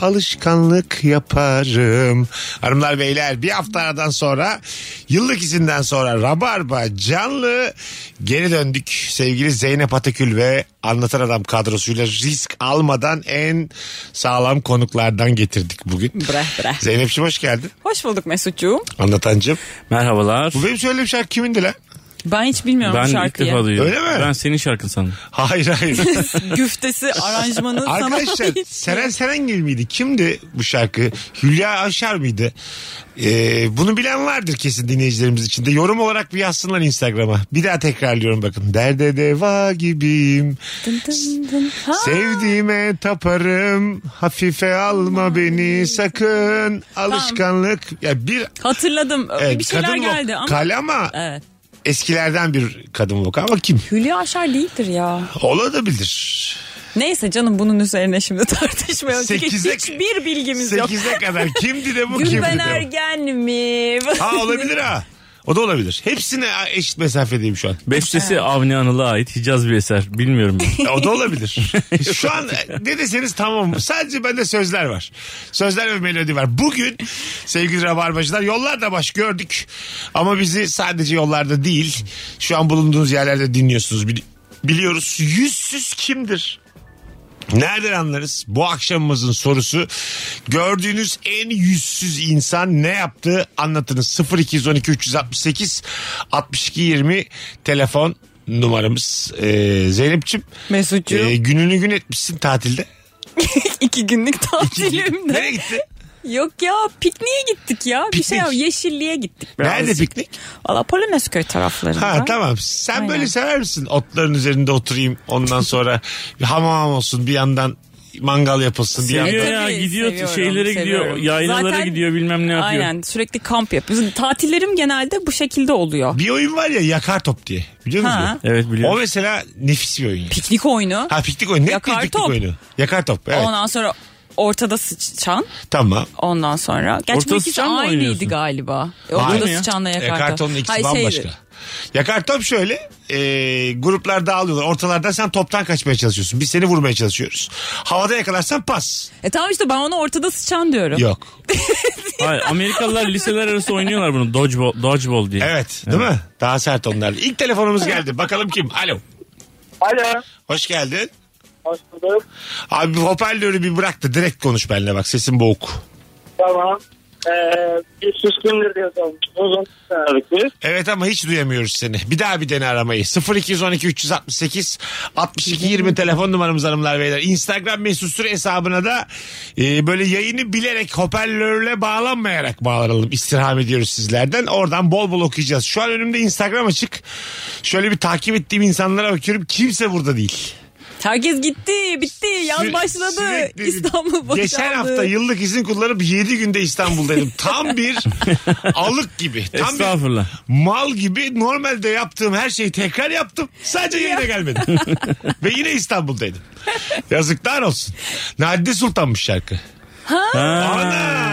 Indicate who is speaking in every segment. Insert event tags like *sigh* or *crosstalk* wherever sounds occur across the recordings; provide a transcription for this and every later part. Speaker 1: alışkanlık yaparım. Hanımlar beyler bir hafta aradan sonra, yıllık izinden sonra Rabarba canlı geri döndük. Sevgili Zeynep Atakül ve Anlatan Adam kadrosuyla risk almadan en sağlam konuklardan getirdik bugün.
Speaker 2: Breh breh.
Speaker 1: Zeynep'ciğim hoş geldin.
Speaker 2: Hoş bulduk Mesut'cuğum.
Speaker 1: Anlatancım.
Speaker 3: Merhabalar.
Speaker 1: Bu benim söylediğim şarkı kimindi lan? *laughs*
Speaker 2: Ben hiç bilmiyorum
Speaker 3: Ben ilk
Speaker 2: şarkıyı.
Speaker 3: defa duyuyorum.
Speaker 1: Öyle mi?
Speaker 3: Ben senin şarkın sandım.
Speaker 1: Hayır hayır.
Speaker 2: Güftesi, aranjmanı sana
Speaker 1: Arkadaşlar
Speaker 2: ait.
Speaker 1: Seren Serengil miydi? Kimdi bu şarkı? Hülya Avşar mıydı? Ee, bunu bilen vardır kesin dinleyicilerimiz içinde. Yorum olarak bir yazsınlar Instagram'a. Bir daha tekrarlıyorum bakın. Derde deva gibiyim.
Speaker 2: Dın dın dın. Ha,
Speaker 1: Sevdiğime taparım. Hafife alma beni sakın. Alışkanlık. Ya bir
Speaker 2: Hatırladım.
Speaker 1: evet,
Speaker 2: bir şeyler
Speaker 1: kadın vok-
Speaker 2: geldi ama. E-
Speaker 1: Kale ama
Speaker 2: Evet.
Speaker 1: eskilerden bir kadın vokal ama kim?
Speaker 2: Hülya Aşar değildir ya.
Speaker 1: Olabilir.
Speaker 2: Neyse canım bunun üzerine şimdi *laughs* tartışmayalım.
Speaker 1: Sekize-
Speaker 2: Çünkü hiçbir bilgimiz yok.
Speaker 1: 8'e kadar kimdi de bu kimdi
Speaker 2: Gülben
Speaker 1: de bu?
Speaker 2: Ergen mi?
Speaker 1: Ha olabilir ha. O da olabilir. Hepsine eşit mesafedeyim şu an.
Speaker 3: Bestesi Avni Anıl'a ait Hicaz bir eser. Bilmiyorum
Speaker 2: *laughs*
Speaker 1: *laughs*
Speaker 3: ben.
Speaker 1: O da olabilir. şu an ne deseniz tamam. Sadece bende sözler var. Sözler ve melodi var. Bugün sevgili rabarbacılar yollarda baş gördük. Ama bizi sadece yollarda değil şu an bulunduğunuz yerlerde dinliyorsunuz. Bili- Biliyoruz yüzsüz kimdir? Nereden anlarız? Bu akşamımızın sorusu gördüğünüz en yüzsüz insan ne yaptı anlatınız. 0212 368 62 20 telefon numaramız. Ee, Zeynep'ciğim
Speaker 2: *laughs* Mesut'cuğum
Speaker 1: e, gününü gün etmişsin tatilde.
Speaker 2: iki günlük
Speaker 1: Nereye
Speaker 2: tatilimde.
Speaker 1: gitti?
Speaker 2: yok ya pikniğe gittik ya. Bir şey
Speaker 1: Piknik.
Speaker 2: yap yeşilliğe gittik birazcık.
Speaker 1: Nerede piknik?
Speaker 2: Valla Polonezköy taraflarında.
Speaker 1: Ha tamam. Sen
Speaker 2: Aynen.
Speaker 1: böyle sever misin? Otların üzerinde oturayım. Ondan
Speaker 2: *laughs*
Speaker 1: sonra bir hamam olsun bir yandan mangal yapılsın bir
Speaker 3: Seviyor
Speaker 1: yandan.
Speaker 2: E,
Speaker 3: ya
Speaker 2: tabii,
Speaker 3: gidiyor
Speaker 2: seviyorum,
Speaker 3: şeylere gidiyor.
Speaker 2: seviyorum.
Speaker 3: Yaylalara
Speaker 2: Zaten-
Speaker 3: gidiyor bilmem ne yapıyor.
Speaker 2: Aynen sürekli kamp yapıyoruz. Tatillerim genelde bu şekilde oluyor.
Speaker 1: Bir oyun var ya yakar top diye. Biliyor musun?
Speaker 2: Ha.
Speaker 3: Evet biliyorum.
Speaker 1: O mesela nefis bir oyun. ya.
Speaker 2: Piknik oyunu.
Speaker 1: Ha piknik oyunu. Ne
Speaker 2: Yakar
Speaker 1: piknik
Speaker 2: top.
Speaker 1: oyunu? Yakar top. Evet.
Speaker 2: Ondan sonra ortada sıçan.
Speaker 1: Tamam.
Speaker 2: Ondan sonra. Gerçi
Speaker 3: Ortada
Speaker 2: bu ikisi
Speaker 3: sıçan mı
Speaker 2: aynıydı
Speaker 3: oynuyorsun?
Speaker 2: galiba. E,
Speaker 1: Hayır
Speaker 2: Ortada
Speaker 3: ya.
Speaker 2: sıçanla yakarta.
Speaker 1: Yakar topun ikisi
Speaker 2: Hayır, şey, şeydi.
Speaker 1: bambaşka. Yakar top şöyle e, gruplar dağılıyorlar. Ortalardan sen toptan kaçmaya çalışıyorsun. Biz seni vurmaya çalışıyoruz. Havada yakalarsan pas.
Speaker 2: E tamam işte ben ona ortada sıçan diyorum.
Speaker 1: Yok.
Speaker 3: Hayır, Amerikalılar liseler arası oynuyorlar bunu. Dodgeball, dodgeball diye.
Speaker 1: Evet, değil mi? Daha sert onlar. İlk telefonumuz geldi. Bakalım kim? Alo.
Speaker 4: Alo.
Speaker 1: Hoş geldin.
Speaker 4: Hoş bulduk.
Speaker 1: Abi hoparlörü bir bırak da direkt konuş benimle bak. Sesin boğuk.
Speaker 4: Tamam. Ee, bir suskundür diye sormuş. Uzun tanıdık biz.
Speaker 1: Evet ama hiç duyamıyoruz seni. Bir daha bir dene aramayı. 0212 368 62 20 telefon numaramız hanımlar beyler. Instagram mesut süre hesabına da e, böyle yayını bilerek hoparlörle bağlanmayarak bağlanalım. İstirham ediyoruz sizlerden. Oradan bol bol okuyacağız. Şu an önümde Instagram açık. Şöyle bir takip ettiğim insanlara bakıyorum. Kimse burada değil.
Speaker 2: Herkes gitti bitti
Speaker 1: Sü-
Speaker 2: yaz başladı.
Speaker 1: sürekli-
Speaker 2: İstanbul boşaldı.
Speaker 1: Geçen hafta yıllık izin kullanıp 7 günde İstanbul'daydım. Tam
Speaker 2: *laughs*
Speaker 1: bir alık gibi. Tam bir
Speaker 3: Estağfurullah.
Speaker 1: mal gibi normalde yaptığım her şeyi tekrar yaptım. Sadece yayına
Speaker 2: *laughs*
Speaker 1: gelmedim. Ve yine İstanbul'daydım. Yazıklar olsun. Nadide Sultan'mış şarkı. Ana.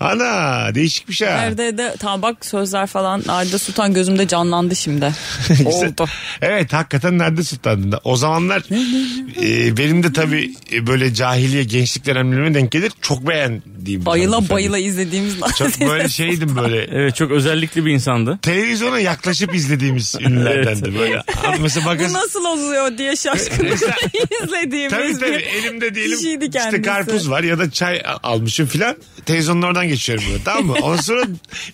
Speaker 1: Ana değişik bir şey. ha.
Speaker 2: Nerede de tamam bak sözler falan Arda Sultan gözümde
Speaker 1: *laughs*
Speaker 2: canlandı şimdi.
Speaker 1: Güzel.
Speaker 2: Oldu.
Speaker 1: Evet hakikaten nerede sultandın? O zamanlar e, benim de tabii e, böyle cahiliye gençlik dönemlerime denk gelir. Çok beğendiğim. bir
Speaker 2: Bayıla
Speaker 1: hanımefendi.
Speaker 2: bayıla izlediğimiz *laughs*
Speaker 1: Çok böyle şeydim böyle.
Speaker 3: Evet çok özellikli bir insandı.
Speaker 1: Televizyona yaklaşıp izlediğimiz ünlülerden de böyle. Abi Mesela
Speaker 2: Bu
Speaker 1: magazin...
Speaker 2: nasıl oluyor diye şaşkınlıkla *laughs* izlediğimiz
Speaker 1: Tabii tabii
Speaker 2: bir
Speaker 1: elimde
Speaker 2: kişiydi
Speaker 1: diyelim işte
Speaker 2: kendisi.
Speaker 1: karpuz var ya da çay a- almışım filan. Televizyonun oradan geçiyorum böyle tamam mı? Ondan sonra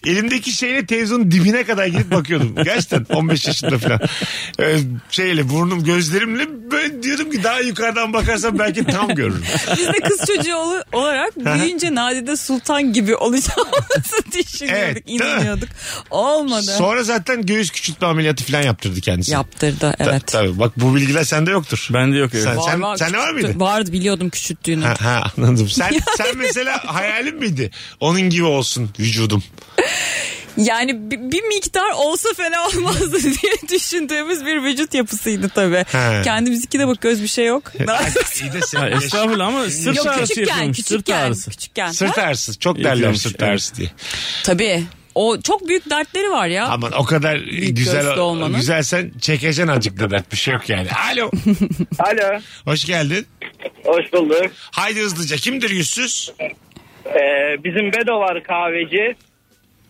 Speaker 1: elimdeki şeyle televizyonun dibine kadar gidip bakıyordum. Gerçekten 15 yaşında filan. Ee, şeyle burnum gözlerimle böyle diyordum ki daha yukarıdan bakarsam belki tam görürüm.
Speaker 2: Biz de kız çocuğu ol- olarak büyüyünce Nadide Sultan gibi olacağımızı *laughs* düşünüyorduk,
Speaker 1: Evet, değil mi?
Speaker 2: inanıyorduk. Olmadı.
Speaker 1: Sonra zaten göğüs küçültme ameliyatı filan yaptırdı kendisi.
Speaker 2: Yaptırdı
Speaker 1: Ta-
Speaker 2: evet.
Speaker 1: tabii bak bu bilgiler sende yoktur.
Speaker 3: Bende yok evet.
Speaker 1: Sen, sen, sende var
Speaker 2: küçülttü-
Speaker 1: mıydı?
Speaker 2: Vardı biliyordum küçülttüğünü.
Speaker 1: Ha, ha, anladım. Sen sen mesela hayalin miydi? Onun gibi olsun vücudum.
Speaker 2: Yani bi- bir miktar olsa fena olmazdı *laughs* diye düşündüğümüz bir vücut yapısıydı tabii.
Speaker 1: He.
Speaker 2: Kendimizdeki de bakıyoruz bir şey yok.
Speaker 1: İyi de
Speaker 3: Ha,
Speaker 1: sen yaş-
Speaker 3: estağfurullah ama sırt
Speaker 2: yok
Speaker 3: ağrısı
Speaker 2: küçükken,
Speaker 3: yapıyormuş. Sırt
Speaker 2: küçükken,
Speaker 3: ağrısı.
Speaker 2: küçükken.
Speaker 1: Sırt ağrısı. Çok derler
Speaker 3: Yapıyormuş,
Speaker 1: sırt
Speaker 3: evet.
Speaker 1: ağrısı diye.
Speaker 2: Tabii. O çok büyük dertleri var ya.
Speaker 1: Aman o kadar güzel
Speaker 2: köfte olmanın.
Speaker 1: güzelsen çekeceksin azıcık da dert bir şey yok yani. Alo.
Speaker 4: Alo.
Speaker 1: Hoş geldin.
Speaker 4: Hoş bulduk.
Speaker 1: Haydi hızlıca kimdir yüzsüz?
Speaker 4: Ee, bizim Bedo var kahveci.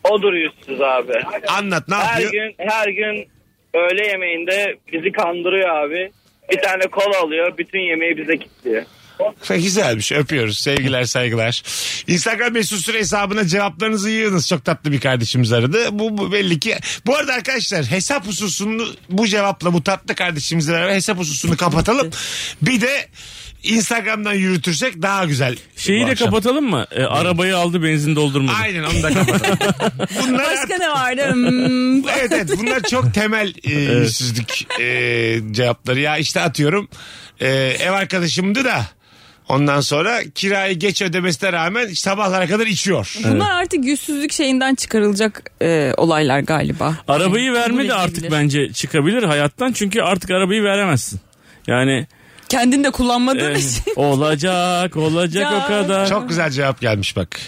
Speaker 4: O duruyorsunuz abi.
Speaker 1: Anlat ne
Speaker 4: Her
Speaker 1: yapıyor?
Speaker 4: gün her gün öğle yemeğinde bizi kandırıyor abi. Bir tane kola alıyor, bütün yemeği bize kilitliyor.
Speaker 1: Güzelmiş şey, öpüyoruz sevgiler saygılar. Instagram mesut süre hesabına cevaplarınızı yığınız. Çok tatlı bir kardeşimiz aradı. Bu, bu belli ki. Bu arada arkadaşlar hesap hususunu bu cevapla bu tatlı kardeşimizle beraber hesap hususunu kapatalım. Bir de Instagram'dan yürütürsek daha güzel.
Speaker 3: Şeyi
Speaker 1: bu
Speaker 3: de
Speaker 1: akşam.
Speaker 3: kapatalım mı? E, arabayı aldı benzin doldurmadı.
Speaker 1: Aynen onu da kapatalım.
Speaker 3: *laughs*
Speaker 1: Bunlar
Speaker 2: Başka ne
Speaker 1: *laughs*
Speaker 2: vardı? Hmm,
Speaker 1: evet evet bunlar çok temel e, yüzsüzlük e, cevapları. Ya işte atıyorum e, ev arkadaşımdı da ondan sonra kirayı geç ödemesine rağmen sabahlara kadar içiyor.
Speaker 2: Bunlar artık yüzsüzlük şeyinden çıkarılacak e, olaylar galiba.
Speaker 3: Arabayı verme de
Speaker 2: Kabul
Speaker 3: artık
Speaker 2: edilebilir.
Speaker 3: bence çıkabilir hayattan. Çünkü artık arabayı veremezsin.
Speaker 2: *laughs*
Speaker 3: Yani
Speaker 2: Kendin de kullanmadığın
Speaker 3: e,
Speaker 2: için.
Speaker 3: olacak olacak
Speaker 2: Ya.
Speaker 3: o kadar.
Speaker 1: Çok güzel cevap gelmiş bak.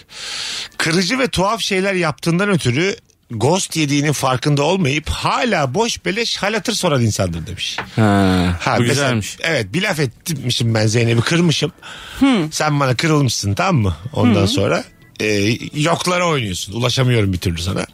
Speaker 1: Kırıcı ve tuhaf şeyler yaptığından ötürü ghost yediğinin farkında olmayıp hala boş beleş hal hatır soran insandır demiş.
Speaker 3: Ha, bu
Speaker 1: mesela-
Speaker 3: güzelmiş.
Speaker 1: evet bir laf etmişim ben Zeynep'i kırmışım. Sen bana kırılmışsın tamam mı? Ondan sonra e, yoklara oynuyorsun. Ulaşamıyorum bir türlü sana.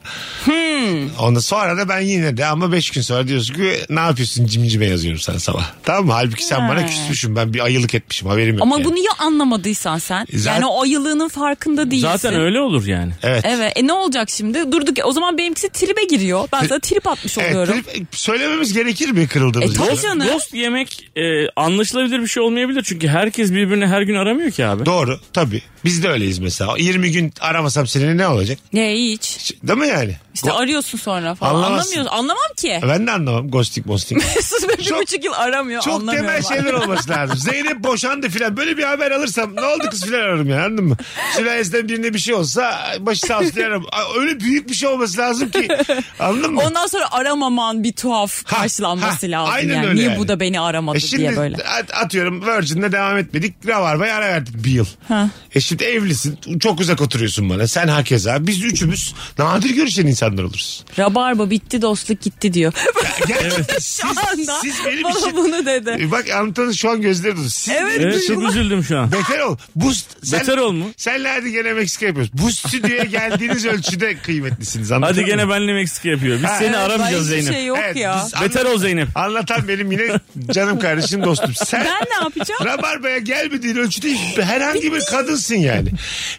Speaker 1: Ondan sonra da ben yine de ama 5 gün sonra diyorsun ki ne yapıyorsun cimcime yazıyorum sen sabah. Tamam mı? Halbuki sen bana
Speaker 2: He.
Speaker 1: küsmüşsün ben bir ayılık etmişim haberim yok.
Speaker 2: Ama
Speaker 1: yani.
Speaker 2: bunu ya anlamadıysan sen.
Speaker 1: Zaten-
Speaker 2: Yani o ayılığının farkında değilsin.
Speaker 3: Zaten öyle olur yani.
Speaker 1: Evet.
Speaker 2: Evet. E ne olacak şimdi? Durduk. O zaman benimkisi tribe giriyor. Ben sana trip atmış
Speaker 1: Evet,
Speaker 2: oluyorum.
Speaker 1: trip- söylememiz gerekir mi kırıldığımız
Speaker 2: E, tabii
Speaker 1: için?
Speaker 2: canım. Canı.
Speaker 3: Dost yemek e, anlaşılabilir bir şey olmayabilir. Çünkü herkes birbirini her gün aramıyor ki abi.
Speaker 1: Doğru tabii. Biz de öyleyiz mesela. 20 gün aramasam seni ne olacak?
Speaker 2: Ne hiç.
Speaker 1: Değil mi yani?
Speaker 2: İşte arıyorsun sonra falan.
Speaker 1: Anlamazsın.
Speaker 2: Anlamıyorsun. Anlamam ki.
Speaker 1: Ben de anlamam ghosting
Speaker 2: *laughs*
Speaker 1: ghosting.
Speaker 2: Sus be, bir
Speaker 1: Çok-
Speaker 2: buçuk yıl aramıyor.
Speaker 1: Çok
Speaker 2: anlamıyorum
Speaker 1: temel
Speaker 2: abi.
Speaker 1: şeyler olması
Speaker 2: *laughs*
Speaker 1: lazım. Zeynep boşandı filan. Böyle bir haber alırsam ne oldu kız filan ararım yani anladın mı? Sülalesinden birine bir şey olsa başı sağ olsun diye ararım. Aa, Öyle büyük bir şey olması lazım ki. Anladın mı?
Speaker 2: Ondan sonra aramaman bir tuhaf
Speaker 1: Ha,
Speaker 2: karşılanması
Speaker 1: ha,
Speaker 2: lazım.
Speaker 1: aynen
Speaker 2: yani.
Speaker 1: öyle
Speaker 2: Niye
Speaker 1: yani.
Speaker 2: bu da beni aramadı
Speaker 1: E şimdi
Speaker 2: diye böyle.
Speaker 1: at- atıyorum Virgin'de devam etmedik. Rabarba'ya ara verdik bir yıl.
Speaker 2: Ha.
Speaker 1: E şimdi evlisin. Çok uzak oturuyorsun bana. Sen hakeza. Biz üçümüz nadir görüşen insanlar oluruz.
Speaker 2: Rabarba bitti dostluk gitti diyor. *laughs*
Speaker 1: Gerçekten siz,
Speaker 2: Şu anda
Speaker 1: siz benim
Speaker 2: bana
Speaker 1: için... *laughs*
Speaker 2: bunu dedi.
Speaker 1: E Bak anlatanın şu an gözleri dolu. Siz
Speaker 2: Evet,
Speaker 1: benim
Speaker 3: Evet
Speaker 1: için-
Speaker 3: çok üzüldüm şu an.
Speaker 1: Beter ol. Bu, sen,
Speaker 3: Beter ol mu?
Speaker 1: Senle hadi gene Meksika yapıyoruz. Bu stüdyoya geldiğiniz ölçüde kıymetlisiniz. Anladın
Speaker 3: Hadi
Speaker 1: mı?
Speaker 3: gene benle Meksika yapıyor. Biz
Speaker 1: Ha,
Speaker 3: seni
Speaker 1: evet,
Speaker 3: aramayacağız
Speaker 2: ben hiçbir
Speaker 3: Zeynep.
Speaker 2: şey yok
Speaker 1: Evet,
Speaker 2: ya.
Speaker 1: biz-
Speaker 3: Beter ol Zeynep.
Speaker 1: Anlatan benim yine canım kardeşim dostum. Sen
Speaker 2: Ben ne yapacağım?
Speaker 1: Rabarba'ya gelmediğin ölçüde herhangi bir kadınsın yani.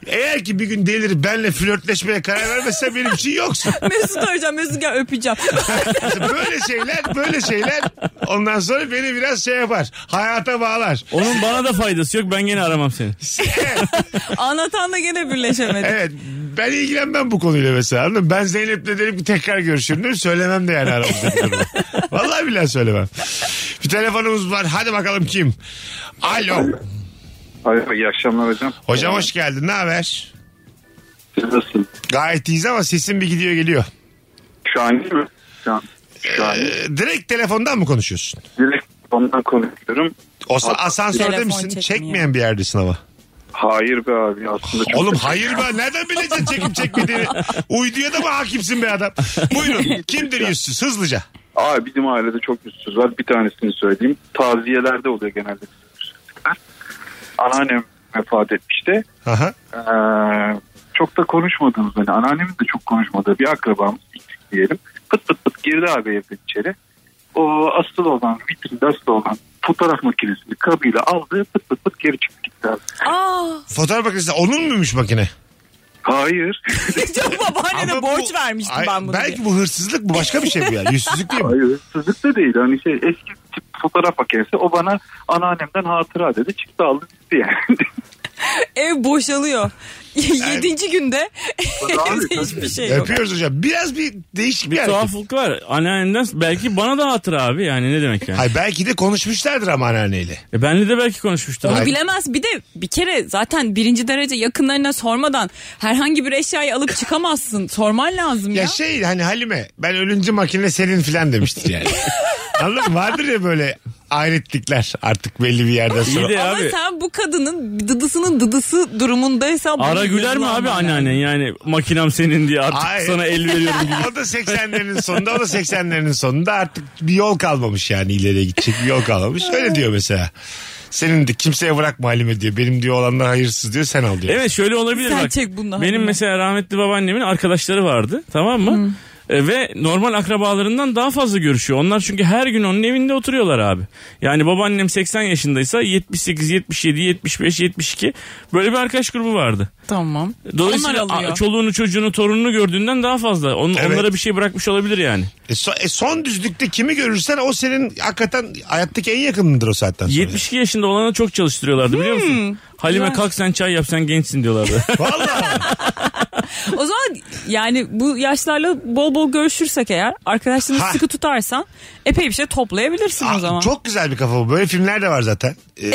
Speaker 1: Eğer ki bir gün delirip benle flörtleşmeye karar vermezsen benim için yoksun.
Speaker 2: Mesut arayacağım. Mesut gel öpeceğim. *laughs*
Speaker 1: Böyle şeyler böyle şeyler ondan sonra beni biraz şey yapar. Hayata bağlar.
Speaker 3: Onun bana da faydası yok. Ben gene aramam seni.
Speaker 1: Evet.
Speaker 2: Anlatanla gene birleşemedi.
Speaker 1: *laughs* Evet ben ilgilenmem bu konuyla mesela anladın mı? Ben Zeynep'le derim ki tekrar görüşürüm değil mi? Söylemem de yani aramızda. bir durum. Vallahi billahi söylemem. Bir telefonumuz var hadi bakalım kim? Alo.
Speaker 5: Alo, iyi akşamlar hocam.
Speaker 1: Hocam hoş geldin ne haber?
Speaker 5: Siz nasılsınız?
Speaker 1: Gayet iyiyiz ama sesin bir gidiyor geliyor.
Speaker 5: Şu an iyi mi? Şu an. Şu an.
Speaker 1: Ee, direkt telefondan mı konuşuyorsun?
Speaker 5: Direkt ondan konuşuyorum.
Speaker 1: O sa- asansörde
Speaker 2: Telefon
Speaker 1: misin?
Speaker 2: çekmiyor.
Speaker 1: Çekmeyen bir yerdesin ama.
Speaker 5: Hayır be abi aslında çok...
Speaker 1: Oğlum hayır be nereden bileceksin çekip çekmediğini? Uyduya da mı hakimsin be adam? Buyurun
Speaker 2: *laughs*
Speaker 1: kimdir yüzsüz hızlıca.
Speaker 5: Abi bizim ailede çok yüzsüz var. Bir tanesini söyleyeyim. Taziyelerde oluyor genelde bizim yüzsüzlükler. Anneannem vefat etmişti.
Speaker 1: Aha.
Speaker 5: Ee, çok da konuşmadığımız hani anneannemin de çok konuşmadığı bir akrabamız eksik diyelim. Pıt pıt pıt girdi abi evden içeri. O asıl olan vitrinde asıl olan fotoğraf makinesini kabıyla aldı pıt pıt pıt geri çıktı gitti abi.
Speaker 2: Aa,
Speaker 1: Fotoğraf makinesi onun muymuş makine?
Speaker 5: Hayır.
Speaker 2: *laughs* çok babaannene
Speaker 1: Ama
Speaker 2: borç
Speaker 1: bu-
Speaker 2: vermiştim
Speaker 1: Ay,
Speaker 2: ben bunu
Speaker 1: Belki
Speaker 2: diye.
Speaker 1: bu hırsızlık bu başka bir şey bu ya. Yüzsüzlük değil mi?
Speaker 5: Hayır hırsızlık da değil. Hani şey eski tip fotoğraf makinesi. O bana anneannemden hatıra dedi. Çıktı aldı gitti yani.
Speaker 2: Ev boşalıyor. *laughs* Yedinci günde evde
Speaker 5: Abi,
Speaker 2: hiçbir şey yok.
Speaker 1: Öpüyoruz hocam. Biraz bir değişik bir hareket.
Speaker 3: Tuhaflık var. Anneannemden belki bana da hatıra abi yani ne demek yani.
Speaker 1: Hayır, belki de konuşmuşlardır ama anneanneyle.
Speaker 3: E benle de belki konuşmuştur.
Speaker 2: Onu
Speaker 1: Hayır.
Speaker 2: bilemez. Bir de bir kere zaten birinci derece yakınlarına sormadan herhangi bir eşyayı alıp çıkamazsın. Sorman lazım
Speaker 1: Ya,
Speaker 2: ya.
Speaker 1: şey hani Halime ben ölünce makine senin filan demiştir
Speaker 3: *laughs*
Speaker 1: yani. Anladın mı? Vardır ya böyle ayrıtlıklar artık belli bir yerden sonra.
Speaker 3: İyi de
Speaker 2: Ama
Speaker 3: abi.
Speaker 2: sen bu kadının dıdısının dıdısı durumundaysan... bunu
Speaker 3: Ara güler mi
Speaker 2: yazılan
Speaker 3: abi
Speaker 2: yani.
Speaker 3: anneannen yani makinem senin diye artık
Speaker 1: Ay.
Speaker 3: sana el
Speaker 1: *laughs*
Speaker 3: veriyorum gibi.
Speaker 1: o da 80'lerin sonunda o da 80'lerin sonunda artık bir yol kalmamış yani ileriye gidecek bir yol kalmamış. Öyle diyor mesela. Senin de kimseye bırakma halime diyor. Benim diyor olanlar hayırsız diyor sen al diyor.
Speaker 3: Evet şöyle olabilir
Speaker 2: Sen
Speaker 3: bak.
Speaker 2: çek bundan.
Speaker 3: Benim mesela rahmetli babaannemin arkadaşları vardı tamam mı?
Speaker 2: Hmm.
Speaker 3: E, ve normal akrabalarından daha fazla görüşüyor. Onlar çünkü her gün onun evinde oturuyorlar abi. Yani babaannem 80 yaşındaysa 78, 77, 75, 72 böyle bir arkadaş grubu vardı.
Speaker 2: Tamam.
Speaker 3: Dolayısıyla
Speaker 2: Onlar alıyor.
Speaker 3: a- çoluğunu çocuğunu torununu gördüğünden daha fazla. On-
Speaker 1: Evet.
Speaker 3: Onlara bir şey bırakmış olabilir yani.
Speaker 1: E, so- e, son düzlükte kimi görürsen o senin hakikaten hayattaki en yakınındır o saatten sonra.
Speaker 3: 72 yaşında olana çok çalıştırıyorlardı biliyor
Speaker 2: Hmm,
Speaker 3: musun? Halime kalk sen çay yap sen
Speaker 1: *laughs*
Speaker 3: gençsin diyorlardı.
Speaker 1: Vallahi.
Speaker 2: O zaman yani bu yaşlarla bol bol görüşürsek eğer arkadaşlarını
Speaker 1: Ha.
Speaker 2: sıkı tutarsan epey bir şey toplayabilirsin
Speaker 1: Aa,
Speaker 2: o zaman.
Speaker 1: Ah, Çok güzel bir kafa bu. Böyle filmler de var zaten. Ee,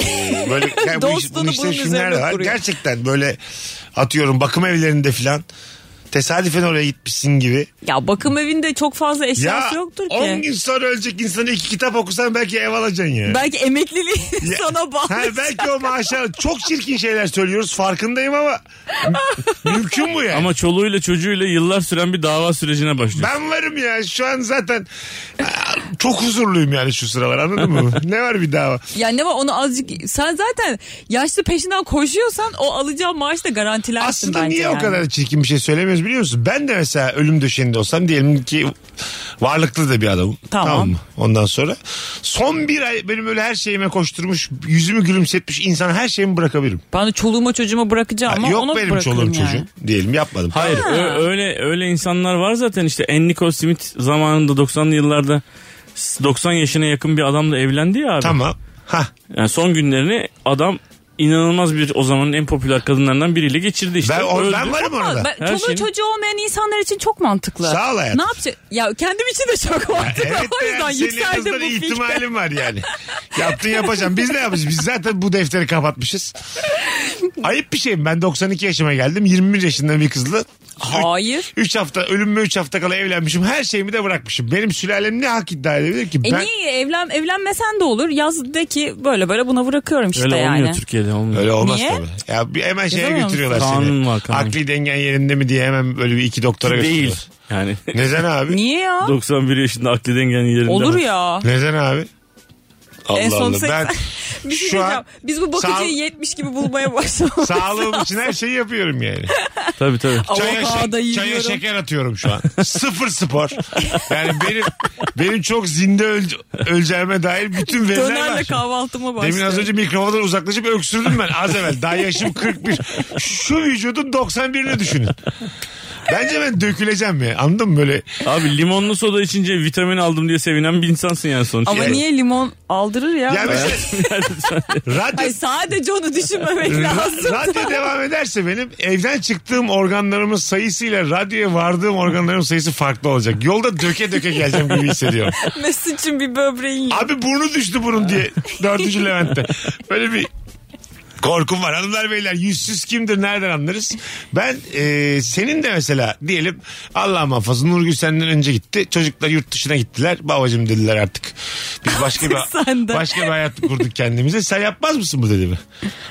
Speaker 1: böyle
Speaker 2: *laughs*
Speaker 1: yani bu, iş, bu
Speaker 2: Dostunu
Speaker 1: işte filmler
Speaker 2: bunun
Speaker 1: de
Speaker 2: üzerine
Speaker 1: var.
Speaker 2: kuruyor.
Speaker 1: Gerçekten böyle atıyorum bakım evlerinde filan. Tesadüfen oraya gitmişsin gibi.
Speaker 2: Ya bakım evinde çok fazla
Speaker 1: Ya
Speaker 2: eşyası yoktur
Speaker 1: 10
Speaker 2: ki.
Speaker 1: gün sonra ölecek insanı iki kitap okusan belki ev alacaksın ya.
Speaker 2: Belki emekliliği *laughs* sana bağlı.
Speaker 1: Ha, belki o maaşa çok çirkin şeyler söylüyoruz farkındayım ama
Speaker 2: *laughs*
Speaker 1: mü- mümkün mü yani?
Speaker 3: Ama çoluğuyla çocuğuyla yıllar süren bir dava sürecine başlıyor.
Speaker 1: Ben varım ya şu an zaten aa, çok huzurluyum yani şu sıralar anladın mı? ne var bir dava?
Speaker 2: Ya ne var onu azıcık sen zaten yaşlı peşinden koşuyorsan o alacağın maaşı da garantilersin
Speaker 1: Aslında
Speaker 2: bence
Speaker 1: niye
Speaker 2: yani.
Speaker 1: o kadar çirkin bir şey söylemiyoruz biliyor musun? Ben de mesela ölüm döşeğinde olsam diyelim ki varlıklı da bir adamım.
Speaker 2: Tamam.
Speaker 1: mı? Ondan sonra son bir ay benim öyle her şeyime koşturmuş, yüzümü gülümsetmiş insan her şeyimi bırakabilirim.
Speaker 2: Ben de çoluğuma çocuğuma bırakacağım ama
Speaker 1: Yok
Speaker 2: ona
Speaker 1: benim
Speaker 2: bırakırım
Speaker 1: çoluğum
Speaker 2: yani.
Speaker 1: çocuğum diyelim yapmadım.
Speaker 3: Hayır ö- öyle öyle insanlar var zaten işte en Nicole Smith zamanında 90'lı yıllarda 90 yaşına yakın bir adamla evlendi ya abi.
Speaker 1: Tamam. Ha
Speaker 3: Yani son günlerini adam inanılmaz bir o zamanın en popüler kadınlarından biriyle geçirdi işte.
Speaker 1: ben, o-
Speaker 3: Öldü.
Speaker 1: ben varım
Speaker 2: Ama
Speaker 1: orada.
Speaker 2: ben-
Speaker 3: Her
Speaker 2: çoluğu
Speaker 3: şeyin-
Speaker 2: çocuğu olmayan insanlar için çok mantıklı.
Speaker 1: Sağ ol hayatım.
Speaker 2: Ne yapacak? Ya kendim için de çok mantıklı.
Speaker 1: Evet
Speaker 2: *laughs* o
Speaker 1: de
Speaker 2: yüzden
Speaker 1: yani senin
Speaker 2: yükseldim bu
Speaker 1: kızlara
Speaker 2: fikre.
Speaker 1: ihtimalim var yani. Yaptın yapacağım. Biz ne yapacağız? Biz zaten bu defteri kapatmışız. Ayıp bir şey mi? Ben 92 yaşıma geldim. 21 yaşında bir kızla
Speaker 2: Hayır.
Speaker 1: 3 hafta ölümüme 3 hafta kala evlenmişim. Her şeyimi de bırakmışım. Benim sülalem ne hak iddia edebilir ki?
Speaker 2: E
Speaker 1: ben
Speaker 2: niye evlen evlenmesen de olur. Yaz de ki böyle böyle buna bırakıyorum işte
Speaker 3: Öyle
Speaker 2: yani.
Speaker 3: olmuyor Türkiye'de olmuyor.
Speaker 1: Öyle olmaz
Speaker 2: Niye?
Speaker 1: tabii. Ya bir hemen şeye
Speaker 2: Yazamıyor
Speaker 1: götürüyorlar
Speaker 3: musun?
Speaker 1: seni.
Speaker 3: Kanun var, kanun.
Speaker 1: Akli dengen yerinde mi diye hemen böyle bir iki doktora
Speaker 3: Değil.
Speaker 1: götürüyorlar.
Speaker 3: Yani *laughs*
Speaker 1: Neden abi?
Speaker 2: Niye ya?
Speaker 3: 91 yaşında akli dengenin yerinde.
Speaker 2: Olur ya.
Speaker 1: Neden abi? Allah
Speaker 2: en son
Speaker 1: Allah.
Speaker 2: seksen-
Speaker 1: Ben
Speaker 2: *laughs* bir şey
Speaker 1: şu an
Speaker 2: diyeceğim. Biz bu bakıcıyı
Speaker 1: sağ-
Speaker 2: 70 gibi bulmaya başladık. *laughs*
Speaker 1: sağlığım için her şeyi yapıyorum yani.
Speaker 3: Tabii tabii.
Speaker 1: Çaya,
Speaker 2: Avokado
Speaker 1: şek- çaya
Speaker 2: yiyorum.
Speaker 1: şeker atıyorum şu an. Sıfır spor. Yani benim benim çok zinde öl- öleceğime dair bütün veriler
Speaker 2: Dönerle
Speaker 1: var.
Speaker 2: kahvaltıma başlıyorum.
Speaker 1: Demin az önce mikrofondan uzaklaşıp öksürdüm ben az evvel. Daha yaşım 41. Şu vücudun 91'ini düşünün. Bence ben döküleceğim ya. Anladın mı böyle?
Speaker 3: Abi limonlu soda içince vitamin aldım diye sevinen bir insansın yani sonuçta.
Speaker 2: Ama niye limon aldırır
Speaker 1: Ya
Speaker 2: ya?
Speaker 1: şey- mesela radyo,
Speaker 2: Ay sadece
Speaker 1: *laughs*
Speaker 2: onu düşünmemek lazım.
Speaker 1: radyo devam ederse benim evden çıktığım organlarımın sayısıyla radyoya vardığım organlarımın sayısı farklı olacak. Yolda döke döke geleceğim gibi hissediyorum.
Speaker 2: Mesut için bir böbreğin yok.
Speaker 1: Abi burnu düştü bunun
Speaker 3: *laughs*
Speaker 1: diye. Dördüncü Levent'te. Böyle bir korkum var. Hanımlar beyler yüzsüz kimdir nereden anlarız? Ben e, senin de mesela diyelim Allah muhafaza Nurgül senden önce gitti. Çocuklar yurt dışına gittiler. Babacım dediler artık. Biz
Speaker 3: *laughs*
Speaker 1: başka bir,
Speaker 2: Sen de.
Speaker 1: başka bir hayat kurduk kendimize. Sen yapmaz mısın bu dediğimi?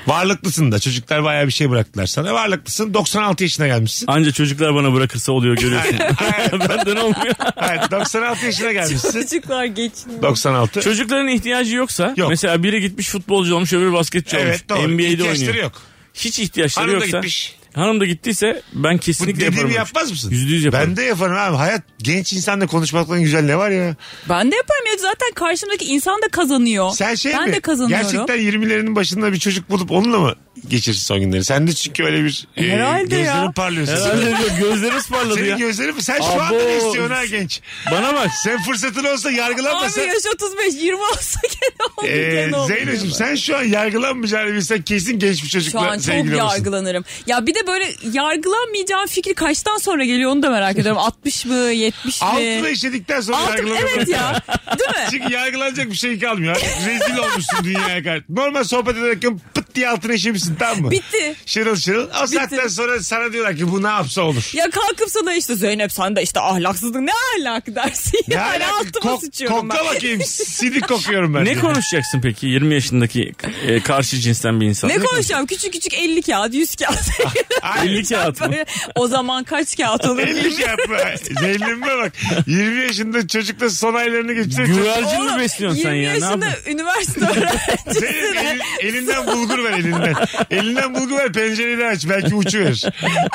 Speaker 1: Varlıklısın da çocuklar bayağı bir şey bıraktılar sana. Varlıklısın 96 yaşına gelmişsin.
Speaker 3: Anca çocuklar bana bırakırsa
Speaker 1: *laughs*
Speaker 3: oluyor görüyorsun. *laughs* Benden olmuyor.
Speaker 1: Evet 96 yaşına
Speaker 3: *laughs*
Speaker 1: gelmişsin.
Speaker 2: Çocuklar geçin.
Speaker 1: 96.
Speaker 3: Çocukların ihtiyacı yoksa
Speaker 1: Yok.
Speaker 3: mesela biri gitmiş futbolcu olmuş öbürü basketçi
Speaker 1: Evet
Speaker 3: olmuş.
Speaker 1: doğru.
Speaker 3: NBA'de
Speaker 1: İhtiyaçları
Speaker 3: oynuyor.
Speaker 1: yok.
Speaker 3: Hiç ihtiyaçları
Speaker 1: Hanım da
Speaker 3: yoksa.
Speaker 1: gitmiş.
Speaker 3: Hanım da gittiyse ben
Speaker 1: Bu
Speaker 3: kesinlikle
Speaker 1: dediğimi
Speaker 3: yaparım.
Speaker 1: yapmaz mısın?
Speaker 3: Yüzde yüz yaparım.
Speaker 1: Ben de yaparım abi. Hayat genç insanla konuşmakların güzel ne var ya?
Speaker 2: Ben de yaparım ya zaten karşımdaki insan da kazanıyor.
Speaker 1: Sen şey
Speaker 2: ben
Speaker 1: mi?
Speaker 2: de kazanıyorum.
Speaker 1: Gerçekten 20'lerinin başında bir çocuk bulup onunla mı geçirsin son günleri. Sen de çünkü öyle bir e,
Speaker 2: Herhalde
Speaker 1: gözlerin
Speaker 2: ya.
Speaker 1: parlıyor. senin.
Speaker 3: Herhalde diyor, gözleriniz parladı
Speaker 1: Senin
Speaker 3: ya.
Speaker 1: gözlerin sen şu anda ne
Speaker 3: Abo.
Speaker 1: istiyorsun ha genç?
Speaker 3: Bana bak.
Speaker 1: Sen fırsatın olsa yargılanma
Speaker 2: Abi
Speaker 1: sen.
Speaker 2: yaş 35 20 olsa *laughs* gene olur.
Speaker 1: Ee,
Speaker 2: gene olur.
Speaker 1: Zeyno'cum sen şu an yargılanmayacağını bilsen kesin genç bir
Speaker 2: Şu an
Speaker 1: çocukla
Speaker 2: çok
Speaker 1: sevgili olursun.
Speaker 2: yargılanırım. Ya bir de böyle yargılanmayacağım fikri kaçtan sonra geliyor onu da
Speaker 1: *laughs*
Speaker 2: merak ediyorum. 60 mı 70 mi?
Speaker 1: Altına işledikten sonra
Speaker 2: Altı-
Speaker 1: yargılanırım.
Speaker 2: evet ya.
Speaker 1: *laughs*
Speaker 2: Değil mi?
Speaker 1: Çünkü yargılanacak bir şey kalmıyor. Rezil olmuşsun dünyaya karşı. Normal sohbet ederken pıt diye altına işemişsin tamam mı?
Speaker 2: Bitti.
Speaker 1: Şırıl şırıl. O saatten sonra sana diyorlar ki bu ne yapsa olur.
Speaker 2: Ya kalkıp sana işte Zeynep sen de işte ahlaksızlık ne ahlak dersin.
Speaker 1: Ne
Speaker 2: yani
Speaker 1: alaka?
Speaker 2: altıma
Speaker 1: Kok-
Speaker 2: sıçıyorum ben.
Speaker 1: kokla bakayım. Sidik kokuyorum ben.
Speaker 3: Ne konuşacaksın peki 20 yaşındaki e, karşı cinsten bir insan?
Speaker 2: Ne konuşacağım? Küçük küçük 50 kağıt, 100 kağıt.
Speaker 1: *laughs*
Speaker 2: *laughs*
Speaker 1: Ay,
Speaker 3: 50 kağıt mı?
Speaker 2: Böyle, o zaman kaç kağıt olur?
Speaker 1: 50 şey yapma. Zeynep'ime bak. 20 yaşında çocukla son aylarını geçirecek.
Speaker 3: Güvercin
Speaker 2: *laughs* Oğlum,
Speaker 3: mi besliyorsun sen
Speaker 2: 20
Speaker 3: ya? Ne
Speaker 2: yaşında
Speaker 3: yapıyorsun?
Speaker 2: üniversite öğrencisine.
Speaker 3: *laughs*
Speaker 1: Zeynep elin- elinden bulgur ver elinden. Elinden bulgur ver pencereyi de aç. Belki uçuyor.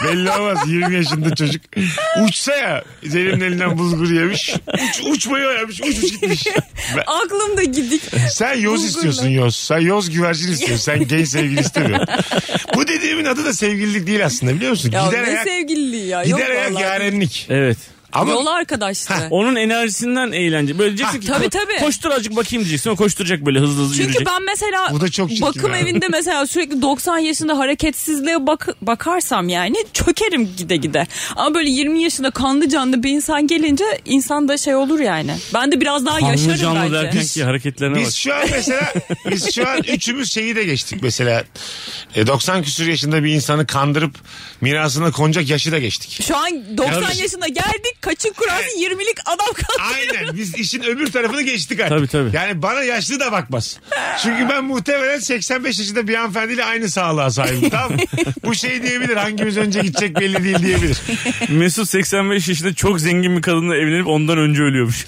Speaker 1: Belli olmaz. 20 yaşında çocuk. Uçsa ya. Zeynep'in elinden bulgur yemiş. Uç, uçmayı öğrenmiş. Uçmuş gitmiş. Ben-
Speaker 2: Aklımda gidik.
Speaker 1: Sen yoz
Speaker 2: Bulgurla.
Speaker 1: istiyorsun yoz. Sen yoz güvercin istiyorsun. Sen genç sevgili istemiyorsun. Bu dediğimin adı da sevgililik değil aslında biliyor musun?
Speaker 2: Ya
Speaker 1: gider
Speaker 2: ne
Speaker 1: ayak,
Speaker 2: sevgililiği ya.
Speaker 1: gider
Speaker 2: Yok
Speaker 1: ayak
Speaker 2: vallahi.
Speaker 1: yarenlik.
Speaker 3: Evet.
Speaker 1: Ama
Speaker 2: Yol arkadaşlığı.
Speaker 3: Onun enerjisinden eğlence. Böyle diyeceksin ki
Speaker 2: tabii,
Speaker 3: "Ko-
Speaker 2: tabii.
Speaker 3: koştur azıcık bakayım diyeceksin. O koşturacak böyle hızlı hızlı
Speaker 2: Çünkü
Speaker 3: yürüyecek.
Speaker 2: ben mesela
Speaker 1: Bu da çok çirkin
Speaker 2: bakım
Speaker 1: ya.
Speaker 2: evinde mesela sürekli 90 yaşında hareketsizliğe bak bakarsam yani çökerim gide gide. Ama böyle 20 yaşında kanlı canlı bir insan gelince insan da şey olur yani. Ben de biraz daha yaşarım
Speaker 3: canlı
Speaker 2: bence.
Speaker 3: derken ki hareketlerine bak.
Speaker 1: Biz şu an mesela biz şu an üçümüz şeyi de geçtik mesela. E, 90 küsur yaşında bir insanı kandırıp mirasına konacak yaşı da geçtik.
Speaker 2: Şu an 90
Speaker 3: Yalnız-
Speaker 2: yaşına geldik. Kaçın kurası 20'lik adam kaldı.
Speaker 1: Aynen biz işin öbür tarafını geçtik artık.
Speaker 3: Tabii, tabii.
Speaker 1: Yani bana yaşlı da bakmaz. Çünkü ben muhtemelen 85 yaşında bir hanımefendiyle aynı sağlığa sahibim tamam mı? Bu şey diyebilir hangimiz önce gidecek belli değil diyebilir. *laughs*
Speaker 3: Mesut 85 yaşında çok zengin bir kadınla evlenip ondan önce ölüyormuş.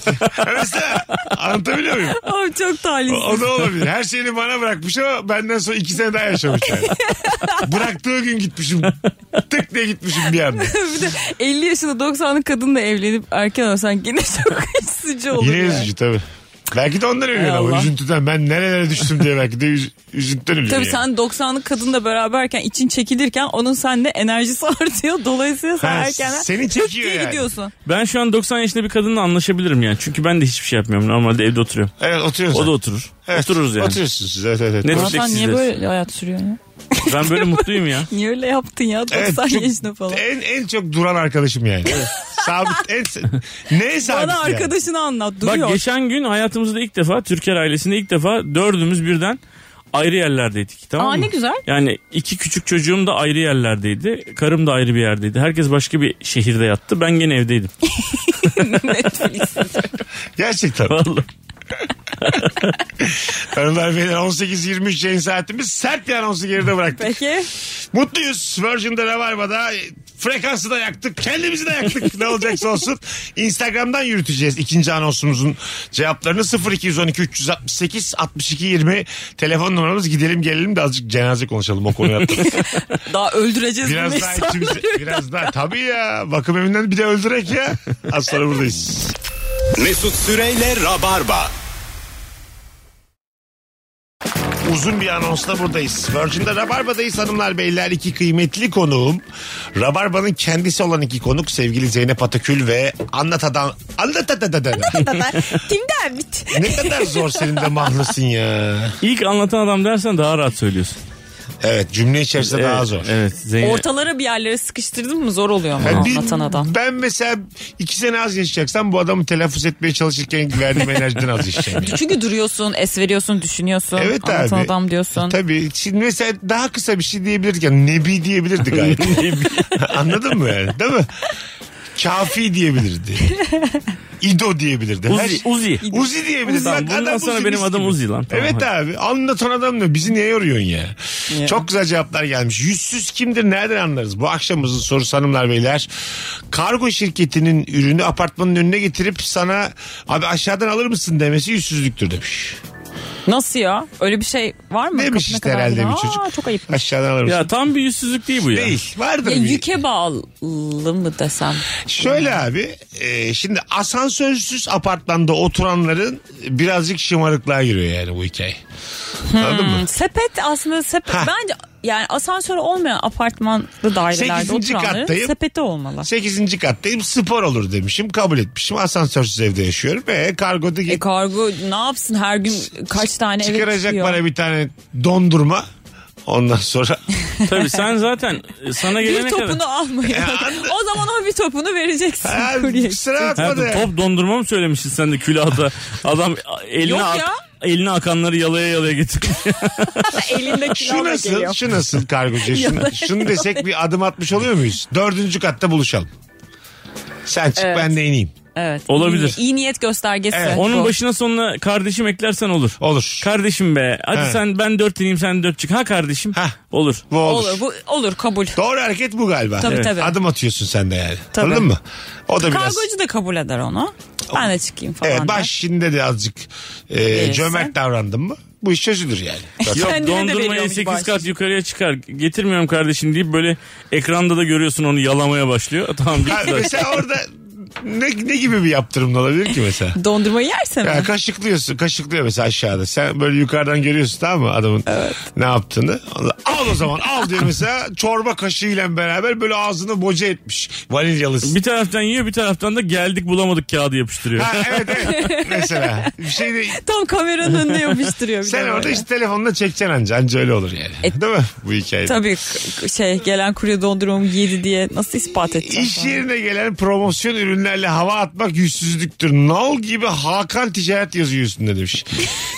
Speaker 1: Mesela anlatabiliyor muyum?
Speaker 2: Abi çok
Speaker 1: O,
Speaker 2: talihsiz.
Speaker 1: o da olabilir. Her şeyini bana bırakmış ama benden sonra iki sene daha yaşamış yani. Bıraktığı gün gitmişim. Tık diye gitmişim bir anda.
Speaker 2: *laughs* bir de 50 yaşında 90'lık kadınla evlenip erken olsan gene
Speaker 1: *laughs*
Speaker 2: çok üzücü olur.
Speaker 1: Yine
Speaker 2: yani.
Speaker 1: üzücü tabii. Belki de ondan ölüyor ama
Speaker 2: Allah.
Speaker 1: üzüntüden. Ben nerelere düştüm diye belki de üz- üzüntüden ölüyor.
Speaker 2: Tabii
Speaker 1: yani.
Speaker 2: sen 90'lık kadınla beraberken için çekilirken onun sende enerjisi *laughs* artıyor. Dolayısıyla sen
Speaker 1: Ha,
Speaker 2: erkenden
Speaker 1: seni
Speaker 2: hık
Speaker 1: çekiyor
Speaker 2: diye
Speaker 1: yani.
Speaker 2: gidiyorsun.
Speaker 3: Ben şu an 90 yaşında bir kadınla anlaşabilirim yani. Çünkü ben de hiçbir şey yapmıyorum. Normalde evde oturuyorum.
Speaker 1: Evet oturuyorsun.
Speaker 3: O da oturur.
Speaker 1: Evet,
Speaker 3: Otururuz yani.
Speaker 1: Oturuyorsunuz siz evet evet. evet.
Speaker 3: Ne
Speaker 1: Doğru.
Speaker 3: Zaten niye
Speaker 2: niye
Speaker 3: Seksizler.
Speaker 2: böyle hayat sürüyor ya?
Speaker 3: Ben böyle
Speaker 2: *laughs*
Speaker 3: mutluyum ya.
Speaker 2: Niye öyle yaptın ya 90
Speaker 1: Evet, çok- e,
Speaker 2: yaşında falan?
Speaker 1: En, en çok duran arkadaşım yani. *laughs* sabit. En, ne sabit
Speaker 2: Bana
Speaker 1: yani?
Speaker 2: arkadaşını anlat duruyor.
Speaker 3: Bak geçen gün hayatımızda ilk defa Türker ailesinde ilk defa dördümüz birden ayrı yerlerdeydik. Tamam
Speaker 2: Aa,
Speaker 3: mı?
Speaker 2: ne güzel.
Speaker 3: Yani iki küçük çocuğum da ayrı yerlerdeydi. Karım da ayrı bir yerdeydi. Herkes başka bir şehirde yattı. Ben gene evdeydim.
Speaker 2: Netflix.
Speaker 1: *laughs* Gerçekten.
Speaker 3: Vallahi.
Speaker 1: *laughs* Hanımlar beyler 18-23 yayın saatimiz sert yani 18 geride bıraktık.
Speaker 2: Peki.
Speaker 1: Mutluyuz. Virgin'de Rabarba'da e, frekansı da yaktık. Kendimizi de yaktık. ne olacaksa olsun. Instagram'dan yürüteceğiz ikinci anonsumuzun cevaplarını. 0212 368 62 20 telefon numaramız. Gidelim gelelim de azıcık cenaze konuşalım o konuyu. atladık.
Speaker 2: Daha öldüreceğiz bu
Speaker 1: biraz daha
Speaker 2: insanları. *laughs*
Speaker 1: içimize, biraz daha. Tabii ya. Bakım evinden bir de öldürek ya. Az sonra buradayız.
Speaker 6: Mesut Süreyle Rabarba.
Speaker 1: Uzun bir anonsla buradayız. Virgin'de Rabarba'dayız hanımlar beyler. iki kıymetli konuğum. Rabarba'nın kendisi olan iki konuk sevgili Zeynep Atakül ve Anlat Adam... Anlat Adam.
Speaker 2: *laughs* Kimden bit?
Speaker 1: ne kadar zor senin de mahlısın ya.
Speaker 3: İlk anlatan adam dersen daha rahat söylüyorsun.
Speaker 1: Evet cümle içerisinde *laughs* daha
Speaker 3: Evet,
Speaker 1: zor.
Speaker 3: Evet. Zeynep.
Speaker 2: Ortalara bir yerlere sıkıştırdın mı zor oluyor ama
Speaker 1: Yani Ee, bir-
Speaker 2: anlatan adam.
Speaker 1: Ben mesela iki sene az yaşayacaksam bu adamı telaffuz etmeye çalışırken verdiğim enerjiden az yaşayacağım. yani. *laughs*
Speaker 2: Çünkü duruyorsun, es veriyorsun, düşünüyorsun.
Speaker 1: Evet
Speaker 2: anlatan
Speaker 1: abi.
Speaker 2: adam diyorsun.
Speaker 1: Tabii. Şimdi mesela daha kısa bir şey diyebilirdik. Yani nebi diyebilirdi
Speaker 3: *laughs*
Speaker 1: gayet. *laughs* Anladın mı yani? Değil mi? Kafi diyebilirdi.
Speaker 2: *laughs*
Speaker 1: İdo diyebilirdi. Her
Speaker 3: Uzi.
Speaker 1: şey-
Speaker 3: Uzi.
Speaker 1: Uzi diyebilirdi.
Speaker 3: Uzi.
Speaker 1: Bak,
Speaker 3: Bundan
Speaker 1: adam
Speaker 3: sonra
Speaker 1: Uzi
Speaker 3: benim
Speaker 1: mis
Speaker 3: adım
Speaker 1: gibi.
Speaker 3: Uzi lan. Tamam,
Speaker 1: evet
Speaker 3: hadi.
Speaker 1: abi anlatan adam diyor. Bizi niye yoruyorsun ya? Çok güzel cevaplar gelmiş. Yüzsüz kimdir nereden anlarız? Bu akşamımızın sorusu hanımlar beyler. Kargo şirketinin ürünü apartmanın önüne getirip sana abi aşağıdan alır mısın demesi yüzsüzlüktür demiş.
Speaker 2: Nasıl ya? Öyle bir şey var mı?
Speaker 1: Demiş
Speaker 2: Kapına
Speaker 1: işte
Speaker 2: kadar
Speaker 1: herhalde
Speaker 2: giden.
Speaker 1: bir çocuk.
Speaker 2: Aa, çok ayıp.
Speaker 1: Aşağıdan alır mısın?
Speaker 3: Ya tam bir yüzsüzlük değil bu ya.
Speaker 1: Değil. Vardır
Speaker 2: Ya
Speaker 1: bir-
Speaker 2: yüke bağlı mı desem?
Speaker 1: Şöyle abi e, şimdi asansörsüz apartmanda oturanların
Speaker 2: Hmm.
Speaker 1: birazcık şımarıklığa giriyor yani bu hikaye. Anladın mı?
Speaker 2: Sepet aslında sepet.
Speaker 1: Ha.
Speaker 2: Bence yani asansör olmayan apartmanlı dairelerde
Speaker 1: Sekizinci
Speaker 2: oturanların
Speaker 1: kattayım.
Speaker 2: sepeti olmalı.
Speaker 1: 8. kattayım spor olur demişim kabul etmişim asansörsüz evde yaşıyorum ve kargoda
Speaker 2: E
Speaker 1: git
Speaker 2: kargo ne yapsın her gün kaç tane eve
Speaker 1: çıkaracak
Speaker 2: çıkıyor.
Speaker 1: bana bir tane dondurma ondan
Speaker 2: *laughs*
Speaker 1: sonra
Speaker 3: Tabii sen zaten e, sana gelene
Speaker 2: bir
Speaker 3: kadar.
Speaker 2: topunu *laughs* almıyor. o zaman o bir topunu vereceksin
Speaker 1: E, Ha,
Speaker 2: *laughs* kurye.
Speaker 1: sıra
Speaker 3: Ha,
Speaker 1: atmadı
Speaker 3: top dondurma mı söylemiştin sen
Speaker 2: *laughs*
Speaker 3: de külahta? Adam eline,
Speaker 2: Yok
Speaker 3: ak-
Speaker 2: ya.
Speaker 3: eline akanları yalaya
Speaker 2: *laughs*
Speaker 3: yalaya getirmiş.
Speaker 2: Elinde
Speaker 1: şu
Speaker 2: külahla
Speaker 1: nasıl
Speaker 2: geliyor.
Speaker 1: şu nasıl kargocuya şunu, şunu desek bir adım atmış oluyor muyuz dördüncü katta buluşalım sen çık
Speaker 2: Evet.
Speaker 1: ben de ineyim
Speaker 2: Evet.
Speaker 3: Olabilir.
Speaker 2: İyi, iyi niyet göstergesi.
Speaker 1: Evet.
Speaker 3: Onun
Speaker 2: Bu.
Speaker 3: başına sonuna kardeşim eklersen olur.
Speaker 1: olur
Speaker 3: Kardeşim be. Hadi
Speaker 1: He.
Speaker 3: sen ben dört deneyim sen dört çık. Ha kardeşim.
Speaker 1: Ha.
Speaker 3: Olur.
Speaker 1: bu olur.
Speaker 2: olur. Bu, olur kabul.
Speaker 1: Doğru hareket bu galiba.
Speaker 2: Tabii, Evet. tabii.
Speaker 1: Adım atıyorsun sen de yani.
Speaker 2: Tabii.
Speaker 1: Anladın mı? O da biraz.
Speaker 2: Kargocu da kabul eder onu. Ben de çıkayım falan.
Speaker 1: Evet,
Speaker 2: der.
Speaker 1: baş şimdi de azıcık e,
Speaker 2: Verirsen.
Speaker 1: cömert davrandın mı bu iş çözülür
Speaker 2: *laughs*
Speaker 1: yani.
Speaker 3: Yok
Speaker 2: Kendine de
Speaker 3: dondurmayı
Speaker 2: veriyormuş
Speaker 3: 8
Speaker 2: bahşiş.
Speaker 3: kat yukarıya çıkar. Getirmiyorum kardeşim deyip böyle ekranda da görüyorsun onu yalamaya başlıyor. *laughs* Tamam
Speaker 1: Ha,
Speaker 3: bitti.
Speaker 1: mesela orada ne, ne gibi bir yaptırımla olabilir ki mesela?
Speaker 2: Dondurma yerse mi?
Speaker 1: Ya kaşıklıyorsun, kaşıklıyor mesela aşağıda. Sen böyle yukarıdan görüyorsun tamam mı adamın ne yaptığını. Al o zaman al diyor mesela
Speaker 2: *laughs*
Speaker 1: çorba kaşığıyla beraber böyle ağzını boca etmiş. Vanilyalısı.
Speaker 3: bir taraftan yiyor bir taraftan da geldik bulamadık kağıdı yapıştırıyor.
Speaker 1: Ha, evet evet mesela. Bir şey de
Speaker 2: *laughs* Tam kameranın önüne yapıştırıyor. bir de
Speaker 1: Sen
Speaker 2: böyle.
Speaker 1: orada işte telefonla çekeceksin anca. Anca öyle olur yani.
Speaker 2: E-
Speaker 1: Değil mi bu hikaye?
Speaker 2: Tabii k- k- şey gelen kurye dondurmamı yedi diye nasıl ispat edeceğim?
Speaker 1: İş
Speaker 2: sonra?
Speaker 1: yerine gelen promosyon ürünlerle hava atmak yüzsüzlüktür. Nal gibi Hakan Ticaret yazıyor üstünde
Speaker 2: *laughs*
Speaker 1: demiş.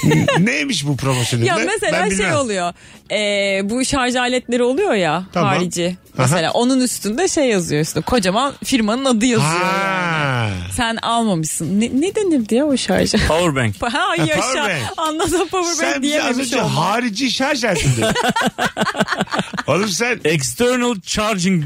Speaker 1: N- Neymiş bu promosyon
Speaker 2: Ya
Speaker 1: ürünler?
Speaker 2: mesela
Speaker 1: Ben
Speaker 2: şey
Speaker 1: bilmem.
Speaker 2: oluyor. Ee, bu şarj aletleri oluyor ya
Speaker 1: Tamam.
Speaker 2: harici. Mesela onun üstünde şey yazıyor işte kocaman firmanın adı yazıyor. yani.
Speaker 1: Ha.
Speaker 2: Sen almamışsın. Ne, ne denir diye o şarja?
Speaker 3: Powerbank.
Speaker 2: *laughs* Ha yaşa.
Speaker 1: powerbank.
Speaker 2: Anladım
Speaker 1: Sen
Speaker 2: powerbank
Speaker 1: bize az
Speaker 2: diyememiş
Speaker 1: önce
Speaker 2: oldum.
Speaker 1: harici şarj aletini
Speaker 2: *laughs*
Speaker 1: dedin. Oğlum sen
Speaker 3: External charging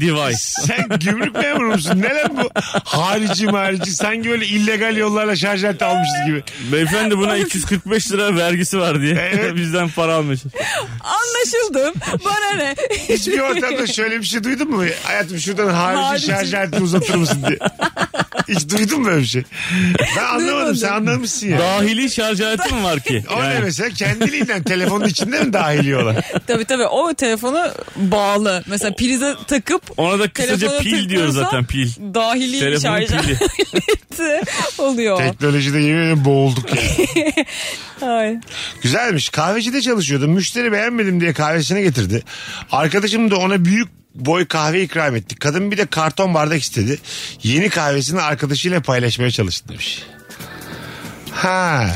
Speaker 2: *laughs*
Speaker 3: device.
Speaker 1: sen gümrük memuru musun? Ne lan bu? Harici marici sanki böyle illegal yollarla şarj aleti almışız gibi.
Speaker 3: Beyefendi buna 245 lira vergisi var diye.
Speaker 1: *laughs* Evet.
Speaker 3: Bizden para almış.
Speaker 2: Anlaşıldım. Bana ne? *laughs*
Speaker 1: Hiçbir ortamda şöyle bir şey duydun mu? Hayatım şuradan harici,
Speaker 2: Harici.
Speaker 1: şarj aletini uzatır mısın diye. Hiç duydun mu böyle bir şey? Ben anlamadım. Sen anlamışsın ya.
Speaker 3: Dahili şarj aleti mi
Speaker 1: *laughs*
Speaker 3: var ki?
Speaker 1: O ne
Speaker 3: Yani
Speaker 1: mesela? Kendiliğinden telefonun içinde mi dahiliyorlar?
Speaker 2: tabii tabii o telefonu bağlı. Mesela prize takıp
Speaker 3: ona da kısaca
Speaker 2: Telefona
Speaker 3: pil diyor
Speaker 2: tıklıyorsa-
Speaker 3: zaten pil.
Speaker 2: dahili
Speaker 3: Telefonun
Speaker 2: şarj *laughs*
Speaker 3: pili.
Speaker 2: aleti oluyor.
Speaker 1: Teknolojide yemin ederim boğulduk ya.
Speaker 2: Ay.
Speaker 1: Güzelmiş. Kahvecide çalışıyordum. Müşteri beğenmedim diye kahvesine getirdi. Arkadaşım da ona büyük boy kahve ikram etti. Kadın bir de karton bardak istedi. Yeni kahvesini arkadaşıyla paylaşmaya çalıştı demiş. Ha.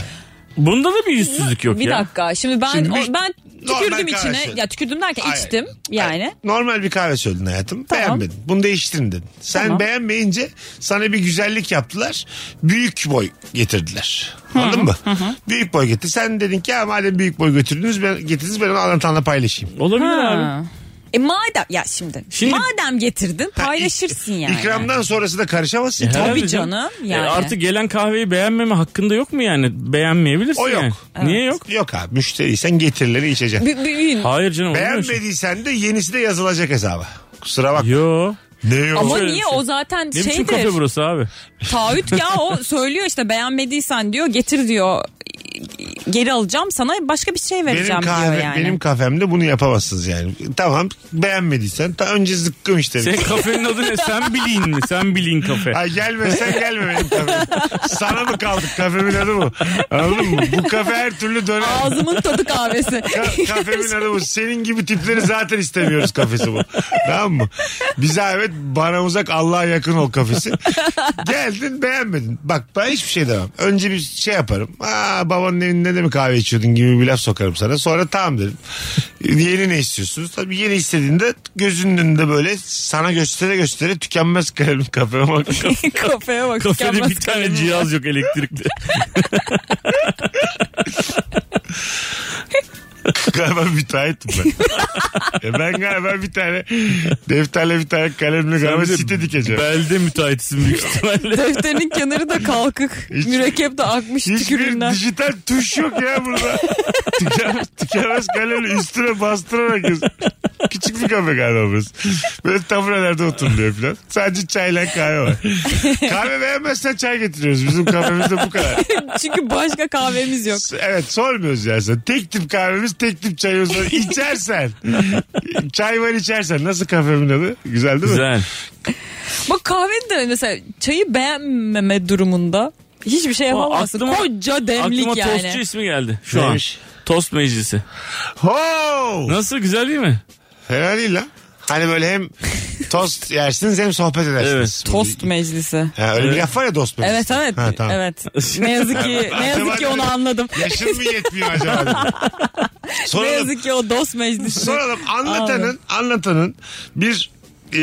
Speaker 3: Bunda da bir yüzsüzlük yok
Speaker 2: bir
Speaker 3: ya.
Speaker 2: dakika. Şimdi ben
Speaker 1: Şimdi bir-
Speaker 2: o- ben
Speaker 1: normal
Speaker 2: tükürdüm içine.
Speaker 1: kahvesi.
Speaker 2: Ya tükürdüm derken
Speaker 1: Hayır.
Speaker 2: E, içtim yani.
Speaker 1: Normal bir kahve söyledin hayatım.
Speaker 2: Tamam.
Speaker 1: Beğenmedin. Bunu değiştirin dedin. Sen
Speaker 2: Tamam.
Speaker 1: beğenmeyince sana bir güzellik yaptılar. Büyük boy getirdiler. Anladın mı? Büyük boy getir. Sen dedin ki ya madem büyük boy götürdünüz ben, getirdiniz ben onu anlatanla paylaşayım.
Speaker 3: Olabilir abi.
Speaker 2: Ha. E madem ya şimdi,
Speaker 3: Şimdi-
Speaker 2: madem getirdin paylaşırsın yani.
Speaker 1: İkramdan sonrası da karışamazsın.
Speaker 3: E,
Speaker 1: Tabii.
Speaker 3: herhalde
Speaker 2: Tabii canım, yani.
Speaker 3: artık gelen kahveyi beğenmeme hakkında yok mu yani? Beğenmeyebilirsin
Speaker 1: O yok.
Speaker 3: yani. Niye yok?
Speaker 1: Yok abi müşteriysen getirileri içeceksin.
Speaker 2: Bir- bir- bir-
Speaker 3: Hayır canım. olmuyor şimdi.
Speaker 1: Beğenmediysen de yenisi de yazılacak hesaba. Kusura bak.
Speaker 3: Yo.
Speaker 1: Ne yok?
Speaker 2: Ama
Speaker 3: Şöyle bir
Speaker 2: niye
Speaker 3: şey.
Speaker 2: o zaten
Speaker 3: Ne biçim kafe
Speaker 2: şeydir.
Speaker 3: burası abi?
Speaker 2: Taahhüt ya
Speaker 1: *laughs*
Speaker 2: o söylüyor işte beğenmediysen diyor getir diyor. Geri alacağım sana başka bir şey
Speaker 1: Benim,
Speaker 2: vereceğim
Speaker 1: kahve,
Speaker 2: diyor yani.
Speaker 1: benim kafemde bunu yapamazsınız yani. Tamam beğenmediysen ta önce zıkkım işte.
Speaker 3: Senin kafenin adı ne? Sen bilin mi? Sen bilin kafe.
Speaker 1: Ha gelmesen gelme benim kafeme. Sana mı kaldık kafemin adı mı? Anladın mı? Bu kafe her türlü döner.
Speaker 2: Ağzımın tadı kahvesi. *laughs*
Speaker 1: Ka- kafemin adı bu. Senin gibi tipleri zaten istemiyoruz kafesi bu. Tamam mı? Bize evet bana uzak Allah'a yakın ol kafesi. Geldin beğenmedin. Bak ben hiçbir şey demem. Önce bir şey yaparım. Aa babanın evinde de mi kahve içiyordun gibi bir laf sokarım sana. Sonra tamam derim. Yeni ne istiyorsunuz? Tabii yeni istediğinde gözünün önünde böyle sana göstere göstere tükenmez kalem kafeme bak.
Speaker 2: *laughs* Kafeye bak.
Speaker 3: Kafede
Speaker 2: tükenmez
Speaker 3: bir tane
Speaker 2: kalemim.
Speaker 3: cihaz yok elektrikli.
Speaker 1: Galiba müteahhitim ben. Ya ben galiba bir tane defterle bir tane kalemle
Speaker 3: Sen
Speaker 1: galiba
Speaker 3: bir de
Speaker 1: site dikeceğim.
Speaker 3: Belde müteahhitsin büyük
Speaker 1: *laughs*
Speaker 3: ihtimalle.
Speaker 2: Defterinin kenarı da kalkık.
Speaker 1: Hiç-
Speaker 2: mürekkep de akmış
Speaker 1: Hiçbir
Speaker 2: tükürüğünden.
Speaker 1: dijital *laughs* tuş yok ya burada. Tüken, tükenmez kalemle üstüne bastırarak yaz. Küçük bir kahve burası. Böyle taburelerde oturuluyor falan. Sadece çayla kahve var. kahve beğenmezsen çay getiriyoruz. Bizim kahvemizde bu kadar.
Speaker 2: *laughs* Çünkü başka kahvemiz yok.
Speaker 1: Evet sormuyoruz yani sana. Tek tip kahvemiz tek tip çayımız var. İçersen. çay var içersen. Nasıl kahvemin adı? Güzel değil mi?
Speaker 3: Güzel.
Speaker 2: Bak kahve de mesela çayı beğenmeme durumunda hiçbir şey yapamazsın.
Speaker 3: aklıma-
Speaker 2: Koca demlik
Speaker 3: Aklıma
Speaker 2: yani.
Speaker 3: tostçu ismi geldi şu an.
Speaker 1: Neymiş?
Speaker 3: Tost meclisi.
Speaker 1: Ho!
Speaker 3: Nasıl güzel değil mi?
Speaker 1: Fena değil lan. Hani böyle hem tost yersiniz hem sohbet edersiniz.
Speaker 2: Tost meclisi.
Speaker 1: Ha, öyle bir laf var ya dost meclisi.
Speaker 2: Evet evet.
Speaker 1: Ha, tamam.
Speaker 2: Evet. Ne yazık
Speaker 1: *laughs*
Speaker 2: ki ne yazık ki onu anladım.
Speaker 1: Yaşın mı yetmiyor
Speaker 2: *laughs*
Speaker 1: acaba?
Speaker 2: ne
Speaker 1: soralım,
Speaker 2: yazık ki o dost meclisi.
Speaker 1: soralım. Anlatanın, anlatanın bir e,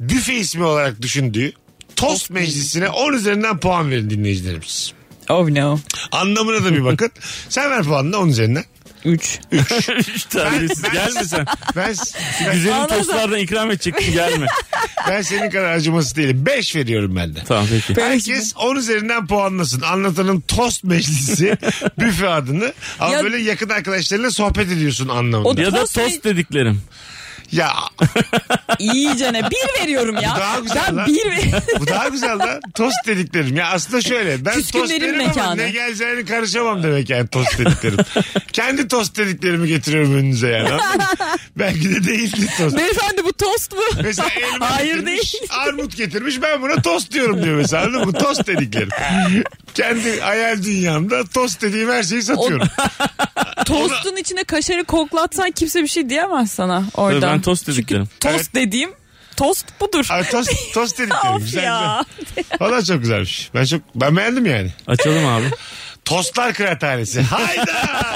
Speaker 1: büfe ismi olarak düşündüğü tost meclisine 10 üzerinden puan verin dinleyicilerimiz.
Speaker 2: Oh no.
Speaker 1: Anlamına da bir bakın.
Speaker 2: *laughs*
Speaker 1: Sen ver puanını 10 üzerinden.
Speaker 2: 3.
Speaker 3: *laughs* Üç tanesi. Gelme sen.
Speaker 1: Ben,
Speaker 3: Güzelim
Speaker 2: Ağlasana.
Speaker 3: tostlardan ikram edecektim gelme.
Speaker 1: ben senin kadar acıması değilim. 5 veriyorum ben de.
Speaker 3: tamam peki.
Speaker 1: Herkes 10 üzerinden puanlasın. Anlatanın tost meclisi büfe adını. Ama
Speaker 2: Ya-
Speaker 1: böyle yakın arkadaşlarıyla sohbet ediyorsun anlamında.
Speaker 3: Ya da
Speaker 2: Tost
Speaker 3: tost,
Speaker 2: me-
Speaker 3: dediklerim.
Speaker 1: Ya
Speaker 2: İyice ne? Bir veriyorum ya.
Speaker 1: Bu daha güzel
Speaker 2: ben
Speaker 1: lan.
Speaker 2: bir ver- *laughs*
Speaker 1: bu daha güzel lan. Tost dediklerim. Ya aslında şöyle. Ben tost
Speaker 2: Küskünlerin
Speaker 1: derim ama
Speaker 2: mekanı.
Speaker 1: ne geleceğini karışamam demek yani tost dediklerim. Kendi tost dediklerimi getiriyorum önünüze yani. anladın mı? Belki de değildi tost.
Speaker 2: Beyefendi bu tost mu?
Speaker 1: Mesela
Speaker 2: *laughs*
Speaker 1: elma
Speaker 2: Hayır
Speaker 1: getirmiş,
Speaker 2: değil.
Speaker 1: armut getirmiş ben buna tost diyorum diyor mesela anladın mı? Tost dediklerim. Kendi hayal dünyamda tost dediğim her şeyi satıyorum.
Speaker 2: Tostun içine kaşarı koklatsan kimse bir şey diyemez sana
Speaker 3: Tabii
Speaker 2: oradan.
Speaker 3: ben tost dediklerim.
Speaker 2: Tost
Speaker 1: Evet.
Speaker 2: dediğim tost budur.
Speaker 1: Ay, tost,
Speaker 2: *laughs*
Speaker 1: tost dediklerim.
Speaker 2: Of
Speaker 1: güzel
Speaker 2: ya.
Speaker 1: güzel. Valla çok güzelmiş. Ben çok ben beğendim yani.
Speaker 3: Açalım abi.
Speaker 1: Tostlar kıraathanesi.
Speaker 2: *laughs*
Speaker 1: Hayda.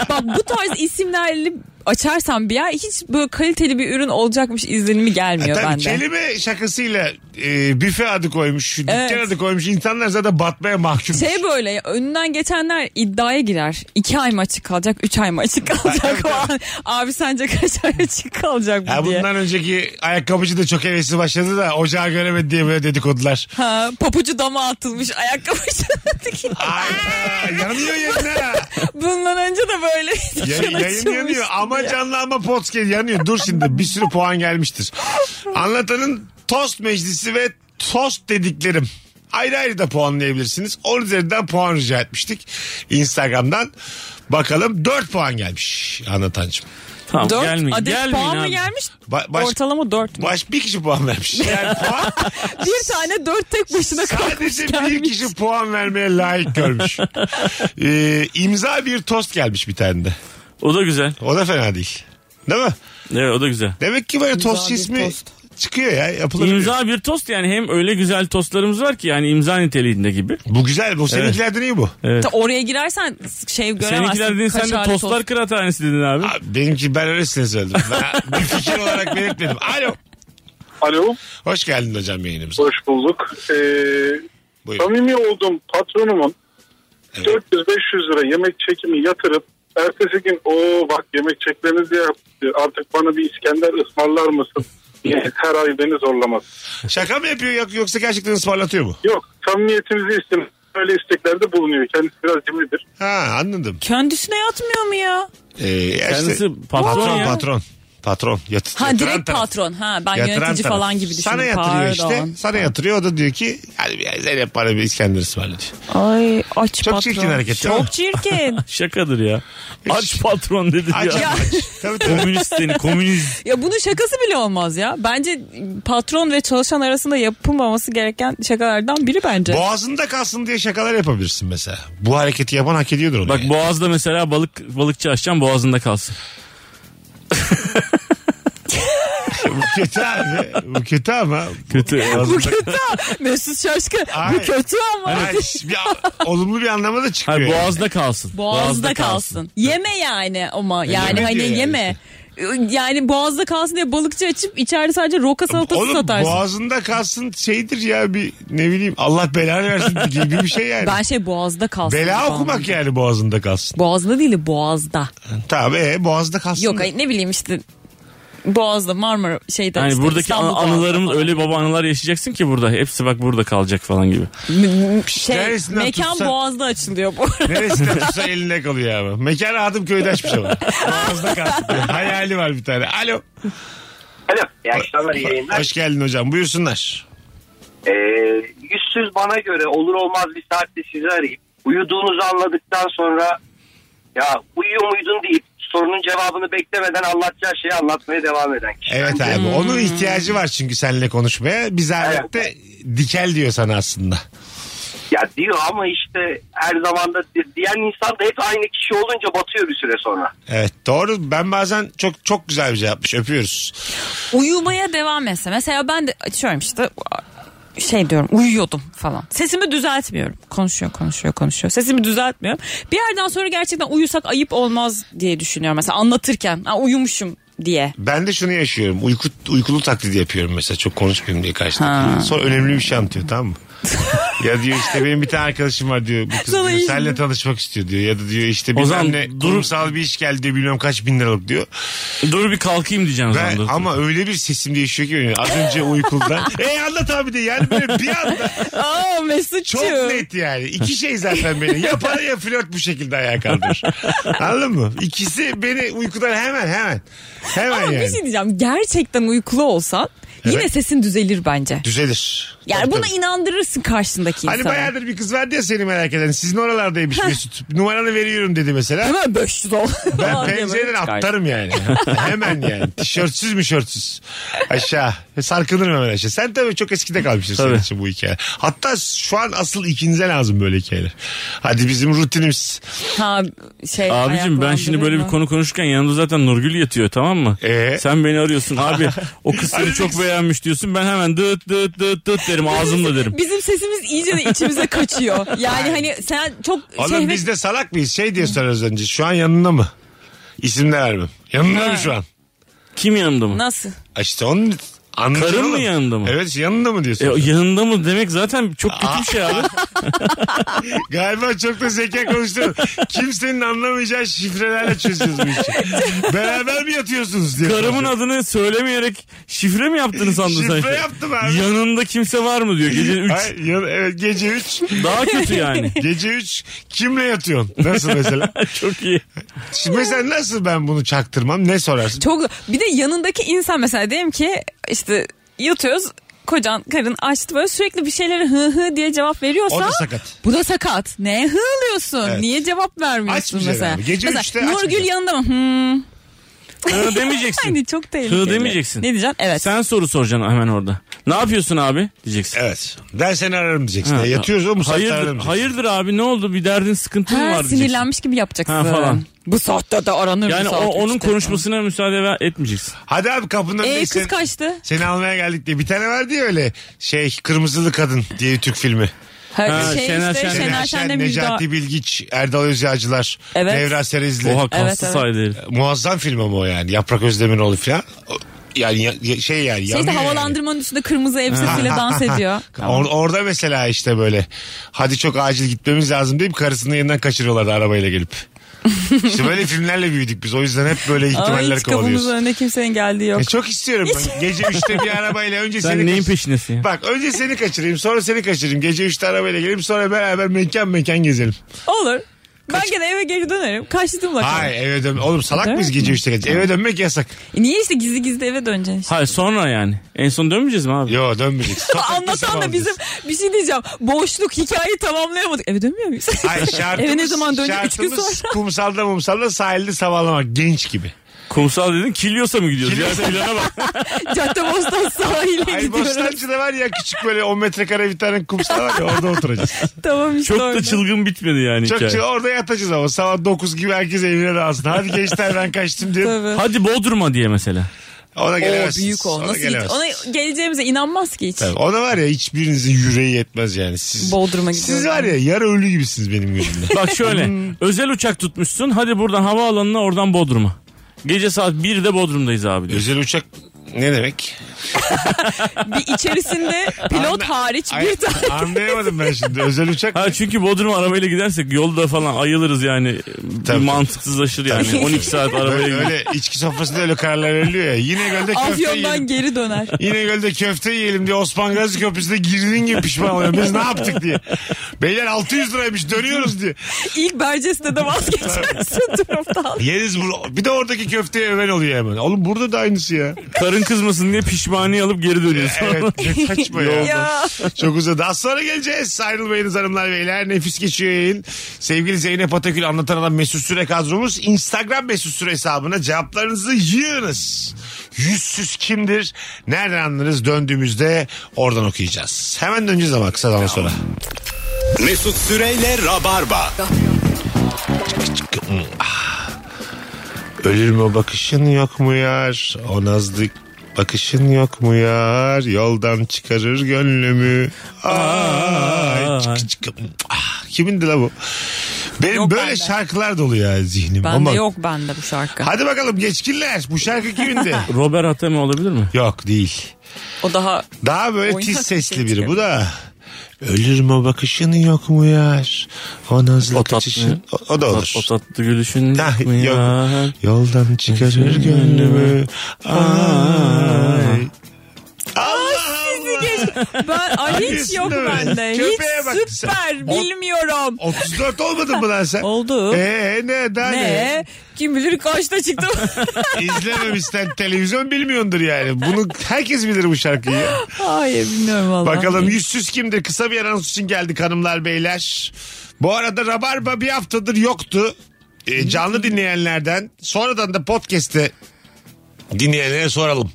Speaker 2: Bak bu tarz isimlerle açarsam bir yer hiç böyle kaliteli bir ürün olacakmış izlenimi gelmiyor
Speaker 1: E, Tabii
Speaker 2: bende.
Speaker 1: kelime şakasıyla e, büfe adı koymuş, dükkan
Speaker 2: Evet.
Speaker 1: adı koymuş. İnsanlar zaten batmaya mahkum.
Speaker 2: Şey böyle ya, önünden geçenler iddiaya girer. İki ay mı açık kalacak, üç ay mı
Speaker 1: *laughs*
Speaker 2: açık kalacak o an. *laughs* Abi sence kaç ay açık kalacak bu
Speaker 1: Ha,
Speaker 2: diye.
Speaker 1: bundan önceki ayakkabıcı da çok hevesli başladı da ocağı göremedi diye böyle dedikodular.
Speaker 2: Ha, papucu dama atılmış, ayakkabı *laughs* çanadaki.
Speaker 1: Hayda yanıyor yanına.
Speaker 2: Bundan önce de böyle
Speaker 1: Ya,
Speaker 2: bir dükkan
Speaker 1: yayın yanıyor
Speaker 2: açılmıştı
Speaker 1: ama
Speaker 2: ya.
Speaker 1: canlı ama podcast yanıyor. Dur şimdi bir sürü puan gelmiştir. Anlatanın tost meclisi ve tost dediklerim. Ayrı ayrı da puanlayabilirsiniz. 10 üzerinden puan rica etmiştik. Instagram'dan bakalım 4 puan gelmiş anlatancım.
Speaker 3: Tamam
Speaker 2: Dört
Speaker 3: gelmeyin.
Speaker 2: adet
Speaker 3: gelmeyin
Speaker 2: puan mı
Speaker 3: abi.
Speaker 2: gelmiş?
Speaker 1: Ba- baş-
Speaker 2: Ortalama dört. mü?
Speaker 1: Baş bir kişi puan vermiş. Yani puan
Speaker 2: bir tane dört tek başına kalkmış
Speaker 1: sadece bir
Speaker 2: gelmiş.
Speaker 1: kişi puan vermeye layık görmüş. Ee, imza bir tost gelmiş bir tane de.
Speaker 3: O da güzel.
Speaker 1: O da fena değil. Değil mi?
Speaker 3: Evet o da güzel.
Speaker 1: Demek ki böyle tost
Speaker 2: bir
Speaker 1: ismi
Speaker 2: tost.
Speaker 1: çıkıyor ya yapılabiliyor.
Speaker 3: İmza bir tost yani hem öyle güzel tostlarımız var ki yani imza niteliğinde gibi.
Speaker 1: Bu güzel bu. Seninkilerden iyi bu.
Speaker 2: Ta- Oraya girersen şey göremezsin.
Speaker 3: Seninkiler dedin sen de
Speaker 2: Kaşarlı
Speaker 3: tostlar kıraathanesi dedin abi.
Speaker 1: Abi, benimki ben öylesine söyledim. Ben bir fikir olarak belirtmedim. Alo.
Speaker 5: *laughs* Alo,
Speaker 1: Hoş geldin hocam yayınımıza.
Speaker 5: hoş bulduk. Ee,
Speaker 1: Buyur.
Speaker 5: samimi olduğum patronumun 400-500 lira yemek çekimi yatırıp ertesi gün o bak yemek çekmeniz ya artık bana bir İskender ısmarlar mısın? diye Her ay beni zorlamaz.
Speaker 1: Şaka mı yapıyor yok- yoksa gerçekten ısmarlatıyor mu?
Speaker 5: Yok samimiyetimizi istemez. Öyle isteklerde bulunuyor. Kendisi biraz cimridir.
Speaker 1: Ha anladım.
Speaker 2: Kendisine yatmıyor mu ya?
Speaker 1: Ee, ya işte-
Speaker 3: Kendisi patron,
Speaker 1: patron,
Speaker 3: ya.
Speaker 1: patron. Patron. Yat,
Speaker 2: Ha
Speaker 1: yatıran
Speaker 2: direkt
Speaker 1: taraf.
Speaker 2: patron. Ha ben
Speaker 1: Yatıran
Speaker 2: yönetici
Speaker 1: taraf.
Speaker 2: falan gibi düşündüm.
Speaker 1: Sana yatırıyor işte.
Speaker 2: Pardon.
Speaker 1: Sana yatırıyor. O da diyor ki hadi bir Zeynep bana bir İskender ısmarla diyor.
Speaker 2: Ay aç
Speaker 1: Çok
Speaker 2: patron.
Speaker 1: çirkin hareket, değil mi? *laughs*
Speaker 2: Çok çirkin.
Speaker 3: Şakadır ya. Aç patron dedi
Speaker 1: Aç
Speaker 3: ya.
Speaker 2: Ya.
Speaker 1: aç. Tabii tabii.
Speaker 2: *laughs*
Speaker 3: Komünist seni komünist.
Speaker 2: ya bunun şakası bile olmaz ya. Bence patron ve çalışan arasında yapılmaması gereken şakalardan biri bence.
Speaker 1: Boğazında kalsın diye şakalar yapabilirsin mesela. Bu hareketi yapan hak ediyordur onu.
Speaker 3: Bak
Speaker 1: yani.
Speaker 3: boğazda mesela balık balıkçı açacağım boğazında kalsın.
Speaker 1: bu kötü abi. Bu kötü ama.
Speaker 3: Kötü.
Speaker 2: bu kötü. Mesut Şaşkın.
Speaker 1: Ay.
Speaker 2: Bu kötü ama.
Speaker 1: Ay, bir, olumlu bir anlama da çıkıyor.
Speaker 3: Hayır
Speaker 1: yani.
Speaker 3: boğazda kalsın.
Speaker 2: Boğazda, kalsın. Yeme yani ama yani
Speaker 1: yeme
Speaker 2: hani
Speaker 1: diyor yani.
Speaker 2: yeme. Yani boğazda kalsın diye balıkçı açıp içeride sadece roka salatası
Speaker 1: Oğlum
Speaker 2: satarsın.
Speaker 1: boğazında kalsın şeydir ya bir ne bileyim Allah belanı versin gibi bir şey yani.
Speaker 2: Ben şey boğazda kalsın.
Speaker 1: Bela
Speaker 2: falan.
Speaker 1: okumak yani boğazında kalsın.
Speaker 2: Boğazda değil de boğazda.
Speaker 1: Tamam e, boğazda kalsın.
Speaker 2: Yok ay ne bileyim işte Boğaz'da Marmara şeyde
Speaker 3: Yani
Speaker 2: işte
Speaker 3: Hani buradaki
Speaker 2: İstanbul
Speaker 3: an-
Speaker 2: Boğazı
Speaker 3: anılarım
Speaker 2: falan.
Speaker 3: öyle baba anılar yaşayacaksın ki burada. Hepsi bak burada kalacak falan gibi.
Speaker 2: şey,
Speaker 1: Neresinden
Speaker 2: mekan
Speaker 1: tutsan-
Speaker 2: Boğaz'da açılıyor bu.
Speaker 1: Neresinden tutsa eline kalıyor abi. Mekan adım köyde açmış ama. Boğazda kalsın. Hayali var bir tane. Alo.
Speaker 7: Alo, iyi akşamlar, iyi yayınlar.
Speaker 1: Hoş geldin hocam. Buyursunlar.
Speaker 7: Ee, yüzsüz bana göre olur olmaz bir saatte sizi arayıp uyuduğunuzu anladıktan sonra ya uyuyor muydun deyip sorunun cevabını beklemeden anlatacağı şeyi anlatmaya devam eden kişi.
Speaker 1: Evet abi. Onun ihtiyacı var çünkü seninle konuşmaya. Bir zahmet de dikel diyor sana aslında.
Speaker 7: Ya diyor ama işte her zaman da di- diyen insan da hep aynı kişi olunca batıyor bir süre sonra.
Speaker 1: Evet doğru. Ben bazen çok çok güzel bir cevapmış. Öpüyoruz.
Speaker 2: *laughs* Uyumaya devam etse. Mesela ben de açıyorum işte şey diyorum uyuyordum falan. Sesimi düzeltmiyorum. Konuşuyor konuşuyor konuşuyor. Sesimi düzeltmiyorum. Bir yerden sonra gerçekten uyusak ayıp olmaz diye düşünüyorum. Mesela anlatırken "Aa, uyumuşum diye.
Speaker 1: Ben de şunu yaşıyorum. Uyku, uykulu taklidi yapıyorum mesela. Çok konuşmayayım diye karşıda. Sonra önemli bir şey anlatıyor tamam mı?
Speaker 3: *laughs*
Speaker 1: ya diyor işte benim bir tane arkadaşım var diyor. Bu kız
Speaker 2: Sana
Speaker 1: diyor,
Speaker 2: iyi
Speaker 1: senle tanışmak istiyor diyor. Ya da diyor işte bilmem
Speaker 3: zaman
Speaker 1: ne
Speaker 3: dur-
Speaker 1: kurumsal bir iş geldi diyor bilmem kaç bin liralık diyor.
Speaker 3: Dur bir kalkayım diyeceğim
Speaker 1: Ben-
Speaker 3: zaman.
Speaker 1: ama öyle bir sesim değişiyor ki benim. Az önce uykuldan.
Speaker 3: *laughs*
Speaker 1: e anlat abi de yani böyle bir anda
Speaker 2: Aa
Speaker 1: çok
Speaker 2: Mesut'cuğum.
Speaker 1: net yani. İki şey zaten beni. Ya para ya flört bu şekilde ayağa kaldırır. Anladın mı? İkisi beni uykudan hemen hemen. Hemen
Speaker 2: Ama bir
Speaker 1: yani.
Speaker 2: şey diyeceğim. Gerçekten uykulu olsan yine
Speaker 1: Evet.
Speaker 2: sesin düzelir bence.
Speaker 1: Düzelir.
Speaker 2: Yani
Speaker 1: Tabii,
Speaker 2: buna
Speaker 1: tabii.
Speaker 2: inandırırsın karşındaki
Speaker 1: Hani
Speaker 2: insanı.
Speaker 1: bayağıdır bir kız vardı ya seni merak eden. Sizin oralardaymış Mesut. Numaranı veriyorum dedi mesela.
Speaker 2: Hemen 500 ol.
Speaker 1: Ben
Speaker 2: *laughs* Falan diye böyle
Speaker 1: pencereden
Speaker 2: çıkar.
Speaker 1: atlarım yani. hemen yani. Tişörtsüz müşörtsüz. Aşağı. Sarkılırım hemen aşağı. Sen tabii çok eskide kalmışsın senin
Speaker 3: Tabii.
Speaker 1: için bu hikaye. Hatta şu an asıl ikinize lazım böyle hikayeler. Hadi bizim rutinimiz.
Speaker 2: Ha, şey,
Speaker 3: Abicim ben şimdi böyle bir
Speaker 2: ayaklandırma.
Speaker 3: konu konuşurken yanımda zaten Nurgül yatıyor tamam mı?
Speaker 1: Ee?
Speaker 3: Sen beni arıyorsun abi o
Speaker 1: *laughs*
Speaker 3: kız seni çok beğenmiş diyorsun ben hemen dıt dıt dıt dıt derim ağzımla derim.
Speaker 2: Bizim sesimiz iyice de içimize kaçıyor. Yani hani sen çok
Speaker 1: Oğlum
Speaker 3: Şey
Speaker 2: şehvet-
Speaker 1: biz de salak mıyız? Şey diye sorarız önce. Şu an yanında mı? İsim de vermem. Yanında mı şu an?
Speaker 3: Kim yanımda mı?
Speaker 2: Nasıl?
Speaker 1: Ay İşte onun anlatın
Speaker 3: Karın mı
Speaker 1: oğlum.
Speaker 3: yanında mı?
Speaker 1: Evet yanında mı diyorsun?
Speaker 3: E, yanında mı demek zaten çok kötü bir şey
Speaker 1: *laughs*
Speaker 3: abi.
Speaker 1: Galiba çok da zeka konuştu.
Speaker 3: *laughs*
Speaker 1: Kimsenin anlamayacağı şifrelerle çözüyoruz bu
Speaker 3: *laughs*
Speaker 1: işi. Beraber mi yatıyorsunuz diye.
Speaker 3: Karımın adını söylemeyerek şifre mi yaptığını sandın sen?
Speaker 1: Şifre yaptım abi.
Speaker 3: Yanında kimse var mı diyor gece 3.
Speaker 1: Ay, ya- evet, gece 3.
Speaker 3: Daha
Speaker 2: *laughs*
Speaker 3: kötü yani.
Speaker 1: Gece 3 kimle yatıyorsun? Nasıl mesela?
Speaker 3: çok iyi.
Speaker 1: Şimdi mesela nasıl ben bunu çaktırmam? Ne sorarsın?
Speaker 2: Çok bir de yanındaki insan mesela diyelim ki işte yatıyoruz kocan karın açtı böyle sürekli bir şeylere hı hı diye cevap veriyorsa
Speaker 1: O da sakat.
Speaker 2: Bu da sakat. Ne hığlıyorsun?
Speaker 1: Evet.
Speaker 2: Niye cevap vermiyorsun
Speaker 1: Açmayacaksın
Speaker 2: mesela?
Speaker 1: abi. Gece
Speaker 2: mesela,
Speaker 1: üçte
Speaker 2: Nurgül
Speaker 1: açmayacaksın.
Speaker 2: yanında mı? Hmm.
Speaker 3: Hı
Speaker 2: *laughs*
Speaker 3: demeyeceksin.
Speaker 2: Hani çok tehlikeli.
Speaker 3: Hı demeyeceksin.
Speaker 2: Ne diyeceksin? Evet.
Speaker 3: Sen soru soracaksın hemen orada. Ne yapıyorsun abi diyeceksin.
Speaker 1: Evet. Ben seni ararım diyeceksin.
Speaker 3: Ha,
Speaker 1: Ya yatıyoruz oğlum. bu saatte ararım
Speaker 3: Hayırdır,
Speaker 1: diyeceksin.
Speaker 3: hayırdır abi ne oldu bir derdin sıkıntın mı
Speaker 2: Ha,
Speaker 3: var diyeceksin.
Speaker 2: sinirlenmiş gibi yapacaksın.
Speaker 3: Ha, falan.
Speaker 2: Bu saatte de aranır
Speaker 3: Yani
Speaker 2: bu
Speaker 3: o,
Speaker 2: saat
Speaker 3: onun
Speaker 2: üçte.
Speaker 3: konuşmasına müsaade ver- etmeyeceksin.
Speaker 1: Hadi abi kapının
Speaker 2: Ee,
Speaker 1: önünde
Speaker 2: kız
Speaker 1: seni,
Speaker 2: kaçtı.
Speaker 1: seni almaya geldik diye. Bir tane vardı ya öyle şey Kırmızılı Kadın diye bir Türk filmi.
Speaker 2: Ha,
Speaker 3: Ha,
Speaker 2: şey
Speaker 3: Şener
Speaker 2: işte,
Speaker 3: Şen.
Speaker 2: Şener Şen'le
Speaker 1: Şen,
Speaker 2: Müjdat.
Speaker 1: Necati Bilgiç, Erdal Özyağcılar,
Speaker 2: Evet.
Speaker 1: Nevra Serezli.
Speaker 3: Oha kaslı
Speaker 2: evet.
Speaker 3: saydı herif.
Speaker 1: Muazzam film ama o yani. Yaprak Özdemiroğlu falan. O- Yani ya- ya- şey yani.
Speaker 2: Şey işte
Speaker 1: yanıyor yani.
Speaker 2: havalandırmanın üstünde kırmızı elbisesiyle
Speaker 1: *laughs*
Speaker 2: dans ediyor.
Speaker 1: Or- orada mesela işte böyle hadi çok acil gitmemiz lazım deyip karısını yeniden kaçırıyorlardı arabayla
Speaker 2: *laughs*
Speaker 1: gelip. işte böyle filmlerle büyüdük biz. O yüzden hep böyle
Speaker 2: Ama
Speaker 1: ihtimaller
Speaker 2: hiç kapımızın
Speaker 1: kovalıyoruz.
Speaker 2: önünde kimsenin geldiği yok.
Speaker 1: E çok istiyorum. Ben gece 3'te bir arabayla önce
Speaker 3: Sen
Speaker 1: seni
Speaker 3: neyin
Speaker 1: kaç-
Speaker 3: peşindesin ya?
Speaker 1: Bak önce seni kaçırayım sonra seni kaçırayım. Gece 3'te arabayla geleyim sonra beraber mekan mekan gezelim.
Speaker 2: Olur. Ben gene eve geri dönerim. Kaçtığımla kalırım.
Speaker 1: Hay eve dön. Oğlum salak
Speaker 2: Değil
Speaker 1: mıyız
Speaker 2: mi?
Speaker 1: gece 3'te kaçır? Eve dönmek yasak.
Speaker 2: E niye işte gizli gizli eve döneceksin? işte?
Speaker 3: Hayır sonra yani. En son dönmeyeceğiz mi abi?
Speaker 1: Yo
Speaker 2: *laughs*
Speaker 1: dönmeyecek. Sokakta
Speaker 2: Anlatan da
Speaker 1: sabahlayacağız.
Speaker 2: bizim bir şey diyeceğim. Boşluk hikayeyi tamamlayamadık. Eve dönmüyor muyuz?
Speaker 1: Hayır şartımız,
Speaker 2: *laughs* Eve ne zaman dönecek? Üç gün
Speaker 1: şartımız
Speaker 2: sonra. *laughs*
Speaker 1: kumsalda mumsalda sahilde sabahlamak genç gibi.
Speaker 3: Kumsal dedin Kilyos'a mı gidiyoruz?
Speaker 1: Kilyos'a-
Speaker 3: Ya plana bak.
Speaker 1: *laughs*
Speaker 2: Caddebostan sahile
Speaker 1: Ay
Speaker 2: gidiyoruz.
Speaker 1: Bostancı'da var ya küçük böyle 10 metrekare bir tane kumsal var ya orada
Speaker 2: *laughs*
Speaker 1: oturacağız.
Speaker 2: Tamam işte
Speaker 3: Çok
Speaker 2: orada.
Speaker 3: da çılgın bitmedi yani
Speaker 1: Çok
Speaker 3: hikaye.
Speaker 1: çıl- orada yatacağız ama sabah 9 gibi herkes evine dağılsın. Hadi gençler ben kaçtım diye.
Speaker 2: Tabii.
Speaker 3: Hadi Bodrum'a diye mesela.
Speaker 1: Ona
Speaker 2: O
Speaker 1: gelemezsiniz.
Speaker 2: büyük o.
Speaker 1: Ona
Speaker 2: Nasıl git?
Speaker 1: gelemezsiniz.
Speaker 2: Ona geleceğimize inanmaz ki hiç.
Speaker 1: Tabii, Ona var ya hiçbirinizin yüreği yetmez yani. Siz,
Speaker 2: Bodrum'a
Speaker 1: Siz
Speaker 2: gidiyorum.
Speaker 1: var ya yarı ölü gibisiniz benim
Speaker 2: *laughs*
Speaker 1: gözümde.
Speaker 3: Bak
Speaker 1: *laughs*
Speaker 3: şöyle
Speaker 1: Hmm.
Speaker 3: özel uçak tutmuşsun hadi buradan havaalanına oradan Bodrum'a. Gece saat 1'de Bodrum'dayız abi diyor.
Speaker 1: Özel uçak ne demek? *laughs*
Speaker 2: Bir içerisinde pilot hariç
Speaker 1: Ay-
Speaker 2: bir tane.
Speaker 1: Anlayamadım ben şimdi. Özel uçak
Speaker 3: Ha çünkü Bodrum'a arabayla gidersek yolda falan ayılırız yani.
Speaker 1: Tabii.
Speaker 3: bir mantıksızlaşır yani.
Speaker 1: Tabii.
Speaker 3: 12 saat
Speaker 1: Böyle,
Speaker 3: arabaya
Speaker 1: öyle içki sofrasında öyle kararlar veriliyor ya. Yine gölde köfte yiyelim.
Speaker 2: Afyon'dan geri döner.
Speaker 1: Yine gölde köfte yiyelim diye Osman Gazi Köprüsü'ne girdiğin gibi pişman oluyorum. Biz ne yaptık diye. Beyler 600 liraymış dönüyoruz diye.
Speaker 2: *laughs* İlk bercesinde de vazgeçersin durumdan. *laughs*
Speaker 1: Yeriz bu. Bir de oradaki köfteye öven oluyor hemen. Oğlum burada da aynısı ya.
Speaker 3: Karın kızmasın diye pişmaniye alıp geri dönüyorsun.
Speaker 1: Evet ne saçma ya.
Speaker 2: Ya.
Speaker 1: *laughs* Çok uzadı. Az sonra geleceğiz. Ayrılmayınız hanımlar beyler. Nefis geçiyor yayın. Sevgili Zeynep Atakül anlatan adam Mesut Süre kadromuz. Instagram Mesut Süre hesabına cevaplarınızı yığınız. Yüzsüz kimdir? Nereden anlarız? Döndüğümüzde oradan okuyacağız. Hemen döneceğiz ama kısa zaman sonra.
Speaker 6: Mesut Süreyle Rabarba.
Speaker 1: Ah. Ölür mü o bakışın yok mu yar? O nazlı bakışın yok mu yar? Yoldan çıkarır gönlümü. Ay, çık, çık. Ah, Kimindi la bu? Benim
Speaker 2: Yok
Speaker 1: böyle
Speaker 2: bende.
Speaker 1: şarkılar dolu ya zihnim.
Speaker 2: Bende
Speaker 1: Ama
Speaker 2: yok bende bu şarkı.
Speaker 1: Hadi bakalım geçkinler. Bu şarkı
Speaker 2: *laughs*
Speaker 1: kimindi?
Speaker 3: Robert Ateme olabilir mi?
Speaker 1: yok değil.
Speaker 2: O daha
Speaker 1: Daha böyle
Speaker 2: Oynak
Speaker 1: tiz
Speaker 2: *laughs* bir
Speaker 1: sesli
Speaker 2: şey
Speaker 1: biri. Bu
Speaker 2: çıkıyor.
Speaker 1: da Ölür mü o bakışın yok mu yar? O nazlı
Speaker 3: O tatlı-
Speaker 1: kaçışın. O, o da olur.
Speaker 3: O tatlı gülüşün
Speaker 1: Ah,
Speaker 3: yok mu
Speaker 1: yok.
Speaker 3: ya?
Speaker 1: Yoldan çıkarır gönlümü. Ay. Allah Allah.
Speaker 2: ben ay hiç
Speaker 1: Hangisinde
Speaker 2: yok
Speaker 1: böyle?
Speaker 2: bende.
Speaker 1: Köpeğe bak
Speaker 2: Hiç
Speaker 1: sen.
Speaker 2: süper
Speaker 1: O-
Speaker 2: bilmiyorum.
Speaker 1: 34 olmadın mı lan sen?
Speaker 2: Oldu.
Speaker 1: Ee ne daha ne?
Speaker 2: Ne? Kim bilir
Speaker 1: *laughs*
Speaker 2: kaçta çıktım.
Speaker 1: İzlememişsen televizyon bilmiyordur yani. Bunu herkes bilir bu şarkıyı.
Speaker 2: Hayır bilmiyorum vallahi.
Speaker 1: Bakalım yüzsüz kimdir? Kısa bir anons için geldik hanımlar beyler. Bu arada Rabarba bir haftadır yoktu. Ee, canlı dinleyenlerden sonradan da podcast'te dinleyenlere soralım.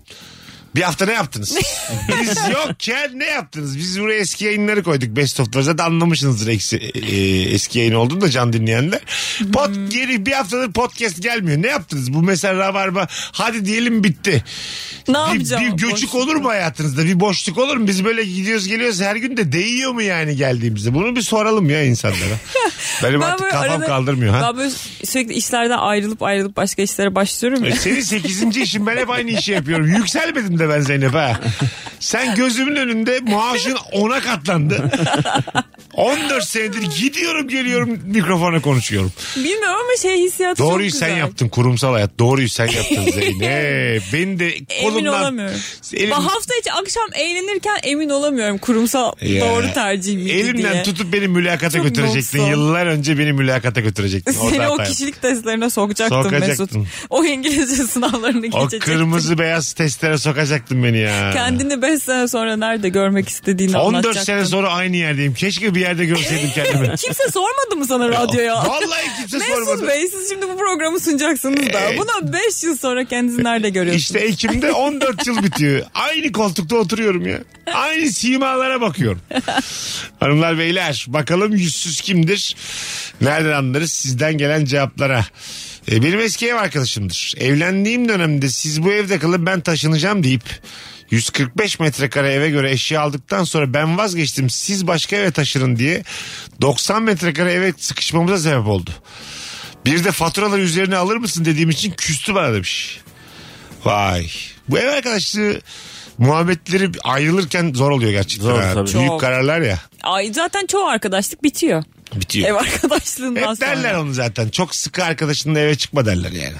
Speaker 1: Bir hafta ne yaptınız? *laughs* Biz yokken ne yaptınız? Biz buraya eski yayınları koyduk. Best of'ları zaten anlamışsınızdır eksi, e, eski yayın olduğunu da can dinleyenler. Pod, geri bir haftadır podcast gelmiyor. Ne yaptınız? Bu mesela Rabarba hadi diyelim bitti.
Speaker 2: Ne
Speaker 1: Bir-
Speaker 2: yapacağım?
Speaker 1: Bir, göçük olur mu hayatınızda? Bir boşluk olur mu? Biz böyle gidiyoruz geliyoruz her gün de değiyor mu yani geldiğimizde? Bunu bir soralım ya
Speaker 2: *laughs*
Speaker 1: insanlara. Benim
Speaker 2: Ben
Speaker 1: artık
Speaker 2: böyle
Speaker 1: kafam
Speaker 2: arada-
Speaker 1: kaldırmıyor. Ha?
Speaker 2: Ben böyle sürekli işlerden ayrılıp ayrılıp başka işlere başlıyorum ya.
Speaker 1: E, Senin 8. işin ben hep aynı işi yapıyorum. Yükselmedim de ben Zeynep ha. Sen gözümün önünde maaşın 10'a katlandı. 14 senedir gidiyorum geliyorum mikrofona konuşuyorum.
Speaker 2: Bilmiyorum ama şey hissiyatı çok
Speaker 1: Doğruyu
Speaker 2: güzel.
Speaker 1: sen yaptın kurumsal hayat. Doğruyu sen yaptın
Speaker 2: *laughs*
Speaker 1: Zeynep. Beni de
Speaker 2: Emin
Speaker 1: kolumdan...
Speaker 2: olamıyorum.
Speaker 1: Elim-
Speaker 2: Bak hafta içi akşam eğlenirken emin olamıyorum kurumsal
Speaker 1: Ya.
Speaker 2: doğru tercih miydi
Speaker 1: Ee, Elimden
Speaker 2: diye.
Speaker 1: tutup beni mülakata
Speaker 2: Çok
Speaker 1: götürecektin.
Speaker 2: mutsuz.
Speaker 1: Yıllar önce beni mülakata götürecektin.
Speaker 2: *laughs* *laughs* Seni
Speaker 1: Orada
Speaker 2: o
Speaker 1: hata yaptım.
Speaker 2: kişilik testlerine sokacaktım,
Speaker 1: Sokacaktım.
Speaker 2: Mesut. O İngilizce *laughs* sınavlarını
Speaker 1: O
Speaker 2: geçecektin.
Speaker 1: kırmızı beyaz testlere sokacaktın beni ya.
Speaker 2: *laughs* Kendini 5 sene sonra nerede görmek istediğini
Speaker 1: 14
Speaker 2: anlatacaktın.
Speaker 1: sene sonra aynı yerdeyim. Keşke bir yerde görseydim kendimi.
Speaker 2: Kimse sormadı mı sana *laughs* radyoya?
Speaker 1: Vallahi kimse
Speaker 2: Mesut
Speaker 1: sormadı.
Speaker 2: Bey siz şimdi bu programı sunacaksınız da.
Speaker 1: Ee,
Speaker 2: Buna 5 yıl sonra kendinizi nerede görüyorsunuz?
Speaker 1: İşte Ekim'de 14 yıl bitiyor. Aynı koltukta oturuyorum ya. Aynı simalara bakıyorum. Hanımlar beyler bakalım yüzsüz kimdir? Nereden anlarız? Sizden gelen cevaplara. E, benim eski ev arkadaşımdır. Evlendiğim dönemde siz bu evde kalın ben taşınacağım deyip 145 metrekare eve göre eşya aldıktan sonra ben vazgeçtim siz başka eve taşırın diye 90 metrekare eve sıkışmamıza sebep oldu. Bir de faturaları üzerine alır mısın dediğim için küstü bana demiş. Vay. Bu ev arkadaşlığı muhabbetleri ayrılırken zor oluyor gerçekten.
Speaker 3: Zor
Speaker 1: ha.
Speaker 3: tabii.
Speaker 1: Büyük
Speaker 2: Çok.
Speaker 1: kararlar ya.
Speaker 2: Ay zaten çoğu arkadaşlık bitiyor.
Speaker 1: Bitiyor.
Speaker 2: Ev arkadaşlığından
Speaker 1: Hep
Speaker 2: sonra.
Speaker 1: derler onu zaten. Çok sıkı arkadaşınla eve çıkma derler yani.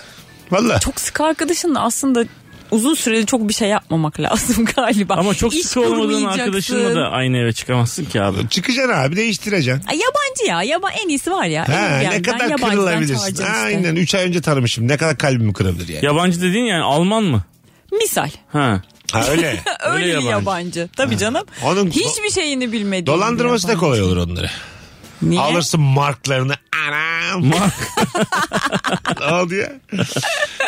Speaker 1: Valla.
Speaker 2: Çok sık arkadaşınla aslında uzun süreli çok bir şey yapmamak *laughs* lazım galiba.
Speaker 3: Ama çok
Speaker 2: İş
Speaker 3: sıkı olmadığın
Speaker 2: kurmayacaksın.
Speaker 3: arkadaşınla da aynı eve çıkamazsın ki abi.
Speaker 1: Çıkacaksın abi değiştireceksin.
Speaker 2: Ay, yabancı ya. Yaba en iyisi var ya.
Speaker 1: Ha,
Speaker 2: en
Speaker 1: ne kadar kırılabilirsin. Aynen 3 ay önce tanımışım. Ne kadar kalbimi kırabilir yani.
Speaker 3: Yabancı dediğin yani Alman mı?
Speaker 2: Misal.
Speaker 3: Ha.
Speaker 1: Ha
Speaker 2: *laughs*
Speaker 1: öyle.
Speaker 2: Öyle,
Speaker 3: Öyle
Speaker 2: bir
Speaker 3: yabancı.
Speaker 2: yabancı. Tabii canım.
Speaker 1: Onun
Speaker 2: Hiçbir şeyini bilmediğin
Speaker 1: dolandırması
Speaker 2: bir
Speaker 1: da
Speaker 2: yabancı.
Speaker 1: kolay olur onları.
Speaker 2: Niye?
Speaker 1: Alırsın marklarını. Anam. *laughs* ne oldu ya?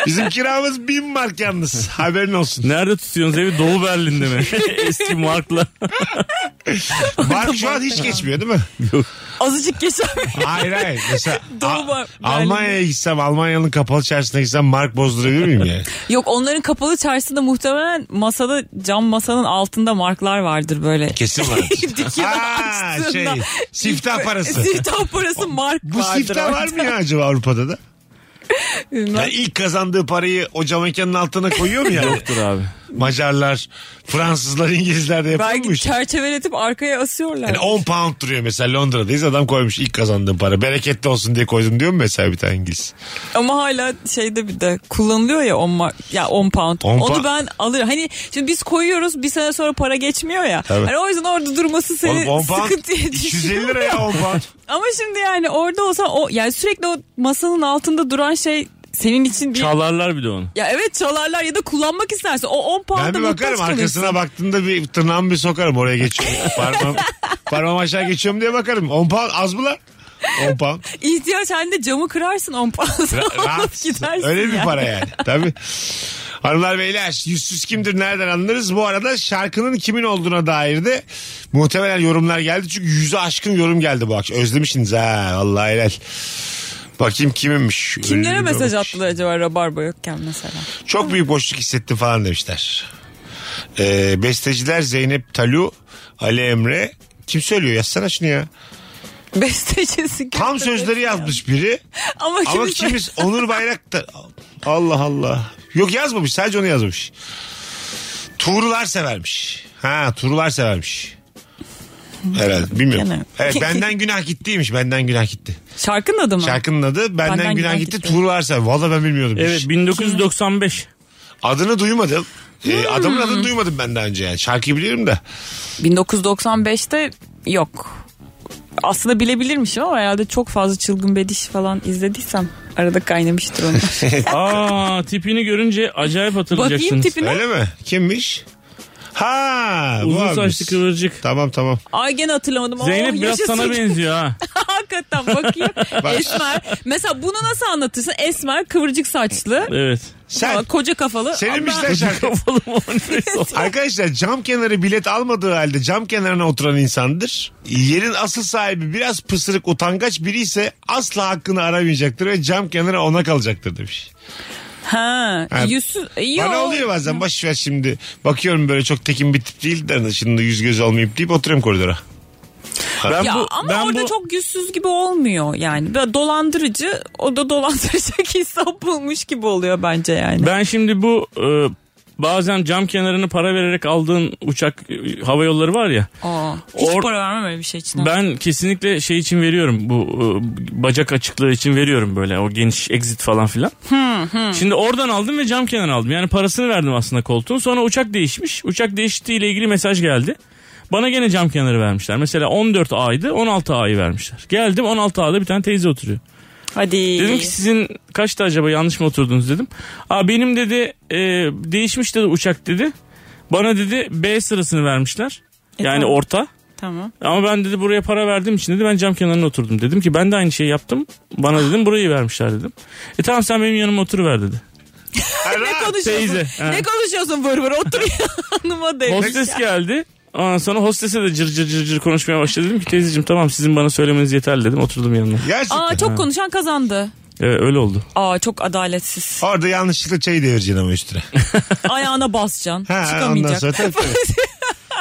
Speaker 1: Bizim kiramız bin mark yalnız. Haberin olsun.
Speaker 3: Nerede tutuyorsunuz evi? Doğu Berlin'de
Speaker 1: *laughs*
Speaker 3: mi? Eski markla.
Speaker 1: Mark şu an hiç geçmiyor değil mi?
Speaker 2: Azıcık geçer. *laughs*
Speaker 1: Hayır hayır. Mesela
Speaker 2: Doğu
Speaker 1: A-
Speaker 2: Ber-
Speaker 1: Almanya'ya gitsem Almanya'nın kapalı çarşısına gitsem mark bozdurabilir miyim yani?
Speaker 2: Yok onların kapalı çarşısında muhtemelen masada cam masanın altında marklar vardır böyle. *laughs*
Speaker 1: Kesin var.
Speaker 2: Dükkanı
Speaker 1: Ha,
Speaker 2: açtığında.
Speaker 1: şey, siftah parası.
Speaker 2: Siftah parası mark
Speaker 1: Bu
Speaker 2: vardır.
Speaker 1: siftah var mı ya acaba Avrupa'da da?
Speaker 2: Bilmem.
Speaker 1: Ya ilk kazandığı parayı o cam mekanın altına koyuyor mu yani?
Speaker 3: Dur abi.
Speaker 1: Macarlar, Fransızlar, İngilizler de
Speaker 2: Belki
Speaker 1: yapılmış.
Speaker 2: çerçeveletip arkaya asıyorlar.
Speaker 1: Yani 10 pound duruyor mesela Londra'dayız adam koymuş ilk kazandığım para. Bereketli olsun diye koydum diyor mu mesela bir tane İngiliz?
Speaker 2: Ama hala şeyde bir de kullanılıyor ya 10 mar- ya 10 pound.
Speaker 1: On
Speaker 2: Onu
Speaker 1: pa-
Speaker 2: ben alırım. Hani şimdi biz koyuyoruz bir sene sonra para geçmiyor ya.
Speaker 1: Tabii.
Speaker 2: Hani o yüzden orada durması
Speaker 1: Oğlum
Speaker 2: seni
Speaker 1: 10 pound
Speaker 2: sıkıntıya
Speaker 1: 250
Speaker 2: *laughs* düşürüyor.
Speaker 1: lira ya 10 pound.
Speaker 2: Ama şimdi yani orada olsa o yani sürekli o masanın altında duran şey senin için bir...
Speaker 3: Çalarlar bir de onu.
Speaker 2: ya evet çalarlar ya da kullanmak istersen. O 10 pound'a
Speaker 1: Ben bir bakarım
Speaker 2: muhtaç kalırsın.
Speaker 1: arkasına baktığında bir tırnağımı bir sokarım oraya
Speaker 2: *laughs*
Speaker 1: geçiyorum. parmağım, parmağım aşağı geçiyorum diye bakarım. 10 pound az mı lan? 10 pound.
Speaker 2: İhtiyaç halinde camı kırarsın 10 pound'a.
Speaker 1: Ra-
Speaker 2: *laughs* alıp
Speaker 1: rahat.
Speaker 2: gidersin
Speaker 1: Öyle bir
Speaker 2: ya.
Speaker 1: para yani. Tabii. Hanımlar beyler yüzsüz kimdir nereden anlarız? Bu arada şarkının kimin olduğuna dair de muhtemelen yorumlar geldi. Çünkü yüzü aşkın yorum geldi bu akşam. Özlemişsiniz ha. Vallahi helal. Bakayım kiminmiş.
Speaker 2: Kimlere
Speaker 1: Ölümün
Speaker 2: mesaj
Speaker 1: olmuş.
Speaker 2: attılar acaba rabarba yokken mesela?
Speaker 1: Çok büyük boşluk hissettim falan demişler. Ee, besteciler Zeynep Talu, Ali Emre. Kim söylüyor? Yazsana şunu ya.
Speaker 2: *laughs* Bestecisi.
Speaker 1: Tam
Speaker 2: kötü
Speaker 1: sözleri
Speaker 2: ya.
Speaker 1: yazmış biri.
Speaker 2: *laughs* Ama,
Speaker 1: Ama
Speaker 2: kimse-
Speaker 1: kimiz Onur Bayraktar. Allah Allah. Yok yazmamış sadece onu yazmış. Tuğrular severmiş. Ha Tuğrular severmiş. Herhalde bilmiyorum.
Speaker 2: Gene.
Speaker 1: Evet benden günah gittiymiş benden günah gitti.
Speaker 2: Şarkının adı mı?
Speaker 1: Şarkının adı benden, günah, gitti, Tuğrular sever. Valla ben bilmiyordum. *laughs*
Speaker 3: Evet 1995.
Speaker 1: Adını duymadım. Ee, adamın adını duymadım ben daha önce yani. Şarkıyı biliyorum da.
Speaker 2: 1995'te yok. Aslında bilebilirmişim ama herhalde çok fazla çılgın bediş falan izlediysem arada
Speaker 1: *laughs*
Speaker 2: kaynamıştır onlar.
Speaker 3: Aa tipini görünce
Speaker 2: Bakayım
Speaker 3: acayip hatırlayacaksınız.
Speaker 2: tipine.
Speaker 1: Öyle mi? Kimmiş? Ha bu
Speaker 3: Uzun
Speaker 1: abimiz.
Speaker 3: saçlı kıvırcık.
Speaker 1: Tamam tamam.
Speaker 2: Ay gene hatırlamadım. Oh,
Speaker 3: Zeynep biraz
Speaker 2: yaşasın.
Speaker 3: sana benziyor ha.
Speaker 2: *laughs*
Speaker 1: *laughs*
Speaker 2: Hakikaten bakayım. Esmer. Mesela bunu nasıl anlatırsın? Esmer kıvırcık saçlı.
Speaker 3: Evet.
Speaker 1: Sen
Speaker 2: Koca kafalı.
Speaker 1: senin
Speaker 2: Ama-
Speaker 1: bir şey-
Speaker 3: *laughs*
Speaker 1: şarkı.
Speaker 3: Kafalı mı o neyse.
Speaker 1: *laughs* Arkadaşlar cam kenarı bilet almadığı halde cam kenarına oturan insandır. Yerin asıl sahibi biraz pısırık utangaç biri ise asla hakkını aramayacaktır ve cam kenarı ona kalacaktır demiş.
Speaker 2: Ha,
Speaker 1: Ha,
Speaker 2: yüzsüz. Yo.
Speaker 1: Bana oluyor bazen boş ver şimdi. Bakıyorum böyle çok tekin bir tip değil de şimdi yüz göz olmayıp deyip oturuyorum
Speaker 2: *laughs*
Speaker 1: koridora.
Speaker 3: *laughs* Ben
Speaker 2: Ya
Speaker 3: bu,
Speaker 2: ama
Speaker 3: ben
Speaker 2: orada
Speaker 3: bu,
Speaker 2: çok yüzsüz gibi olmuyor yani. Böyle dolandırıcı o da dolandıracak *laughs* insan bulmuş gibi oluyor bence yani.
Speaker 3: Ben şimdi bu e, bazen cam kenarını para vererek aldığın uçak e, hava yolları var ya.
Speaker 2: Aa, hiç
Speaker 3: Or-
Speaker 2: para vermem öyle bir şey için.
Speaker 3: Ben kesinlikle şey için veriyorum bu e, bacak açıklığı için veriyorum böyle o geniş exit falan filan. Şimdi oradan aldım ve cam kenarı aldım. Yani parasını verdim aslında koltuğun. Sonra uçak değişmiş. Uçak değiştiğiyle ilgili mesaj geldi. Bana gene cam kenarı vermişler. Mesela 14 A'ydı 16 A'yı vermişler. Geldim 16 A'da bir tane teyze oturuyor.
Speaker 2: Hadi.
Speaker 3: Dedim ki sizin kaçta acaba yanlış mı oturdunuz dedim. Aa benim dedi e, değişmiş dedi uçak dedi. Bana dedi B sırasını vermişler. Yani
Speaker 2: E, tamam.
Speaker 3: orta.
Speaker 2: Tamam.
Speaker 3: Ama ben dedi buraya para verdiğim için dedi ben cam kenarına oturdum. Dedim ki ben de aynı şeyi yaptım. Bana
Speaker 2: Ah.
Speaker 3: dedim burayı vermişler dedim. E tamam sen benim yanıma oturuver dedi.
Speaker 2: Ne konuşuyorsun?
Speaker 3: Teyze. Ha.
Speaker 2: Ne konuşuyorsun vır vır otur *laughs* yanıma de.
Speaker 3: Hostes geldi. Ondan sonra hostese de cır cır cır cır konuşmaya başladı. Dedim ki teyzeciğim tamam sizin bana söylemeniz yeterli dedim. Oturdum yanına.
Speaker 1: Gerçekten.
Speaker 2: Aa çok konuşan kazandı.
Speaker 3: Evet öyle oldu.
Speaker 2: Aa çok
Speaker 3: *laughs*
Speaker 2: adaletsiz.
Speaker 1: Orada yanlışlıkla çayı devireceksin ama
Speaker 2: *laughs*
Speaker 1: üstüne.
Speaker 2: Ayağına basacaksın.
Speaker 1: Ha, ondan
Speaker 2: çıkamayacak.
Speaker 1: sonra tabii, tabii.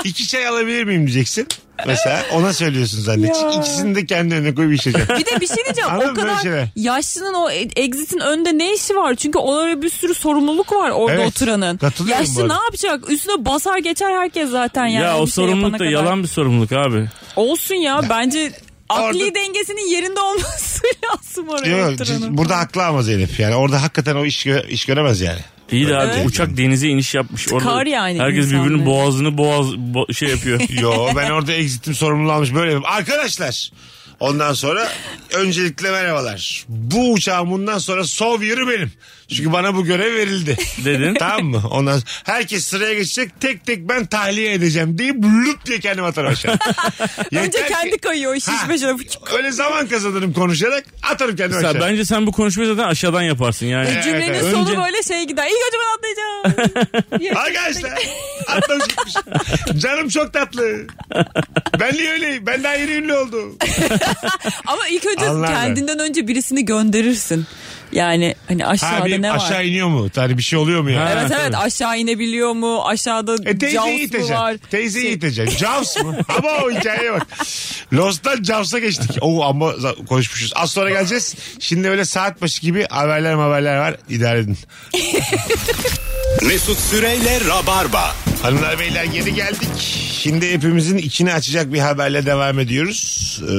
Speaker 1: İki çay alabilir miyim diyeceksin. Mesela ona söylüyorsun zannedecek. İkisini de kendi önüne koyup içeceksin.
Speaker 2: Bir de bir şey diyeceğim.
Speaker 1: Anladın
Speaker 2: o
Speaker 1: mı? Böyle
Speaker 2: kadar
Speaker 1: şeyler.
Speaker 2: yaşlının o e, exit'in önünde ne işi var? Çünkü onlara bir sürü sorumluluk var orada
Speaker 1: Evet.
Speaker 2: oturanın.
Speaker 1: Katılıyorum bu
Speaker 2: Yaşlı
Speaker 1: arada.
Speaker 2: ne yapacak? Üstüne basar geçer herkes zaten yani.
Speaker 3: ya o
Speaker 2: bir şey
Speaker 3: sorumluluk
Speaker 2: yapana
Speaker 3: da
Speaker 2: kadar.
Speaker 3: yalan bir sorumluluk abi.
Speaker 2: Olsun ya bence akli
Speaker 1: Orada-
Speaker 2: dengesinin yerinde olması *laughs* lazım oraya
Speaker 1: Yok,
Speaker 2: oturanın.
Speaker 1: burada haklı ama Zeynep. Yani orada hakikaten o iş, gö- iş göremez yani.
Speaker 3: İyi de abi
Speaker 1: Evet.
Speaker 3: uçak denize iniş yapmış.
Speaker 2: Tıkar yani
Speaker 3: Herkes
Speaker 2: insanları.
Speaker 3: birbirinin boğazını boğaz bo-
Speaker 2: *laughs*
Speaker 3: şey yapıyor.
Speaker 1: Yo ben orada exitim sorumluluğu almış böyle yapayım. Arkadaşlar ondan sonra öncelikle merhabalar. Bu uçağın bundan sonra sov yürü benim. Çünkü bana bu görev verildi.
Speaker 3: Dedin.
Speaker 1: tamam mı? Ondan sonra herkes sıraya geçecek. Tek tek ben tahliye edeceğim deyip lüp diye kendimi atarım *laughs* aşağı.
Speaker 2: Önce
Speaker 1: Yeter ki-
Speaker 2: kendi kayıyor şişme şöyle.
Speaker 1: Öyle zaman kazanırım konuşarak atarım kendimi
Speaker 3: Mesela
Speaker 1: aşağı.
Speaker 3: bence sen bu konuşmayı zaten aşağıdan yaparsın yani.
Speaker 1: Evet,
Speaker 2: Cümlenin
Speaker 1: evet.
Speaker 2: sonu
Speaker 3: Önce-
Speaker 2: böyle şey gider. İlk önce ben
Speaker 1: *laughs*
Speaker 2: atlayacağım.
Speaker 1: Arkadaşlar atlamış gitmiş. Canım çok tatlı. Ben niye öyleyim? Ben daha yeni ünlü oldum.
Speaker 2: Ama ilk önce
Speaker 1: Anlar ben.
Speaker 2: kendinden önce birisini gönderirsin. Yani hani aşağıda
Speaker 1: Ha, bir
Speaker 2: ne var?
Speaker 1: aşağı iniyor mu? Yani bir şey oluyor mu ya?
Speaker 3: Ha.
Speaker 2: Evet evet aşağı inebiliyor mu? Aşağıda
Speaker 1: E teyzeyi
Speaker 2: Jaws mu var? Şey-
Speaker 1: iteceksin. Teyzeyi iteceksin. Jaws
Speaker 2: *laughs*
Speaker 1: mı? ama o hikayeye bak. Lost'tan Jaws'a geçtik. Oo ama za- konuşmuşuz. Az sonra geleceğiz. Şimdi öyle saat başı gibi haberler haberler var. İdare edin.
Speaker 6: Mesut Süreyle Rabarba.
Speaker 1: Hanımlar beyler geri geldik. Şimdi hepimizin içini açacak bir haberle devam ediyoruz. Ee,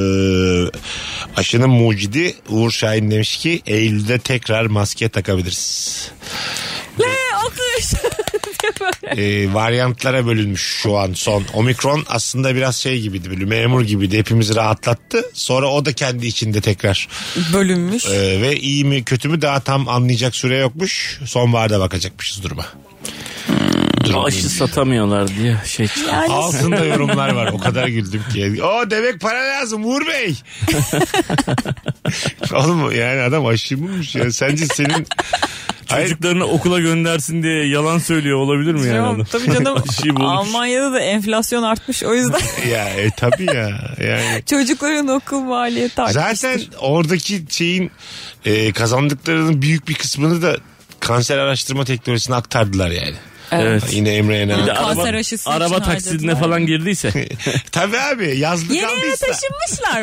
Speaker 1: aşının mucidi Uğur Şahin demiş ki Eylül'de tekrar maske takabiliriz.
Speaker 2: Le alkış. *laughs* böyle.
Speaker 1: e, varyantlara bölünmüş şu an son. Omikron aslında biraz şey gibiydi böyle memur gibiydi hepimizi rahatlattı. Sonra o da kendi içinde tekrar
Speaker 2: Bölünmüş.
Speaker 1: e, ve iyi mi kötü mü daha tam anlayacak süre yokmuş. Sonbaharda bakacakmışız duruma. Durum
Speaker 3: Aşı
Speaker 1: neymiş?
Speaker 3: satamıyorlar diye şey çıktı.
Speaker 2: *laughs*
Speaker 1: Altında yorumlar var. O kadar güldüm ki. O demek para lazım Uğur Bey. Oğlum yani adam aşı bulmuş ya. Sence senin... Hayır,
Speaker 3: Çocuklarını okula göndersin diye yalan söylüyor olabilir mi yani adam?
Speaker 2: Yok, tabii canım
Speaker 3: *laughs* Aşıyı bulmuş.
Speaker 2: Almanya'da da enflasyon artmış o yüzden *laughs*
Speaker 1: ya e, tabii ya. Yani
Speaker 2: çocukların okul maliyeti artmış.
Speaker 1: Zaten oradaki şeyin e, kazandıklarının büyük bir kısmını da kanser araştırma teknolojisine aktardılar yani.
Speaker 3: Evet.
Speaker 1: Yine Emre
Speaker 3: Bir de
Speaker 1: Yener.
Speaker 2: Kanser
Speaker 3: araba,
Speaker 2: aşısı için
Speaker 3: araba
Speaker 2: harcadılar.
Speaker 3: taksidine
Speaker 2: *laughs*
Speaker 3: falan girdiyse
Speaker 1: Tabii abi yazlık
Speaker 2: Yeni eve
Speaker 1: aldıysa.
Speaker 2: taşınmışlar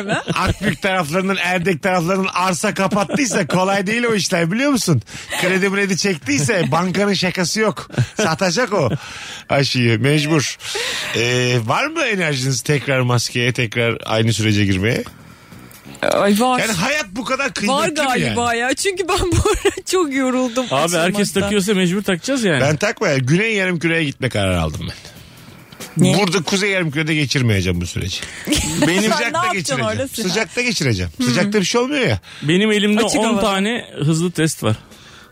Speaker 1: *laughs*
Speaker 2: mı?
Speaker 1: Akbük taraflarının Erdek taraflarının arsa kapattıysa kolay değil o işler biliyor musun? Kredi mredi çektiyse bankanın şakası yok. Satacak o aşıyı mecbur. Ee, var mı enerjiniz tekrar maskeye tekrar aynı sürece girmeye?
Speaker 2: Ay var.
Speaker 1: Yani hayat bu kadar
Speaker 2: var
Speaker 1: kıymetli mi yani?
Speaker 2: galiba ya. Çünkü ben bu ara çok yoruldum.
Speaker 3: abi herkes
Speaker 2: açılmaktan.
Speaker 3: takıyorsa mecbur takacağız yani.
Speaker 1: Ben takmaya Güney yarım küreye gitme kararı aldım ben.
Speaker 2: Niye?
Speaker 1: Burada kuzey yarım kürede geçirmeyeceğim bu
Speaker 2: *laughs*
Speaker 1: süreci.
Speaker 2: Sen
Speaker 1: Sıcakta
Speaker 2: ne yapacaksın
Speaker 1: geçireceğim.
Speaker 2: orada Sinan?
Speaker 1: Sıcakta geçireceğim. Sıcakta bir şey olmuyor ya.
Speaker 3: Benim elimde
Speaker 2: Açık
Speaker 3: 10
Speaker 2: havada.
Speaker 3: tane hızlı test var.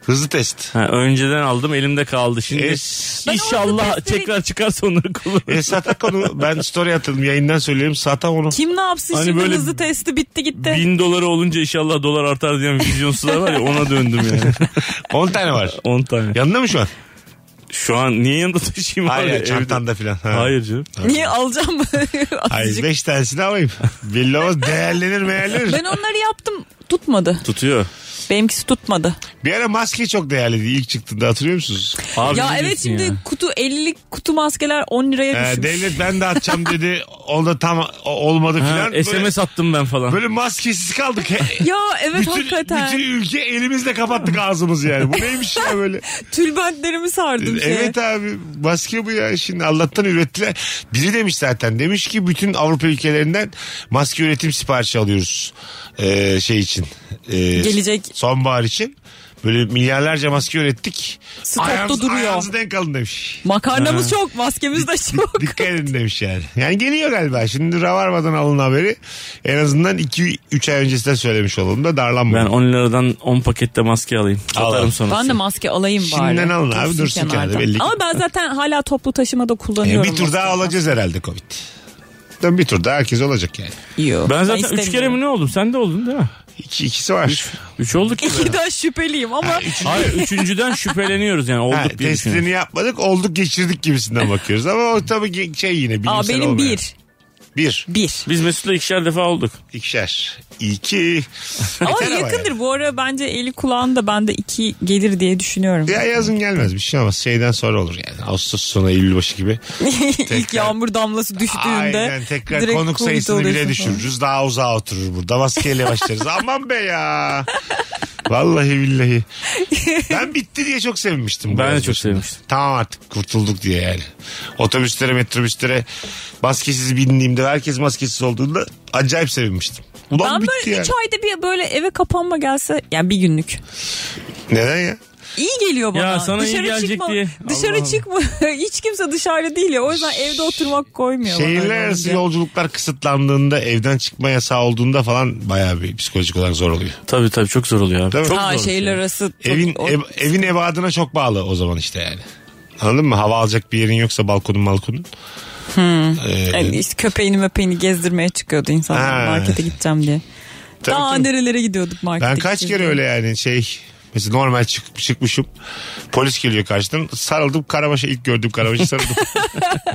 Speaker 1: Hızlı test. E,
Speaker 3: Ha, önceden aldım elimde kaldı. Şimdi
Speaker 1: Es-
Speaker 2: Ben
Speaker 3: inşallah
Speaker 2: orada testleri-
Speaker 3: tekrar çıkarsa onları kullanırım.
Speaker 1: E satak onu. Ben story atıldım. Yayından söyleyeyim. Satak onu.
Speaker 2: Kim ne yapsın
Speaker 3: Hani
Speaker 2: şimdi
Speaker 3: böyle
Speaker 2: hızlı testi bitti gitti.
Speaker 3: *laughs* Bin doları olunca inşallah dolar artar diyen vizyonsuzlar var ya ona döndüm yani. *laughs*
Speaker 1: 10 tane var.
Speaker 3: 10 tane.
Speaker 1: Yanında mı şu an?
Speaker 3: Şu an niye yanında taşıyayım abi?
Speaker 1: Hayır
Speaker 3: Evde-
Speaker 1: çantanda filan. Ha.
Speaker 3: Hayır canım.
Speaker 2: Niye alacağım *laughs* mı?
Speaker 1: Hayır
Speaker 2: Azıcık.
Speaker 1: 5 tanesini
Speaker 2: *laughs*
Speaker 1: alayım. Belli olmaz. Değerlenir meğerlenir.
Speaker 2: Ben onları yaptım. Tutmadı.
Speaker 3: Tutuyor.
Speaker 2: Benimkisi tutmadı.
Speaker 1: Bir ara maske çok değerliydi ilk çıktığında hatırlıyor musunuz?
Speaker 3: Abi
Speaker 2: ya
Speaker 3: ne
Speaker 2: evet
Speaker 3: diyorsun
Speaker 2: şimdi
Speaker 3: ya?
Speaker 2: kutu 50'lik kutu maskeler 10 liraya
Speaker 1: Ee,
Speaker 2: düşmüş.
Speaker 1: devlet ben de atacağım dedi. O da tam o- olmadı
Speaker 3: Ha,
Speaker 1: filan. Böyle-
Speaker 3: SMS attım ben falan.
Speaker 1: Böyle maskesiz
Speaker 2: *laughs*
Speaker 1: kaldık. He-
Speaker 2: *laughs* Ya evet
Speaker 1: bütün,
Speaker 2: hakikaten.
Speaker 1: bütün ülke elimizle kapattık ağzımızı yani. Bu neymiş ya böyle?
Speaker 2: Tülbentlerimi sardım şeye.
Speaker 1: evet abi maske bu ya. Şimdi Allah'tan ürettiler. Biri demiş zaten. Demiş ki bütün Avrupa ülkelerinden maske üretim siparişi alıyoruz. Ee, şey için. Ee,
Speaker 2: Gelecek.
Speaker 1: Sonbahar için. Böyle milyarlarca maske ürettik.
Speaker 2: Stokta duruyor.
Speaker 1: Ayağınızı denk alın demiş.
Speaker 2: Makarnamız çok, maskemiz de *laughs* çok.
Speaker 1: Dikkat edin demiş yani. Yani geliyor galiba. Şimdi Ravarma'dan alın haberi. En azından 2-3 ay öncesinden söylemiş olalım da darlanmayın.
Speaker 3: Ben 10 liradan 10 pakette maske alayım.
Speaker 1: Al
Speaker 3: Satarım
Speaker 1: abi.
Speaker 3: sonra.
Speaker 2: Ben de maske alayım bari.
Speaker 1: Şimdiden alın abi, dursun kenarda, belli ki.
Speaker 2: Ama ben zaten hala toplu taşımada
Speaker 1: E,
Speaker 2: kullanıyorum.
Speaker 1: bir tur daha
Speaker 2: maske.
Speaker 1: alacağız herhalde Covid. Dön bir tur daha herkes olacak yani.
Speaker 2: Yok.
Speaker 3: Ben zaten 3 kere
Speaker 2: istemiyorum.
Speaker 3: mi ne oldum? Sen de oldun değil mi?
Speaker 1: İki, ikisi var.
Speaker 3: 3 olduk
Speaker 2: *laughs*
Speaker 3: ki.
Speaker 2: İki daha şüpheliyim ama
Speaker 3: Hayır üçüncüden şüpheleniyoruz yani olduk
Speaker 1: Ha,
Speaker 3: diye düşünüyorum.
Speaker 1: testini yapmadık olduk geçirdik gibisinden *laughs* bakıyoruz ama o tabii ge- şey yine bilimsel
Speaker 2: Aa, benim
Speaker 1: olmayan.
Speaker 2: bir.
Speaker 1: Bir,
Speaker 2: Bir.
Speaker 3: Biz Mesut'la ikişer defa olduk.
Speaker 1: ikişer, iki.
Speaker 2: Ama
Speaker 1: Yeter
Speaker 2: yakındır bu ara bence eli kulağında bende iki gelir diye düşünüyorum.
Speaker 1: Ya. ya yazın gelmez bir şey olmaz şeyden sonra olur yani Ağustos sonu Eylül başı gibi.
Speaker 2: *laughs* İlk yağmur damlası düştüğünde
Speaker 1: Aynen tekrar
Speaker 2: direkt
Speaker 1: konuk
Speaker 2: Covid
Speaker 1: sayısını bile
Speaker 2: oluyorsun
Speaker 1: düşürürüz daha uzağa oturur burada maskeyle başlarız aman be ya. Vallahi billahi. Ben bitti diye çok sevinmiştim. bu
Speaker 3: Ben de
Speaker 1: yaz
Speaker 3: çok
Speaker 1: başında.
Speaker 3: sevmiştim.
Speaker 1: Tamam artık kurtulduk diye yani. Otobüslere metrobüslere maskesiz bindiğimde herkes maskesiz olduğunda acayip sevinmiştim.
Speaker 2: falan.
Speaker 1: Ulan
Speaker 2: Ben
Speaker 1: bitti
Speaker 2: böyle
Speaker 1: yani.
Speaker 2: üç ayda bir böyle eve kapanma gelse yani bir günlük.
Speaker 1: Neden ya?
Speaker 2: İyi geliyor bana.
Speaker 3: Ya sana iyi gelecek
Speaker 2: çıkma,
Speaker 3: diye.
Speaker 2: Dışarı
Speaker 3: Allah Allah.
Speaker 2: çıkma. *laughs* Hiç kimse dışarıda değil ya. O yüzden evde oturmak koymuyor bana öyle
Speaker 1: Şehirler arası
Speaker 2: olunca.
Speaker 1: yolculuklar kısıtlandığında evden çıkma yasağı olduğunda falan bayağı bir psikolojik olarak zor oluyor.
Speaker 3: Tabii tabii çok zor oluyor abi.
Speaker 1: Değil mi?
Speaker 3: Çok
Speaker 2: Ha
Speaker 3: zor.
Speaker 2: şehirler arası.
Speaker 1: şey. Evin
Speaker 2: o-
Speaker 1: eb- evin ebadına çok bağlı o zaman işte yani. Anladın mı? Hava alacak bir yerin yoksa balkonun balkonun. Ee,
Speaker 2: Yani işte köpeğini möpeğini gezdirmeye çıkıyordu insanlar
Speaker 1: Ha.
Speaker 2: markete gideceğim diye.
Speaker 1: tabii
Speaker 2: Daha
Speaker 1: tabii.
Speaker 2: nerelere gidiyorduk markete.
Speaker 1: Ben kaç
Speaker 2: gideceğim
Speaker 1: kere öyle yani şey mesela normal çık, çıkmışım. Polis geliyor karşıdan. Sarıldım Karabaş'a ilk gördüğüm Karabaş'a sarıldım.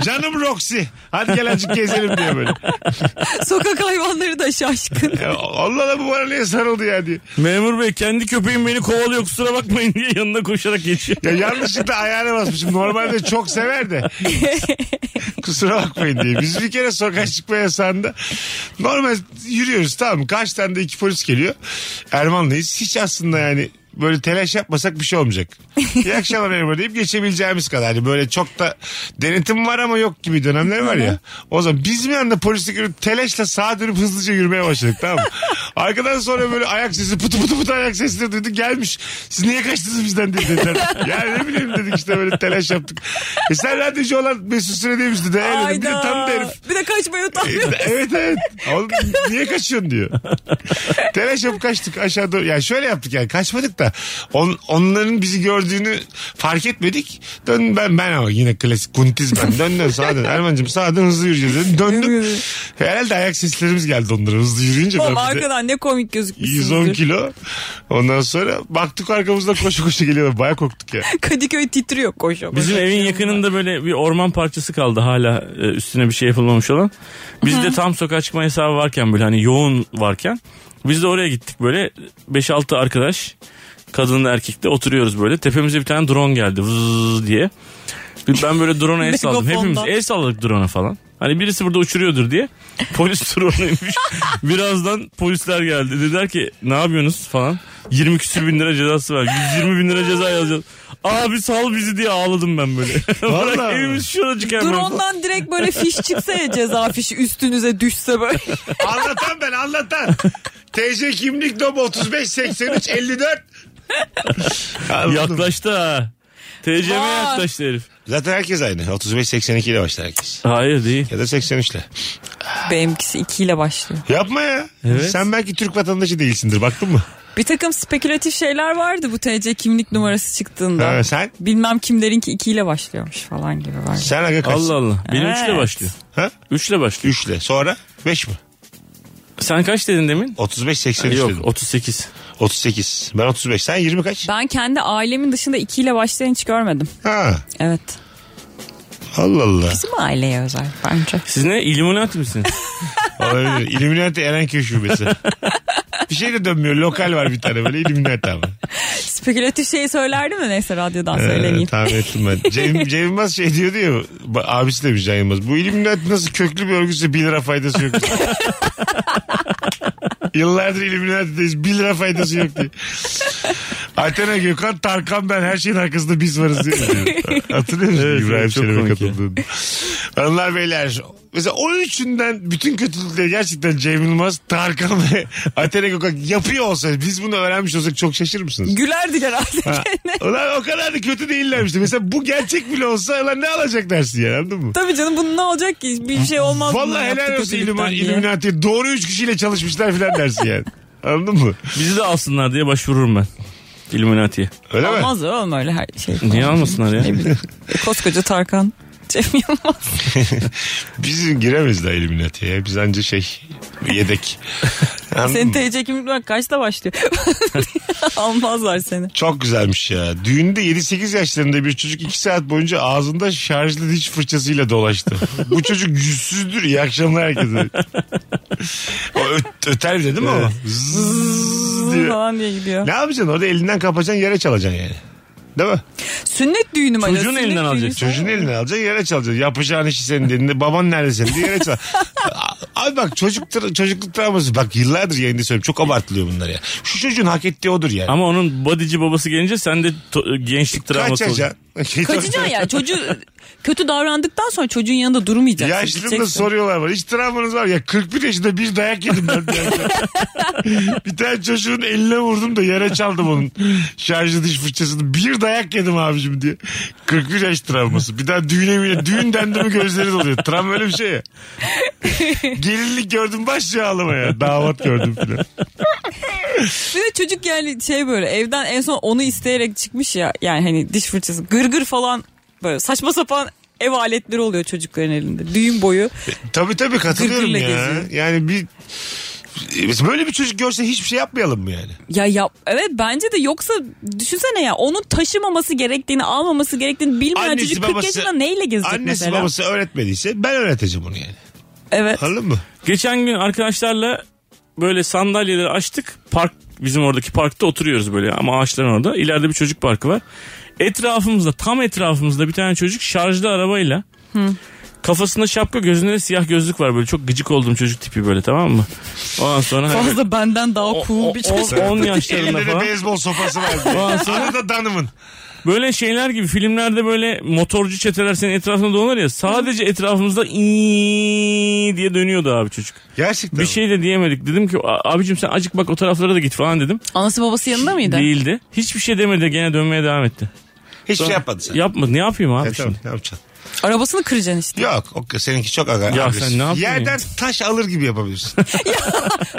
Speaker 1: Canım Roxy. Hadi gel azıcık gezelim diye böyle.
Speaker 2: diye. *laughs* Sokak hayvanları da şaşkın.
Speaker 1: *laughs* Ya Allah da bu bana niye sarıldı ya diye.
Speaker 3: Memur bey kendi köpeğim beni kovalıyor kusura bakmayın diye yanına koşarak geçiyor.
Speaker 1: Ya yanlışlıkla ayağına basmışım. Normalde çok sever de. Kusura bakmayın diye. Biz bir kere sokağa çıkma yasağında normal yürüyoruz tamam mı? Kaç tane de iki polis geliyor. Ermanlıyız. Hiç aslında yani böyle telaş yapmasak bir şey olmayacak. İyi akşamlar Erman deyip geçebileceğimiz kadar. Hani böyle çok da denetim var ama yok gibi dönemler var ya. O zaman biz bir anda polislik yürüp telaşla sağa dönüp hızlıca yürümeye başladık tamam mı? Arkadan sonra böyle ayak sesi pıtı pıtı pıtı ayak sesleri duyduk gelmiş. Siz niye kaçtınız bizden dedi- dediler. yani ne bileyim dedik işte böyle telaş yaptık. E sen radyocu olan Mesut Süre demişti de. "Ee," dedim. Bir de tam da herif.
Speaker 2: Bir de kaçmayı utanmıyor.
Speaker 1: evet evet. Oğlum niye kaçıyorsun diyor. Telaş yapıp kaçtık aşağı doğru. Yani şöyle yaptık yani kaçmadık da on, onların bizi gördüğünü fark etmedik. Dön ben ben ama yine klasik kuntiz ben. Dön dön sağa dön. Erman'cığım sağa dön hızlı yürüyeceğiz dedim. Döndüm. Herhalde ayak seslerimiz geldi onlara hızlı yürüyünce. ben
Speaker 2: Oğlum
Speaker 1: bir de
Speaker 2: arkadan ne komik gözükmüşsünüzdür.
Speaker 1: 110 kilo. Ondan sonra baktık arkamızda koşu koşu geliyorlar. Baya korktuk ya.
Speaker 2: *laughs* Kadıköy titriyor koşuyor.
Speaker 3: Bizim evin yakınında böyle bir orman parçası kaldı hala e, üstüne bir şey yapılmamış olan. Biz de tam sokağa çıkma hesabı varken böyle hani yoğun varken biz de oraya gittik böyle 5-6 arkadaş kadınla erkekle oturuyoruz böyle. Tepemize bir tane drone geldi vız diye. Bir- Ben böyle drone'a el saldım. Hepimiz
Speaker 2: Megafonda.
Speaker 3: el salladık drone'a falan. Hani birisi burada uçuruyordur diye. Polis *laughs* drone'uymuş. Birazdan polisler geldi. Dediler ki ne yapıyorsunuz falan. 20 küsür bin lira cezası var. 120 bin lira ceza yazacağız. Abi sal bizi diye ağladım ben böyle. *laughs* Bırak
Speaker 1: Vallahi.
Speaker 3: evimiz şuracık hemen.
Speaker 2: Drone'dan direkt böyle fiş çıksa ya ceza fişi üstünüze düşse böyle.
Speaker 1: Anlatan ben anlatan. TC kimlik dobu 35 83 54. Anladım.
Speaker 3: Yaklaştı ha. TCM'ye
Speaker 2: Var.
Speaker 3: yaklaştı herif.
Speaker 1: Zaten herkes aynı. 35-82 ile başlar herkes.
Speaker 3: Hayır değil.
Speaker 1: Ya da 83 ile.
Speaker 2: *laughs* Benimkisi ikiyle başlıyor.
Speaker 1: Yapma ya.
Speaker 3: Evet.
Speaker 1: Sen belki Türk vatandaşı değilsindir. Baktın mı?
Speaker 2: Bir takım spekülatif şeyler vardı bu TC kimlik numarası çıktığında.
Speaker 1: Ha, sen?
Speaker 2: Bilmem kimlerinki ikiyle başlıyormuş falan gibi var.
Speaker 1: Sen aga kaç?
Speaker 3: Allah Allah. Benim üçle
Speaker 2: Evet.
Speaker 3: başlıyor.
Speaker 1: Ha?
Speaker 3: Üçle başlıyor.
Speaker 1: 3 ile. Sonra 5 mi?
Speaker 3: Sen kaç dedin demin?
Speaker 1: 35-83
Speaker 3: Yok
Speaker 1: dedim.
Speaker 3: 38.
Speaker 1: 38. Ben 35. Sen 20 kaç?
Speaker 2: Ben kendi ailemin dışında ikiyle başlayan hiç görmedim.
Speaker 1: Ha.
Speaker 2: Evet.
Speaker 1: Allah Allah.
Speaker 2: Bizim aileye özel bence.
Speaker 3: Siz ne? İlluminati misiniz?
Speaker 2: *laughs*
Speaker 1: Olabilir. İlluminati Erenköy şubesi. bir şey de dönmüyor. Lokal var bir tane böyle Illuminati ama.
Speaker 2: Spekülatif şeyi söylerdi mi? Neyse radyodan
Speaker 1: Ee,
Speaker 2: söylemeyeyim.
Speaker 1: tahmin ettim ben. Cem, Cem Yılmaz şey diyordu ya. ba- Abisi demiş Cem Yılmaz. Bu Illuminati nasıl köklü bir örgütse 1 lira faydası yok. Yıllardır Illuminati'deyiz. 1 lira faydası yok diye. Athena Gökhan, Tarkan ben her şeyin arkasında biz varız diyor. Hatırlıyor musun
Speaker 3: Evet,
Speaker 1: İbrahim
Speaker 3: evet, çok
Speaker 1: Şerif'e
Speaker 3: komik ya.
Speaker 1: katıldığında? Hanımlar beyler mesela 13'ünden bütün kötülükleri gerçekten Cem Yılmaz, Tarkan ve *laughs* Athena Gökhan yapıyor olsaydı biz bunu öğrenmiş olsak çok şaşırır mısınız?
Speaker 2: Gülerdik herhalde.
Speaker 1: *laughs*
Speaker 2: *laughs*
Speaker 1: Ha. Ulan o kadar da kötü değillermişti. Mesela bu gerçek bile olsa ulan ne alacak dersin yani anladın mı?
Speaker 2: Tabii canım bunun ne olacak ki? Bir şey olmaz. bunun
Speaker 1: Vallahi
Speaker 2: yaptığı
Speaker 1: helal olsun
Speaker 2: kötülükten
Speaker 1: İllumin-
Speaker 2: diye.
Speaker 1: Illuminati. Doğru üç kişiyle çalışmışlar filan dersin yani. Anladın mı?
Speaker 3: Bizi de alsınlar diye başvururum ben. İlluminati'ye.
Speaker 1: Öyle mi?
Speaker 2: Olmaz oğlum öyle her şey.
Speaker 3: Niye almasınlar ya?
Speaker 2: Koskoca Tarkan. Cem Yılmaz.
Speaker 1: Biz giremeyiz daha Illuminati'ye. Biz anca şey
Speaker 2: *laughs*
Speaker 1: yedek. Anladın
Speaker 2: Senin
Speaker 1: mı?
Speaker 2: TC kimlik var kaçta başlıyor? *laughs* Almazlar seni.
Speaker 1: Çok güzelmiş ya. Düğünde 7-8 yaşlarında bir çocuk 2 saat boyunca ağzında şarjlı diş fırçasıyla
Speaker 2: *laughs*
Speaker 1: dolaştı. Bu çocuk yüzsüzdür. İyi akşamlar herkese. o ö- öter bir de değil mi o? Zzzz
Speaker 2: Zzzz
Speaker 1: diyor.
Speaker 2: falan diye gidiyor.
Speaker 1: Ne yapacaksın orada elinden kapacaksın yere çalacaksın yani. Değil mi?
Speaker 2: Sünnet düğünü mü?
Speaker 3: Çocuğun elinden alacak.
Speaker 1: Çocuğun elini alacaksın yere çalacaksın. Yapacağın işi senin elinde. Baban nerede senin diye yere
Speaker 3: *laughs*
Speaker 1: çal. A- Abi bak çocuk, tra- çocukluk travması. Bak yıllardır yayında söylüyorum. Çok abartılıyor bunlar ya. Şu çocuğun hak ettiği odur yani.
Speaker 3: Ama onun badici babası gelince sen de to- gençlik travması olacaksın.
Speaker 1: *laughs* Kaçacaksın.
Speaker 2: Kaçacaksın ya çocuğu kötü davrandıktan sonra çocuğun yanında durmayacaksın.
Speaker 1: Yaşlılığında
Speaker 2: gideceksin.
Speaker 1: soruyorlar var. Hiç travmanız var ya 41 yaşında bir dayak yedim ben. bir
Speaker 2: *laughs*
Speaker 1: yerden. bir tane çocuğun eline vurdum da yere çaldım onun şarjlı diş fırçasını. Bir dayak yedim abicim diye. 41 yaş travması. Bir daha düğüne bile düğün dendi mi gözleri doluyor. Travma öyle bir şey ya. Gelinlik gördüm başlıyor ağlamaya. Davat gördüm filan.
Speaker 2: Bir de çocuk yani şey böyle evden en son onu isteyerek çıkmış ya. Yani hani diş fırçası gırgır falan böyle saçma sapan ev aletleri oluyor çocukların elinde. Düğün boyu.
Speaker 1: Tabii tabii katılıyorum
Speaker 2: Gırgırla
Speaker 1: ya.
Speaker 2: geziyor.
Speaker 1: Yani bir Böyle bir çocuk görse hiçbir şey yapmayalım mı yani?
Speaker 2: Ya yap evet bence de yoksa düşünsene ya onun taşımaması gerektiğini almaması gerektiğini bilmeyen
Speaker 1: Annesi,
Speaker 2: çocuk 40
Speaker 1: babası-
Speaker 2: yaşında neyle gezecek
Speaker 1: Annesi
Speaker 2: mesela?
Speaker 1: babası öğretmediyse ben öğreteceğim onu yani.
Speaker 2: Evet.
Speaker 1: Anladın mı?
Speaker 3: Geçen gün arkadaşlarla böyle sandalyeleri açtık. Park bizim oradaki parkta oturuyoruz böyle ama ağaçların orada. İleride bir çocuk parkı var. Etrafımızda tam etrafımızda bir tane çocuk şarjlı arabayla. Kafasında şapka gözünde de siyah gözlük var böyle çok gıcık olduğum çocuk tipi böyle tamam mı? Ondan sonra hani
Speaker 2: Fazla benden daha cool bir çocuk.
Speaker 3: 10 yaşlarında
Speaker 1: Elinde de
Speaker 3: falan.
Speaker 1: beyzbol sopası var.
Speaker 3: *laughs* Ondan sonra
Speaker 1: Adı da Danım'ın.
Speaker 3: Böyle şeyler gibi filmlerde böyle motorcu çeteler senin etrafında dolanır ya. Sadece etrafımızda iiii diye dönüyordu abi çocuk.
Speaker 1: Gerçekten.
Speaker 3: Bir
Speaker 1: mi?
Speaker 3: şey de diyemedik. Dedim ki "A- abicim sen acık bak o taraflara da git falan dedim.
Speaker 2: Anası babası yanında mıydı?
Speaker 3: Değildi. Hiçbir şey demedi gene dönmeye devam etti.
Speaker 1: Hiçbir şey yapmadı sen.
Speaker 3: Yapmadı ne yapayım abi
Speaker 1: E, tamam,
Speaker 3: şimdi.
Speaker 1: ne yapacaksın?
Speaker 2: Arabasını
Speaker 1: *laughs*
Speaker 2: kıracaksın işte.
Speaker 1: Yok o, seninki çok aga.
Speaker 3: Ya
Speaker 1: agresif.
Speaker 3: sen ne yapıyorsun
Speaker 1: Yerden taş alır gibi
Speaker 3: *laughs*
Speaker 1: yapabilirsin.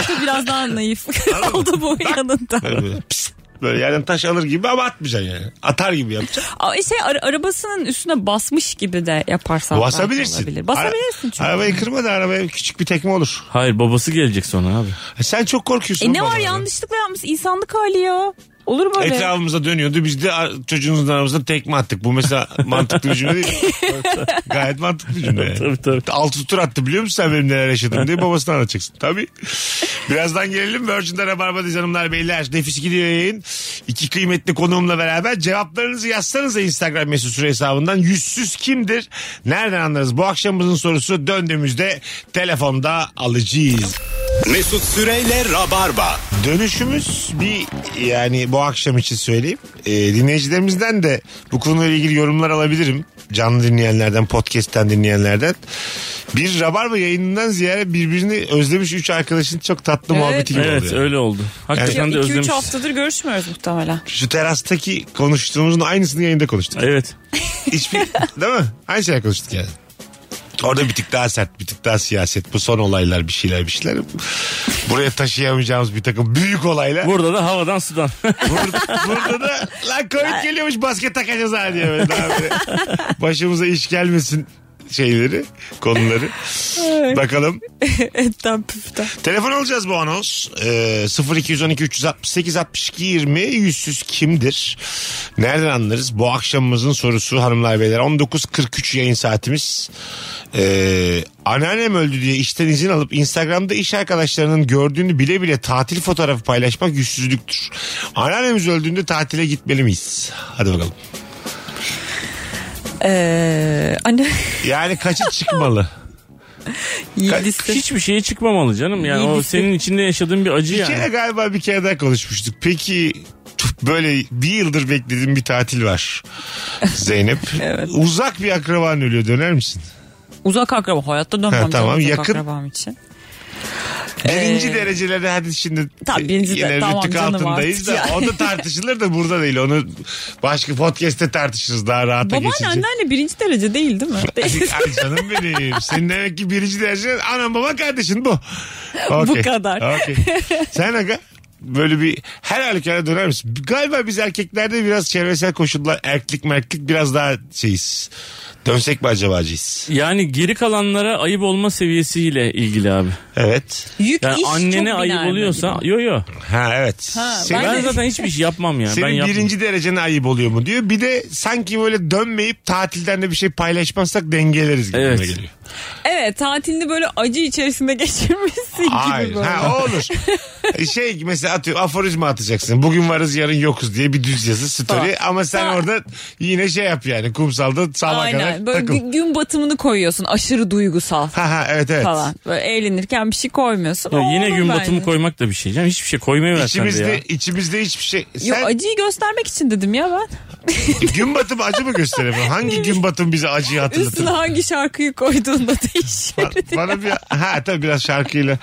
Speaker 2: Dur, Biraz daha naif *laughs*
Speaker 1: *laughs*
Speaker 2: oldu bu yanında.
Speaker 1: böyle böyle, pist, böyle yerden taş alır gibi ama atmayacaksın yani. Atar gibi yapacaksın.
Speaker 2: Ama şey ara- arabasının üstüne basmış gibi de yaparsan. belki
Speaker 1: Basabilirsin.
Speaker 2: olabilir. Basabilirsin
Speaker 1: Ara-
Speaker 2: çünkü.
Speaker 1: Arabayı kırmadı arabaya küçük bir tekme olur.
Speaker 3: Hayır babası gelecek sonra abi.
Speaker 1: E, Sen çok korkuyorsun.
Speaker 2: E ne var
Speaker 1: babalardan.
Speaker 2: yanlışlıkla yapmış insanlık hali ya. Olur böyle.
Speaker 1: Etrafımıza dönüyordu. Biz de ar- çocuğumuzun aramızda tekme attık. Bu
Speaker 3: *laughs*
Speaker 1: mesela mantıklı bir cümle değil. Gayet mantıklı bir cümle. yani.
Speaker 3: *laughs* Tabii, tabii.
Speaker 1: Altı tur attı biliyor musun sen benim neler yaşadığımı diye babasına anlatacaksın. Tabii. Birazdan gelelim. Virgin'de Rabarba'dayız hanımlar beyler. Nefis gidiyor yayın. İki kıymetli konuğumla beraber cevaplarınızı yazsanıza Instagram mesut süre hesabından. Yüzsüz kimdir? Nereden anlarız? Bu akşamımızın sorusu döndüğümüzde telefonda alacağız.
Speaker 6: Mesut Süreyle Rabarba.
Speaker 1: Dönüşümüz bir yani bu akşam için söyleyeyim. Ee, dinleyicilerimizden de bu konuyla ilgili yorumlar alabilirim. Canlı dinleyenlerden, podcast'ten dinleyenlerden. Bir Rabarba yayınından ziyade birbirini özlemiş üç arkadaşın çok tatlı
Speaker 2: Evet.
Speaker 1: muhabbeti gibi
Speaker 3: Evet
Speaker 1: oluyor.
Speaker 3: öyle oldu. Hakikaten de
Speaker 2: 2-3
Speaker 3: özlemiş.
Speaker 2: haftadır görüşmüyoruz muhtemelen.
Speaker 1: Şu terastaki konuştuğumuzun aynısını yayında konuştuk.
Speaker 3: Evet.
Speaker 1: Hiçbir, değil mi? Aynı şeyler konuştuk yani. Orada bir tık daha sert, bir tık daha siyaset. Bu son olaylar bir şeyler bir şeyler. Buraya taşıyamayacağımız bir takım büyük olaylar.
Speaker 3: Burada da havadan sudan. *laughs*
Speaker 1: Burada, burada da lan Covid geliyormuş basket takacağız ha diye böyle daha böyle başımıza iş gelmesin şeyleri, konuları. Bakalım.
Speaker 2: *laughs* Etten püften.
Speaker 1: Telefon alacağız bu anons. Ee, 0212 368 62 20 yüzsüz kimdir? Nereden anlarız? Bu akşamımızın sorusu hanımlar beyler. 19.43 yayın saatimiz. Ee, anneannem öldü diye işten izin alıp Instagram'da iş arkadaşlarının gördüğünü bile bile tatil fotoğrafı paylaşmak yüzsüzlüktür. Anneannemiz öldüğünde tatile gitmeli miyiz? Hadi bakalım.
Speaker 2: Ee,
Speaker 1: *laughs*
Speaker 2: anne
Speaker 1: Yani kaçı çıkmalı?
Speaker 2: yedisi.
Speaker 3: Hiçbir şeye çıkmamalı canım. Yani o
Speaker 2: İlgisi.
Speaker 3: senin içinde yaşadığın bir acı
Speaker 1: Bir kere
Speaker 3: yani.
Speaker 1: galiba bir kere daha konuşmuştuk. Peki tüh, böyle bir yıldır beklediğim bir tatil var
Speaker 2: *laughs*
Speaker 1: Zeynep. Uzak bir akraban ölüyor döner misin?
Speaker 2: Uzak akraba hayatta dönmem.
Speaker 1: Ha,
Speaker 2: canım
Speaker 1: tamam,
Speaker 2: uzak
Speaker 1: yakın.
Speaker 2: akrabam için.
Speaker 1: Birinci
Speaker 2: Ee,
Speaker 1: dereceleri hadi şimdi
Speaker 2: Tabii, birinci de-
Speaker 1: yine
Speaker 2: tamam
Speaker 1: rütük
Speaker 2: canım
Speaker 1: altındayız da
Speaker 2: artık ya.
Speaker 1: o da tartışılır da burada değil. Onu başka podcast'te tartışırız daha rahata
Speaker 2: Babaanne
Speaker 1: geçince.
Speaker 2: anneanne birinci derece
Speaker 1: *laughs*
Speaker 2: değil değil mi? Değil.
Speaker 1: Ay canım benim. Senin demek ki birinci derece anam baba kardeşin bu. Okey.
Speaker 2: kadar.
Speaker 1: Okey. Sen aga böyle bir her halükarda döner misin? Galiba biz erkeklerde biraz çevresel koşullar erklik merklik biraz daha şeyiz. Dönsek mi acaba acıyız?
Speaker 3: Yani geri kalanlara ayıp olma seviyesiyle ilgili abi.
Speaker 1: Evet.
Speaker 2: Yük
Speaker 3: Yani
Speaker 2: iş çok
Speaker 3: annene
Speaker 2: biner
Speaker 3: ayıp
Speaker 2: mi
Speaker 3: oluyorsa
Speaker 2: gibi?
Speaker 3: yo yo.
Speaker 1: Ha evet.
Speaker 2: Ha,
Speaker 1: Senin-
Speaker 3: Ben
Speaker 2: de-
Speaker 3: zaten hiçbir şey yapmam yani. ben
Speaker 1: Senin
Speaker 3: yapmam.
Speaker 1: birinci derecene ayıp oluyor mu diyor. Bir de sanki böyle dönmeyip tatilden de bir şey paylaşmazsak dengeleriz gibi
Speaker 3: Evet.
Speaker 1: geliyor.
Speaker 2: Evet tatilini böyle acı içerisinde *laughs* geçirmişsin
Speaker 1: Hayır.
Speaker 2: gibi böyle.
Speaker 1: Ha, o olur. şey mesela atıyor aforizma atacaksın. Bugün varız yarın yokuz diye bir düz yazı story.
Speaker 2: Tamam.
Speaker 1: Ama sen
Speaker 2: Ha.
Speaker 1: orada yine şey yap yani kumsalda sabaha
Speaker 2: Aynen.
Speaker 1: kadar
Speaker 2: Böyle
Speaker 1: takıl.
Speaker 2: gü- gün batımını koyuyorsun. Aşırı duygusal
Speaker 1: Ha ha evet evet.
Speaker 2: falan. Böyle eğlenirken bir şey koymuyorsun.
Speaker 3: Ya
Speaker 2: O
Speaker 3: yine
Speaker 2: olur
Speaker 3: gün
Speaker 2: bence.
Speaker 3: batımı koymak da bir şey. Canım hiçbir şey koymayı versen de ya.
Speaker 1: İçimizde, içimizde hiçbir şey.
Speaker 2: Yo,
Speaker 1: Sen
Speaker 2: acıyı göstermek için dedim ya ben.
Speaker 1: gün batımı acı mı gösteriyorsun? Hangi gün batımı bize acıyı hatırlatır?
Speaker 2: Üstüne hangi şarkıyı koyduğunda *laughs* değişir.
Speaker 1: Bana bir ha tabii biraz şarkıyla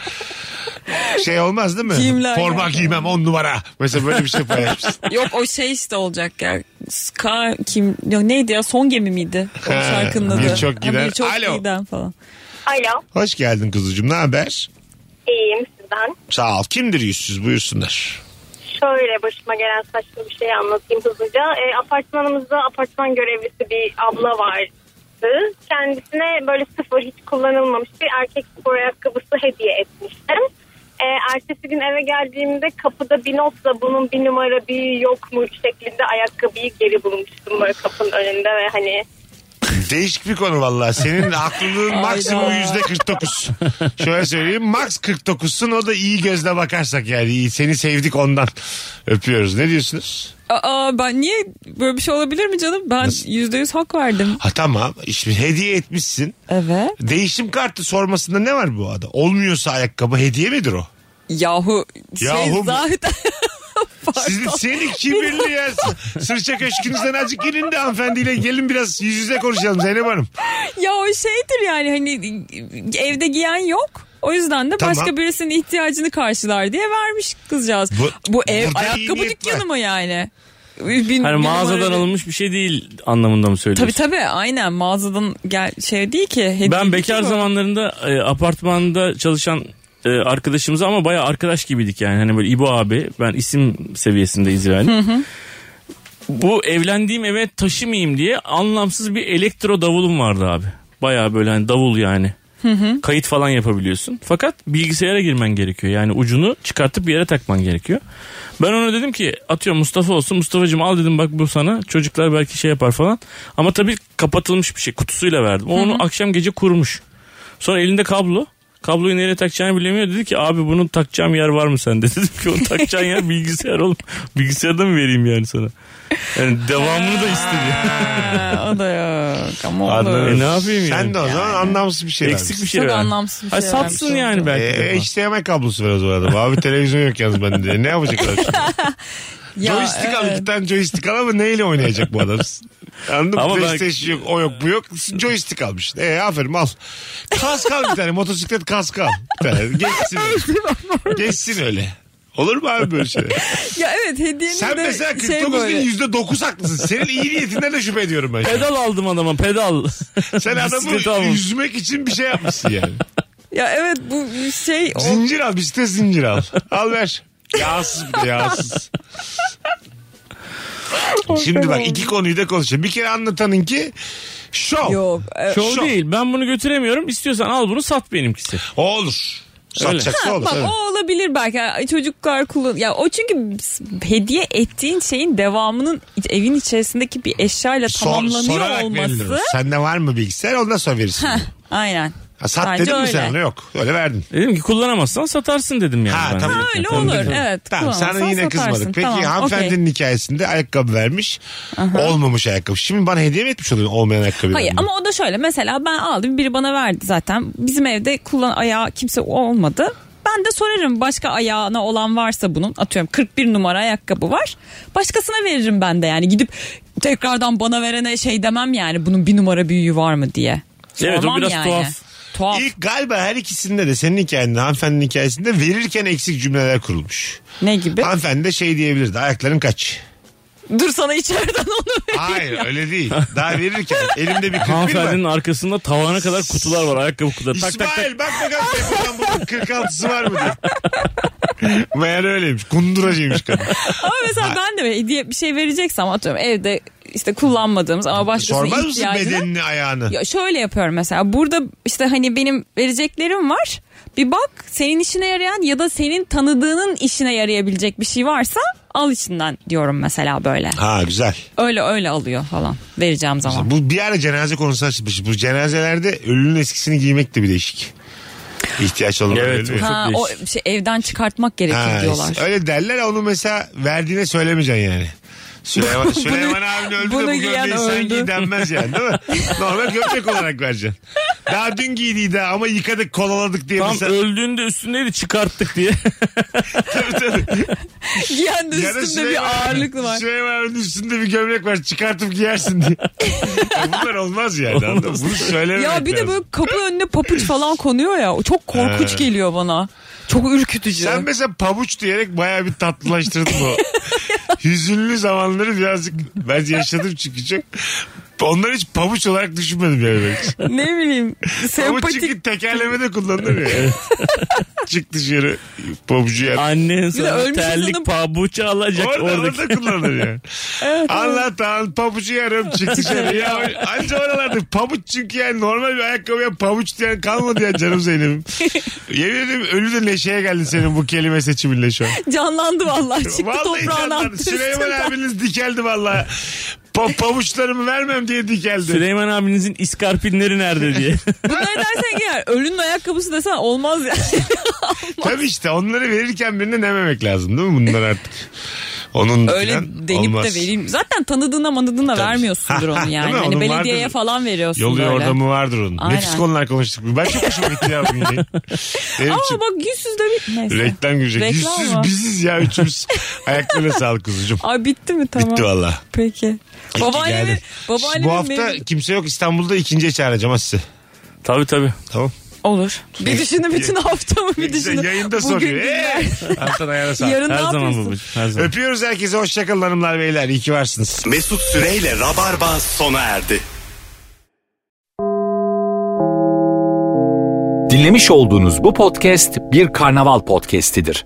Speaker 1: şey olmaz değil mi?
Speaker 2: Giyimler
Speaker 1: Forma
Speaker 2: yani.
Speaker 1: giymem on numara. Mesela böyle bir şey paylaşmışsın.
Speaker 2: Yok o şey işte olacak ya. Ska kim ya neydi ya son gemi miydi? O
Speaker 1: Ha,
Speaker 2: şarkının adı.
Speaker 1: Bir çok
Speaker 2: Ha,
Speaker 1: gider.
Speaker 2: Bir çok
Speaker 1: Alo.
Speaker 2: giden falan.
Speaker 8: Alo,
Speaker 1: Hoş geldin kuzucuğum ne haber?
Speaker 8: iyiyim sizden.
Speaker 1: Sağ ol. Kimdir yüzsüz buyursunlar.
Speaker 8: Şöyle başıma gelen saçma bir şey anlatayım hızlıca. E, apartmanımızda apartman görevlisi bir abla vardı. Kendisine böyle sıfır hiç kullanılmamış bir erkek spor ayakkabısı hediye etmiştim. E, ertesi gün eve geldiğimde kapıda bir notla bunun bir numara bir yok mu şeklinde ayakkabıyı geri bulmuştum böyle kapının önünde ve hani
Speaker 1: Değişik bir konu valla. Senin aklının maksimum
Speaker 2: Hayda.
Speaker 1: yüzde 49. Şöyle söyleyeyim. Max 49'sun o da iyi gözle bakarsak yani. iyi. Seni sevdik ondan. Öpüyoruz. Ne diyorsunuz?
Speaker 2: Aa ben niye böyle bir şey olabilir mi canım? Ben
Speaker 1: Nasıl?
Speaker 2: yüzde yüz hak verdim.
Speaker 1: Ha tamam. İşte hediye etmişsin.
Speaker 2: Evet.
Speaker 1: Değişim kartı sormasında ne var bu arada? Olmuyorsa ayakkabı hediye midir o?
Speaker 2: Yahu şey
Speaker 1: Yahu mu?
Speaker 2: zaten
Speaker 1: Sizin seni kibirli ya. Sırça köşkünüzden azıcık gelin de hanımefendiyle gelin biraz yüz yüze konuşalım Zeynep Hanım.
Speaker 2: Ya o şeydir yani hani evde giyen yok. O yüzden de
Speaker 1: Tamam.
Speaker 2: başka birisinin ihtiyacını karşılar diye vermiş kızcağız.
Speaker 1: Bu-
Speaker 2: Bu, ev
Speaker 1: burada iyi
Speaker 2: ayakkabı
Speaker 1: niyet var.
Speaker 2: dükkanı mı yani? Bir- bir
Speaker 3: Hani mağazadan
Speaker 2: numara-
Speaker 3: alınmış bir şey değil anlamında mı söylüyorsun?
Speaker 2: Tabii tabii aynen mağazadan gel şey değil ki. hediye
Speaker 3: Ben
Speaker 2: değil
Speaker 3: bekar
Speaker 2: ki bu.
Speaker 3: zamanlarında e, apartmanda çalışan e, arkadaşımıza ama bayağı arkadaş gibiydik yani. Hani böyle İbo abi ben isim seviyesindeyiz yani. Bu evlendiğim eve taşımayayım diye anlamsız bir elektro davulum vardı abi. Bayağı böyle hani davul yani. Kayıt falan yapabiliyorsun. Fakat bilgisayara girmen gerekiyor. Yani ucunu çıkartıp bir yere takman gerekiyor. Ben ona dedim ki atıyor Mustafa olsun. Mustafa'cığım al dedim bak bu sana. Çocuklar belki şey yapar falan. Ama tabii kapatılmış bir şey. Kutusuyla verdim. O onu akşam gece kurmuş. Sonra elinde kablo. Kabloyu nereye takacağını bilemiyor. Dedi ki abi bunun takacağım yer var mı sende? *laughs* Dedim ki onu takacağın yer bilgisayar oğlum. Bilgisayarda mı vereyim yani sana? Yani devamını da istedi.
Speaker 2: Ha, o da yok ama olur.
Speaker 3: *laughs* E ne yapayım yani?
Speaker 1: Sen de o zaman anlamsız bir şey
Speaker 3: Eksik bir şey
Speaker 2: Çok
Speaker 3: vermiş.
Speaker 2: anlamsız bir
Speaker 3: Ay
Speaker 2: şey
Speaker 3: satsın
Speaker 2: vermiş
Speaker 3: yani belki.
Speaker 1: Ee, HDMI kablosu ver o zaman adam. Abi televizyon yok yalnız bende diye. Ne yapacaklar şimdi?
Speaker 2: Ya, e,
Speaker 1: joystick al
Speaker 2: evet.
Speaker 1: iki tane joystick al ama neyle oynayacak bu adam? Anladın mı?
Speaker 3: Ama ben-
Speaker 1: PlayStation yok o yok bu yok. Joystick almış. E aferin al. Kask al bir tane motosiklet kask al. Bir tane. Geçsin öyle. Geçsin öyle. Olur mu abi böyle şey?
Speaker 2: Ya evet hediyenin
Speaker 1: Sen
Speaker 2: de
Speaker 1: mesela
Speaker 2: şey
Speaker 1: 49
Speaker 2: böyle.
Speaker 1: değil %9 haklısın. Senin iyi niyetinden de şüphe ediyorum ben. şu an.
Speaker 3: Pedal aldım adama pedal.
Speaker 1: *laughs* Sen
Speaker 3: Bisiklet
Speaker 1: adamı
Speaker 3: almış.
Speaker 1: yüzmek için bir şey yapmışsın yani.
Speaker 2: Ya evet bu şey o
Speaker 1: Zincir al bisiklet zincir al. Al ver. Yağsız bir de yağsız. Şimdi bak iki konuyu da konuşalım. Bir kere anlatanın ki şov.
Speaker 2: yok. E, Evet.
Speaker 3: Çoğu
Speaker 1: Şok.
Speaker 3: değil. Ben bunu götüremiyorum. İstiyorsan al bunu sat benimkisi.
Speaker 1: O olur. Satacaksa
Speaker 2: Ha,
Speaker 1: olur.
Speaker 2: bak
Speaker 1: Evet.
Speaker 2: o olabilir belki Yani çocuklar kullan. Ya o çünkü hediye ettiğin şeyin devamının evin içerisindeki bir eşyayla
Speaker 1: Sor-
Speaker 2: tamamlanıyor
Speaker 1: sorarak verilir o.
Speaker 2: olması.
Speaker 1: Sende var mı bilgisayar ondan sonra verirsin.
Speaker 2: Heh, aynen.
Speaker 1: Ha, sat
Speaker 2: Bence
Speaker 1: dedin mi
Speaker 2: öyle.
Speaker 1: sen ona? Yok. Öyle verdin.
Speaker 3: Dedim ki kullanamazsan satarsın dedim yani.
Speaker 1: Ha,
Speaker 3: ben.
Speaker 1: tamam.
Speaker 2: Ha, öyle olur. Evet.
Speaker 1: Tamam sana
Speaker 2: kullanırsan
Speaker 1: yine
Speaker 2: satarsın.
Speaker 1: kızmadık. Peki
Speaker 2: Tamam, okey.
Speaker 1: hanımefendinin hikayesinde ayakkabı vermiş. Olmamış ayakkabı. Şimdi bana hediye mi etmiş oluyor olmayan ayakkabı?
Speaker 2: Hayır ama o da şöyle mesela ben aldım biri bana verdi zaten bizim evde kullan ayağı kimse olmadı. Ben de sorarım başka ayağına olan varsa bunun atıyorum 41 numara ayakkabı var. Başkasına veririm ben de yani gidip tekrardan bana verene şey demem yani bunun bir numara büyüğü var mı diye.
Speaker 3: Evet, o
Speaker 2: Sormam
Speaker 3: biraz tuhaf.
Speaker 2: Tuhaf.
Speaker 1: İlk galiba her ikisinde de senin hikayende hanımefendinin hikayesinde verirken eksik cümleler kurulmuş.
Speaker 2: Ne gibi?
Speaker 1: Hanımefendi de şey diyebilirdi ayakların kaç?
Speaker 2: Dur sana içeriden *laughs* onu vereyim.
Speaker 1: Hayır öyle değil. Daha verirken elimde bir 41 var.
Speaker 3: *laughs* Hanımefendinin arkasında tavana kadar kutular var. Ayakkabı kutuları. Tak tak tak.
Speaker 1: İsmail bak bakalım telefondan bunun 46'sı var mı diye. Meğer öyleymiş. Kunduracıymış kadın.
Speaker 2: Ama mesela ben de böyle hediye bir şey vereceksem atıyorum evde işte kullanmadığımız ama başkasının
Speaker 1: Sormaz mısın
Speaker 2: ihtiyacını.
Speaker 1: bedenini ayağını?
Speaker 2: Ya şöyle yapıyorum mesela burada işte hani benim vereceklerim var. Bir bak senin işine yarayan ya da senin tanıdığının işine yarayabilecek bir şey varsa al içinden diyorum mesela böyle.
Speaker 1: Ha güzel.
Speaker 2: Öyle öyle alıyor falan vereceğim zaman.
Speaker 1: Bu bir ara cenaze konusu açılmış. Bu cenazelerde ölünün eskisini giymek de bir değişik. İhtiyaç olan
Speaker 3: Evet,
Speaker 1: öyle değil mi?
Speaker 3: çok
Speaker 2: Ha, o
Speaker 3: değişik.
Speaker 2: şey evden çıkartmak gerekir
Speaker 1: Ha,
Speaker 2: diyorlar.
Speaker 1: işte
Speaker 2: *laughs*
Speaker 1: öyle derler onu mesela verdiğine söylemeyeceksin yani. Süleyman, Süleyman abin öldü de
Speaker 2: bunu
Speaker 1: bu
Speaker 2: giyen
Speaker 1: gömleği sen
Speaker 2: öldü.
Speaker 1: giy denmez yani
Speaker 2: *laughs*
Speaker 1: değil mi? Normal gömlek olarak vereceksin. Daha dün giydiydi ama yıkadık kolaladık diye
Speaker 3: Tam
Speaker 1: mesela.
Speaker 3: öldüğünde üstündeydi çıkarttık diye. *laughs*
Speaker 2: Giyen de
Speaker 1: Ya da
Speaker 2: üstünde bir ağırlık var.
Speaker 1: Süleyman abinin üstünde bir gömlek var çıkartıp giyersin
Speaker 2: *laughs*
Speaker 1: diye. Ya bunlar olmaz yani. anladın mı? Bunu söylememek
Speaker 2: Ya bir de
Speaker 1: lazım.
Speaker 2: böyle kapı önüne papuç falan konuyor ya. O çok korkunç geliyor bana. Çok ürkütücü.
Speaker 1: Sen mesela pabuç diyerek bayağı bir tatlılaştırdın o. Hüzünlü zamanları birazcık ben yaşadım çünkü çok. Onları hiç pabuç olarak düşünmedim yani. ben.
Speaker 2: Ne bileyim
Speaker 1: Pabuç
Speaker 2: sempatik
Speaker 1: çünkü tekerlemede kullanılır ya. Çık dışarı pabucu yer.
Speaker 3: Annen sana
Speaker 2: ölmüş
Speaker 3: terlik
Speaker 2: insanın-
Speaker 3: pabuçu alacak
Speaker 1: Orada,
Speaker 3: oradaki.
Speaker 1: orada kullanılır yani. Allah'tan pabucu yarım çık dışarı. ya, anca oralarda pabuç çünkü yani normal bir ayakkabıya pabuç diyen kalmadı ya canım Zeynep'im. Yemin ederim ölü de neşeye geldi senin bu kelime seçiminle şu an. *laughs*
Speaker 2: canlandı vallahi çıktı
Speaker 1: Vallahi
Speaker 2: toprağın
Speaker 1: canlandı. Süleyman
Speaker 2: altından.
Speaker 1: abiniz dikeldi vallahi. Pa- pabuçlarımı vermem diye dikeldi.
Speaker 3: Süleyman abinizin iskarpinleri
Speaker 1: *laughs*
Speaker 3: nerede diye.
Speaker 2: Bunları dersen ki yani ölünün ayakkabısı desen olmaz yani.
Speaker 1: Tabii işte onları verirken birine dememek lazım değil mi bunlar artık? Onun da
Speaker 2: Öyle
Speaker 1: filan
Speaker 2: denip
Speaker 1: olmaz.
Speaker 2: de vereyim. Zaten tanıdığına manıdığına
Speaker 1: Tabii.
Speaker 2: vermiyorsundur onu yani.
Speaker 1: Değil mi? Onun
Speaker 2: hani belediyeye
Speaker 1: vardır.
Speaker 2: falan veriyorsun
Speaker 1: Yolu
Speaker 2: böyle.
Speaker 1: yordamı vardır onun.
Speaker 2: Aynen.
Speaker 1: Nefis konular konuştuk. Ben çok hoşuma gitti ya bugün.
Speaker 2: *laughs*
Speaker 1: yayın. Benim için
Speaker 2: Ama bak yüzsüz de bir... Neyse.
Speaker 1: reklam girecek.
Speaker 2: Reklam
Speaker 1: Yüzsüz
Speaker 2: mı?
Speaker 1: biziz ya üçümüz. Ayaklarına sağlık kuzucuğum.
Speaker 2: Ay bitti mi *laughs* tamam.
Speaker 1: Bitti valla.
Speaker 2: Peki.
Speaker 1: İyi ki
Speaker 2: Babaannemin,
Speaker 1: geldin.
Speaker 2: babaannemin
Speaker 1: Bu hafta
Speaker 2: meyve-
Speaker 1: kimse yok İstanbul'da ikinciye çağıracağım ha size.
Speaker 3: Tabii tabii.
Speaker 1: Tamam.
Speaker 2: Olur. Bir düşünün bütün haftamı bir düşünün.
Speaker 1: Güzel, yayında
Speaker 2: Bugün
Speaker 1: soruyor.
Speaker 2: günler.
Speaker 1: Ee, Antan ayağına sağlık.
Speaker 2: Yarın ne
Speaker 3: Her zaman
Speaker 2: yapıyorsun?
Speaker 3: babacığım. Her zaman.
Speaker 1: Öpüyoruz herkese. Hoşçakalın hanımlar beyler. İyi ki varsınız.
Speaker 6: Mesut Süreyle Rabarba sona erdi.
Speaker 9: Dinlemiş olduğunuz bu podcast bir karnaval podcastidir.